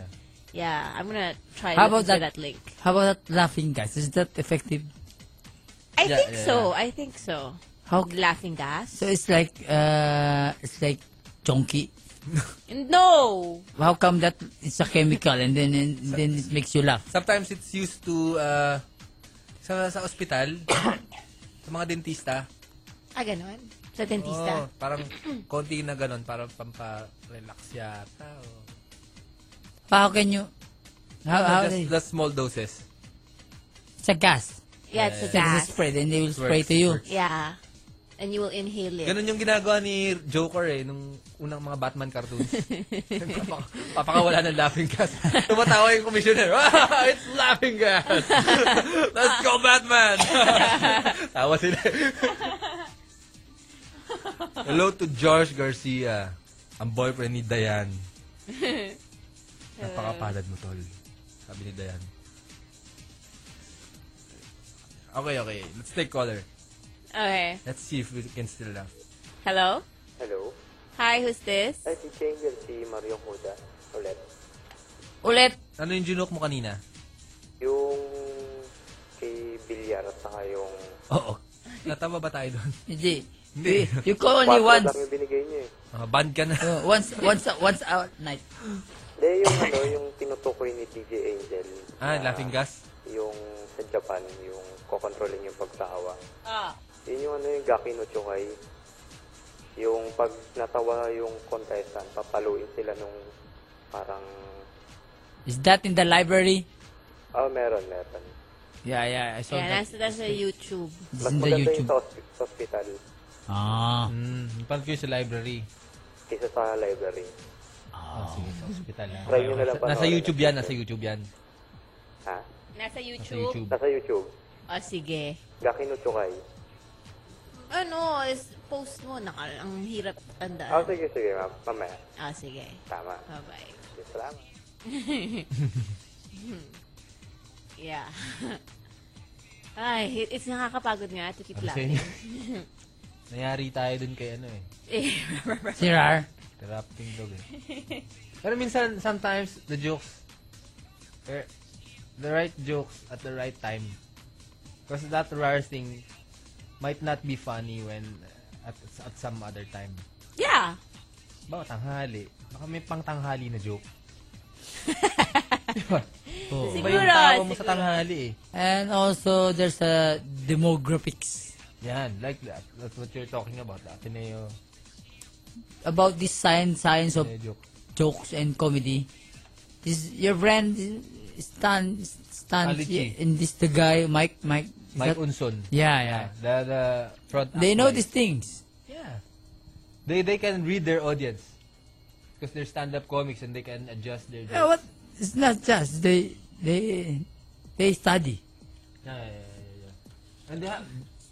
S2: Yeah, I'm gonna try
S1: How
S2: to
S1: about
S2: looking for
S1: that,
S2: that? link.
S1: How about that laughing, guys? Is that effective?
S2: I
S1: Yeah,
S2: think
S1: yeah,
S2: so. I think so.
S1: How-
S2: laughing gas?
S1: So it's like, uh, it's like chonky.
S2: No.
S1: How come that it's a chemical and then and then it makes you laugh?
S3: Sometimes it's used to, uh, sa, sa ospital, sa mga dentista.
S2: Ah, ganon. Sa dentista.
S3: Oo, parang konti na ganun, parang pampa-relax yata. oh. o-
S1: How can you?
S2: Ah,
S1: How,
S3: Ano,
S1: how
S3: just,
S1: they-
S3: just small doses.
S1: it's a gas.
S2: Yeah, it's a gas.
S1: a spray. Then they will
S3: It
S1: spray
S3: works,
S1: to you.
S3: it works.
S2: Yeah, and you will inhale it.
S3: Ganun yung ginagawa ni Joker eh, nung unang mga Batman cartoons. Papak- Papakawala ng laughing gas. Tumatawa yung commissioner. Ah, it's laughing gas! Let's go, Batman! Tawa sila. Hello to George Garcia, ang boyfriend ni Diane. Napakapalad mo, tol. Sabi ni Diane. Okay, okay. Let's take caller.
S2: Okay.
S3: Let's see if we can still laugh.
S2: Hello.
S16: Hello?
S2: Hi, who's this?
S16: Ay, si Changer, si Mario Huda. Ulit.
S2: Ulit.
S3: Ano yung junok mo kanina?
S16: Yung kay Villar at saka yung...
S3: Oo. Natama ba tayo doon?
S1: Hindi.
S3: Hindi.
S1: You call only
S16: Quattro
S1: once. uh,
S16: lang yung binigay niyo eh.
S3: Ah, banned ka na.
S1: once, once, once a night.
S16: Hindi, yung ano, yung tinutukoy ni DJ Angel.
S12: Ah,
S16: na
S12: laughing gas?
S16: Yung sa Japan, yung kokontrolin yung pagtawa.
S2: Ah.
S16: Yun yung ano, yung Gaki no Chokay. Yung pag natawa yung contestant, papaluin sila nung parang,
S1: Is that in the library?
S16: oh, meron, meron.
S1: Yeah, yeah. I saw
S2: Kaya
S1: that.
S2: nasa na sa YouTube.
S1: It's in the YouTube.
S16: Sa, hospi- sa hospital,
S1: Ah.
S3: Mm, napanood ko yun sa library.
S16: kaysa sa library.
S1: Oh.
S3: Ah, sige, sa hospital na.
S16: Try nyo na lang
S3: Nasa- Nasa
S16: panoorin.
S3: YouTube yan, nasa YouTube yan.
S16: Ha?
S2: Nasa YouTube?
S16: Nasa YouTube.
S2: Ah, sige.
S16: Gaki no Chokay.
S2: Ano, is post mo. Naka, ang hirap tandaan.
S16: Ah, sige, sige, ma'am. Mamaya.
S2: Ah, sige.
S16: Tama.
S2: Bye-bye.
S16: Yes, Salamat.
S2: yeah. Ay, it's nakakapagod nga to keep
S3: Ano sa
S2: laughing.
S3: inyo? Nayari tayo dun kay ano eh.
S2: Eh,
S1: Si Rar?
S3: Interrupting dog eh. Pero minsan, sometimes, the jokes, er, the right jokes at the right time. Because that rare thing might not be funny when uh, at, at some other time.
S2: Yeah.
S3: Baka tanghali. Baka may pangtanghali na joke.
S1: Oo.
S3: Iba yung tawa mo sa tanghali eh.
S1: And also, there's a demographics
S3: Yan, like that. That's what you're talking about. Ateneo.
S1: about this science, science of
S3: Yeah, joke.
S1: jokes and comedy. Is your friend Stan Stan
S3: Alichi.
S1: and this the guy Mike Mike is
S3: Mike
S1: that-
S3: Unson.
S1: Yeah, yeah.
S3: The, the front
S1: They know
S3: act guy.
S1: these things.
S3: Yeah. They they can read their audience. Because they're stand-up comics and they can adjust their
S1: Yeah, what? It's not just they they they study.
S3: Yeah, yeah, yeah, yeah, yeah. And they have,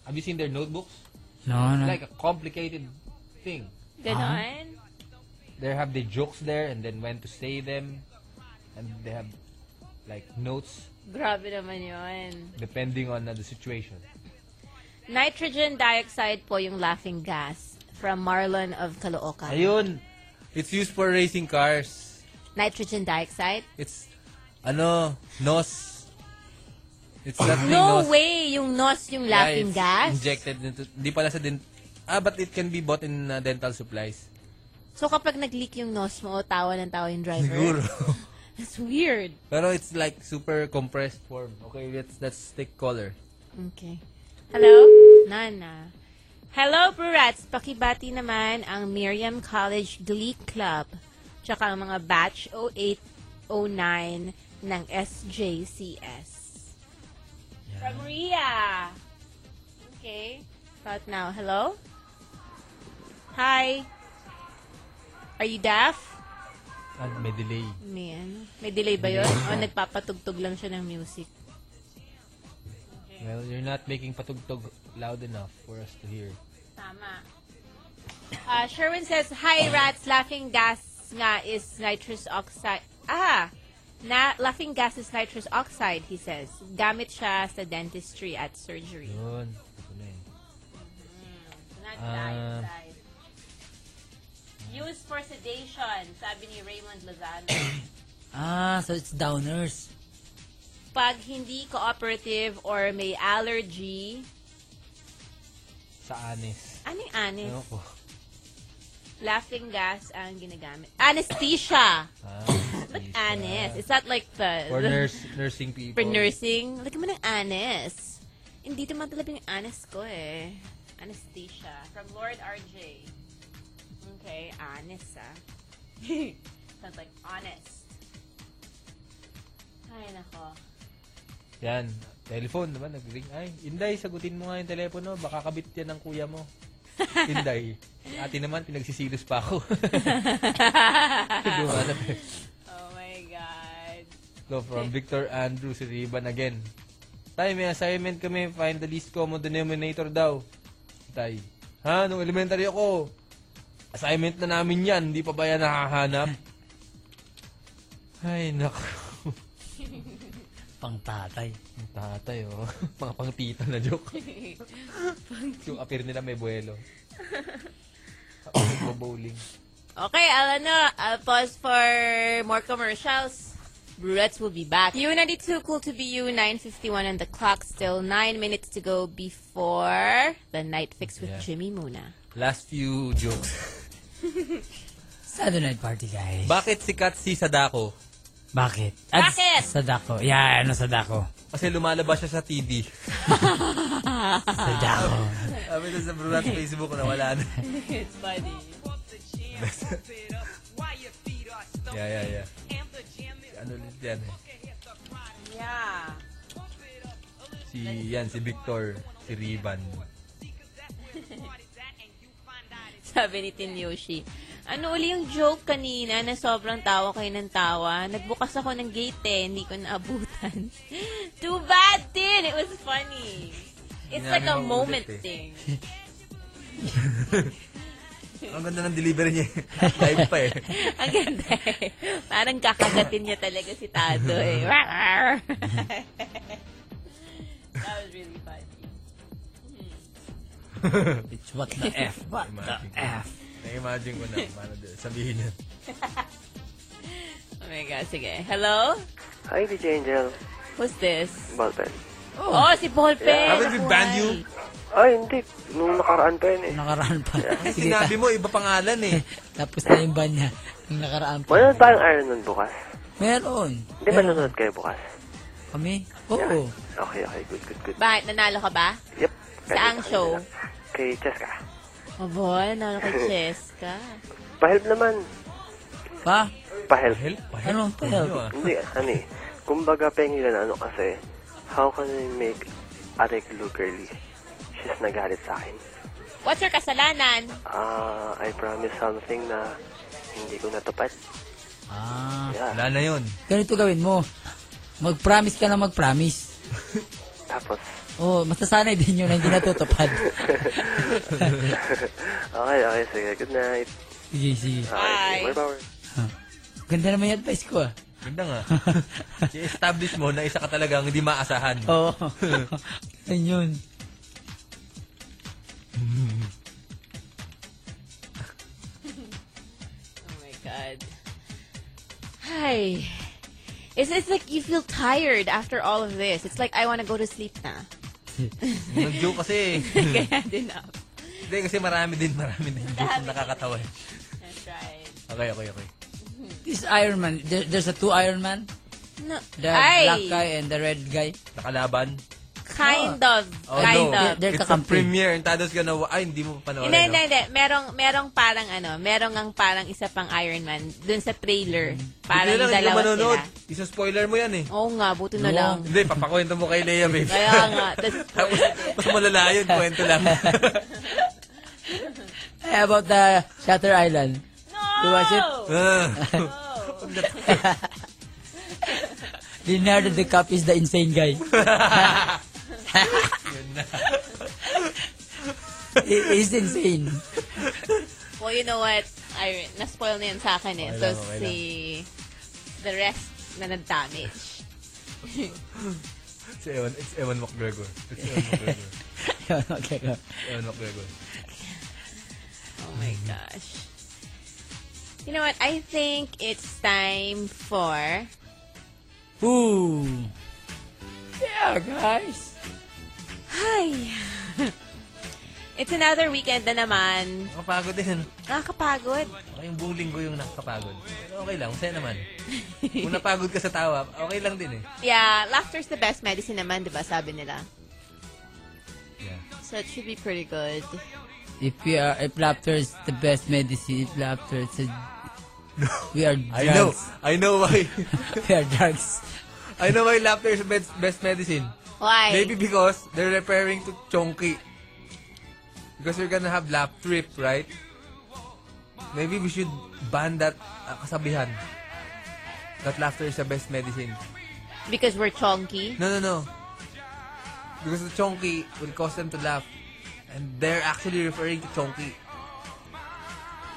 S3: have you seen their notebooks?
S1: No, no.
S3: It's like a complicated thing.
S2: Ganon?
S3: They have the jokes there and then when to say them. And they have like notes
S2: Grabe naman yun.
S3: depending on uh, the situation.
S2: Nitrogen dioxide po yung laughing gas from Marlon of Caloocan.
S3: Ayun. It's used for racing cars.
S2: Nitrogen dioxide?
S3: It's ano, nos. It's that thing,
S2: No
S3: nos.
S2: way! Yung nos yung laughing
S3: Yeah, it's
S2: gas?
S3: Injected into, hindi pala sa dent, ah, but it can be bought in uh, dental supplies.
S2: So kapag nag-leak yung nos mo, tawa ng tawa yung driver?
S3: Siguro.
S2: That's weird.
S3: Pero it's like super compressed form. Okay, let's, let's stick color.
S2: Okay. Hello? Nana. Hello, Brats! Pakibati naman ang Miriam College Glee Club tsaka ang mga batch 0809 ng SJCS. From Ria! Okay. About now. Hello? Hi! Are you deaf?
S3: At may delay.
S2: Man. May delay ba yun? o nagpapatugtog lang siya ng music?
S3: Well, you're not making patugtog loud enough for us to hear.
S2: Tama. Uh, Sherwin says, Hi, rats. Laughing gas nga is nitrous oxide. Ah! Na, laughing gas is nitrous oxide, he says. Gamit siya sa dentistry at surgery.
S1: Ah.
S3: Yun. Ito na eh.
S2: Not
S3: Ah.
S2: dioxide. Used for sedation, sabi ni Raymond Lozano.
S1: Ah, so it's downers.
S2: Pag hindi cooperative or may allergy,
S3: Sa anis.
S2: ano yung anis?
S3: Ano ko?
S2: Laughing gas ang ginagamit. Anesthesia!
S3: Ah,
S2: But anis, is that like the...
S3: for
S2: the-
S3: nurse, oh. nursing people.
S2: For nursing, lagyan mo ng anes. Hindi naman talaga yung anes ko eh. Anesthesia. From Lord RJ. Okay, anes ah. Sounds like honest. Ay, nako.
S3: Yan. Telephone naman, nag-ring. Ay, Inday, sagutin mo nga yung telepono. Baka kabit yan ng kuya mo. Inday. Ate naman, pinagsisilos pa ako. Gumanap eh.
S2: oh my God.
S3: So, from Victor Andrew Siriban again. Tay, may assignment kami. Find the least common denominator daw. Tay. Ha? Nung elementary ako. Assignment na namin yan. Hindi pa ba yan nakahanap? Ay, naku.
S1: Pang tatay.
S3: Ang tatay, oh. Mga pangtita na joke. Yung appear nila may buwelo. Ako bowling.
S2: Okay, I'll, ano, I'll pause for more commercials. Brurettes will be back. U92, cool to be you, 9.51 on the clock. Still 9 minutes to go before the night fix with
S3: Yeah.
S2: Jimmy Muna.
S3: Last few jokes.
S1: Saturday night party, guys.
S3: Bakit sikat si Sadako?
S1: Bakit? At Bakit? Sadako. Yeah, ano Sadako?
S3: Kasi lumalabas siya sa TV.
S1: Sadako.
S3: Sabi ko sa Bruno at Facebook na wala na.
S2: It's funny.
S3: yeah, yeah, yeah. Ano ulit yan?
S2: Yeah.
S3: Si, yan, si Victor. Si Rivan.
S2: Sabi ni Tin Yoshi. Ano uli yung joke kanina na sobrang tawa kayo ng tawa? Nagbukas ako ng gate eh, hindi ko naabutan. Too bad, Tin! It was funny. It's
S3: Hindi
S2: like a
S3: namin
S2: moment
S3: maulit eh.
S2: thing.
S3: Ang ganda ng delivery niya. eh. Live pa eh.
S2: Ang ganda eh. Parang kakagatin niya talaga si Tato eh. That was really funny.
S1: It's what the F? What the
S3: Na-imagine
S1: F?
S3: ko. Na-imagine ko na. Mano, sabihin niya.
S2: Oh my God, sige. Hello?
S9: Hi, DJ Angel.
S2: Who's this?
S9: Ballpen.
S2: Oh, si Ballpen! Nabuhay.
S9: Ay, hindi. Nung nakaraan pa yun eh.
S1: Nakaraan pa. Sige,
S3: Sinabi mo, iba pangalan eh.
S1: Tapos na yung ban niya. Yung nakaraan pa.
S9: Wala na tayong iron nun bukas.
S1: Meron.
S9: Hindi ba nanonood kayo bukas?
S1: Kami? Oo.
S9: Okay, okay. Good, good, good.
S2: Bakit? Nanalo ka ba?
S9: Yep.
S2: Saang show?
S9: Kay Cheska.
S2: Aboy, nanalo kay Cheska.
S9: Pahelp naman.
S1: Pa?
S9: Pahelp.
S1: Ano?
S3: ah?
S1: Pahelp?
S9: Hindi, ano eh. Kumbaga, pengilan na ano kasi, how can I make Arik look girly? She's nagalit sa akin.
S2: What's your kasalanan?
S9: Ah, I promise something na hindi ko natupad.
S1: Ah.
S3: Wala na yun.
S1: Ganito gawin mo. Mag-promise ka na mag-promise.
S9: Tapos,
S1: Oo, oh, masasanay din yun na hindi natutupad.
S9: okay, okay, sige. Good night.
S1: sige, sige.
S9: Okay, Bye. Power.
S1: Ganda naman yung advice ko ah.
S3: Ganda nga. I-establish mo na isa ka talagang hindi maasahan.
S2: Oh.
S1: Oo. Yan yun.
S2: Oh my God. Hi. It's, it's like you feel tired after all of this. It's like I want to go to sleep na.
S3: Nag-joke kasi.
S2: Kaya din up.
S3: Hindi, kasi marami din, marami din. Joke nakakatawa. eh.
S2: That's right.
S3: Okay, okay, okay.
S1: This Iron Man, there, there's a two Iron Man.
S2: No.
S1: The
S2: Ay!
S1: black guy Oh. and the red guy.
S3: Nakalaban? Oh,
S2: Kind of. kind of.
S1: They're
S3: It's a
S1: kakampi.
S3: premiere. And Tados gonna... Ay, hindi mo pa panoorin.
S2: Hindi, hindi,
S3: no?
S2: hindi. Merong, merong parang ano, merong ang parang isa pang Iron Man dun sa trailer.
S1: Mm-hmm.
S2: Parang
S3: Hindi lang, hindi
S2: dalawa
S3: ka manonood.
S2: sila.
S3: Isang spoiler mo yan eh.
S2: Oo nga, buto na lang.
S3: Hindi, papakwento mo kay Lea, babe.
S2: Kaya nga. Tas,
S3: Tapos, mas malala yun, kwento lang.
S1: Eh, about the Shutter Island. Diba, No! You watch it?
S3: Ah.
S1: Leonardo DiCaprio is the insane guy.
S3: Yun na.
S1: He is insane.
S2: well, you know what? Iron, na-spoil na yan sa akin eh.
S1: Okay
S2: so,
S1: lang, okay
S2: si... The rest na nag-damage.
S3: It's Ewan, it's Ewan McGregor. It's Ewan McGregor.
S1: Ewan McGregor.
S3: Ewan McGregor.
S2: oh my
S1: Mm-hmm.
S2: gosh. You know what? I think it's time for...
S1: Ooh. Yeah, guys.
S2: Hi! it's another weekend na naman.
S3: Nakapagod din.
S2: Nakakapagod.
S3: Okay, yung buong linggo yung nakakapagod. Pero okay lang, masaya naman. Kung napagod ka sa tawa, okay lang din eh.
S2: Yeah, laughter's the best medicine naman, di ba? Sabi nila.
S3: Yeah.
S2: So it should be pretty good.
S1: If we are, if laughter is the best medicine, if laughter is a, we are drugs.
S3: I know. I know why.
S1: we are drugs.
S3: I know why laughter is best, best medicine.
S2: Why?
S3: Maybe because they're referring to Chonky. Because we're gonna have lap trip, right? Maybe we should ban that uh, kasabihan. That laughter is the best medicine.
S2: Because we're chonky.
S3: No, no, no. Because the chonky will cause them to laugh. And they're actually referring to chonky.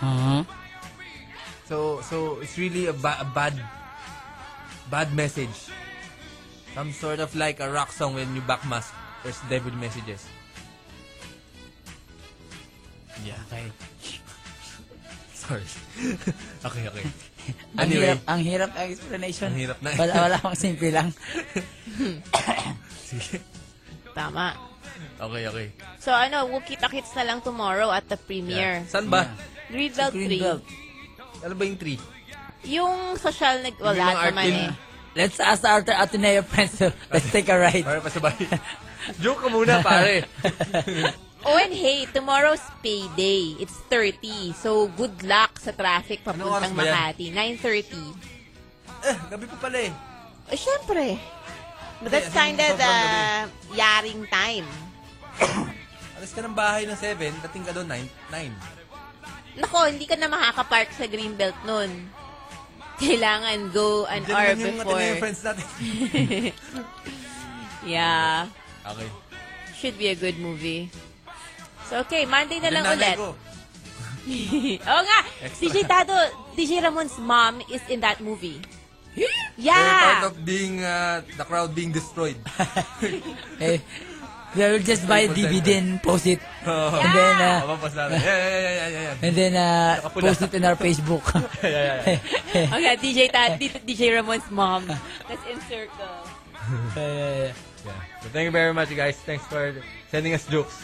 S1: Uh-huh.
S3: So, so it's really a, ba- a bad, bad message. Some sort of like a rock song when you backmask. There's devil messages. Yeah. Okay. Sorry. okay, okay.
S1: Ang
S3: Anyway.
S1: hirap, ang hirap ang explanation.
S3: Ang hirap na.
S1: Wala, wala akong simple lang.
S3: Sige.
S2: Tama.
S3: Okay, okay.
S2: So ano, we'll kita-kits na lang tomorrow at the premiere.
S3: Saan ba?
S2: Greenbelt 3.
S3: Ano ba yung three?
S17: Yung social nag... Wala
S3: mga
S17: naman eh.
S3: artin-
S1: Let's ask our Ateneo friends to let's take a ride.
S3: Pare, pasabay. Joke ka muna, pare.
S2: Oh, and hey, tomorrow's payday. It's 30. So, good luck sa traffic papuntang
S3: oras ba yan?
S2: Makati. 9.30.
S3: eh, gabi pa pala eh.
S2: Eh, syempre. But
S3: Hindi,
S2: that's
S3: I think
S2: kind of
S3: ano, sobrang
S2: the yaring time.
S3: Alas ka ng bahay ng 7, dating ka doon 9. 9.
S2: Nako, hindi ka na makakapark sa Greenbelt nun. Kailangan go an
S3: Diyan
S2: hour
S3: naman yung
S2: before.
S3: ating friends natin.
S2: yeah.
S3: okay.
S2: Should be a good movie. So, okay. Monday na lang
S3: Nanay
S2: ulit.
S3: ko.
S2: Oo nga.
S3: Extra.
S2: DJ Tado, DJ Ramon's mom is in that movie.
S3: They're
S2: Yeah!
S3: part of being, uh, the crowd being destroyed.
S1: Eh, we will just buy a DVD and post it. And then, uh,
S3: Mapapas natin. Yeah, yeah, yeah, yeah, yeah, yeah.
S1: and then uh,
S3: Nakapula.
S1: post it in our Facebook.
S3: yeah,
S2: okay, DJ Tado, DJ Ramon's mom. That's in circle.
S3: yeah, yeah. So thank you very much, guys. Thanks for sending us jokes.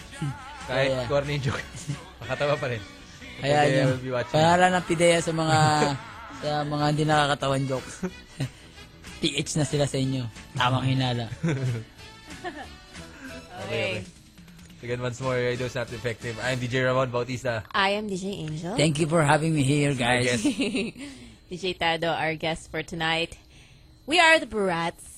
S3: Kahit
S1: Yeah, yeah.
S3: corny joke. Makatawa pa rin.
S1: Kaya
S3: Okay, I
S1: yun,
S3: will be watching.
S1: pangalan ng pideya sa mga sa mga hindi nakakatawan jokes. PH na sila sa inyo. Tamang hinala.
S3: Okay. Again, once more, Radio Snap Effective. I'm DJ Ramon Bautista.
S2: I am DJ Angel.
S1: Thank you for having me here, guys.
S2: DJ Tado, our guest for tonight. We are the Brats.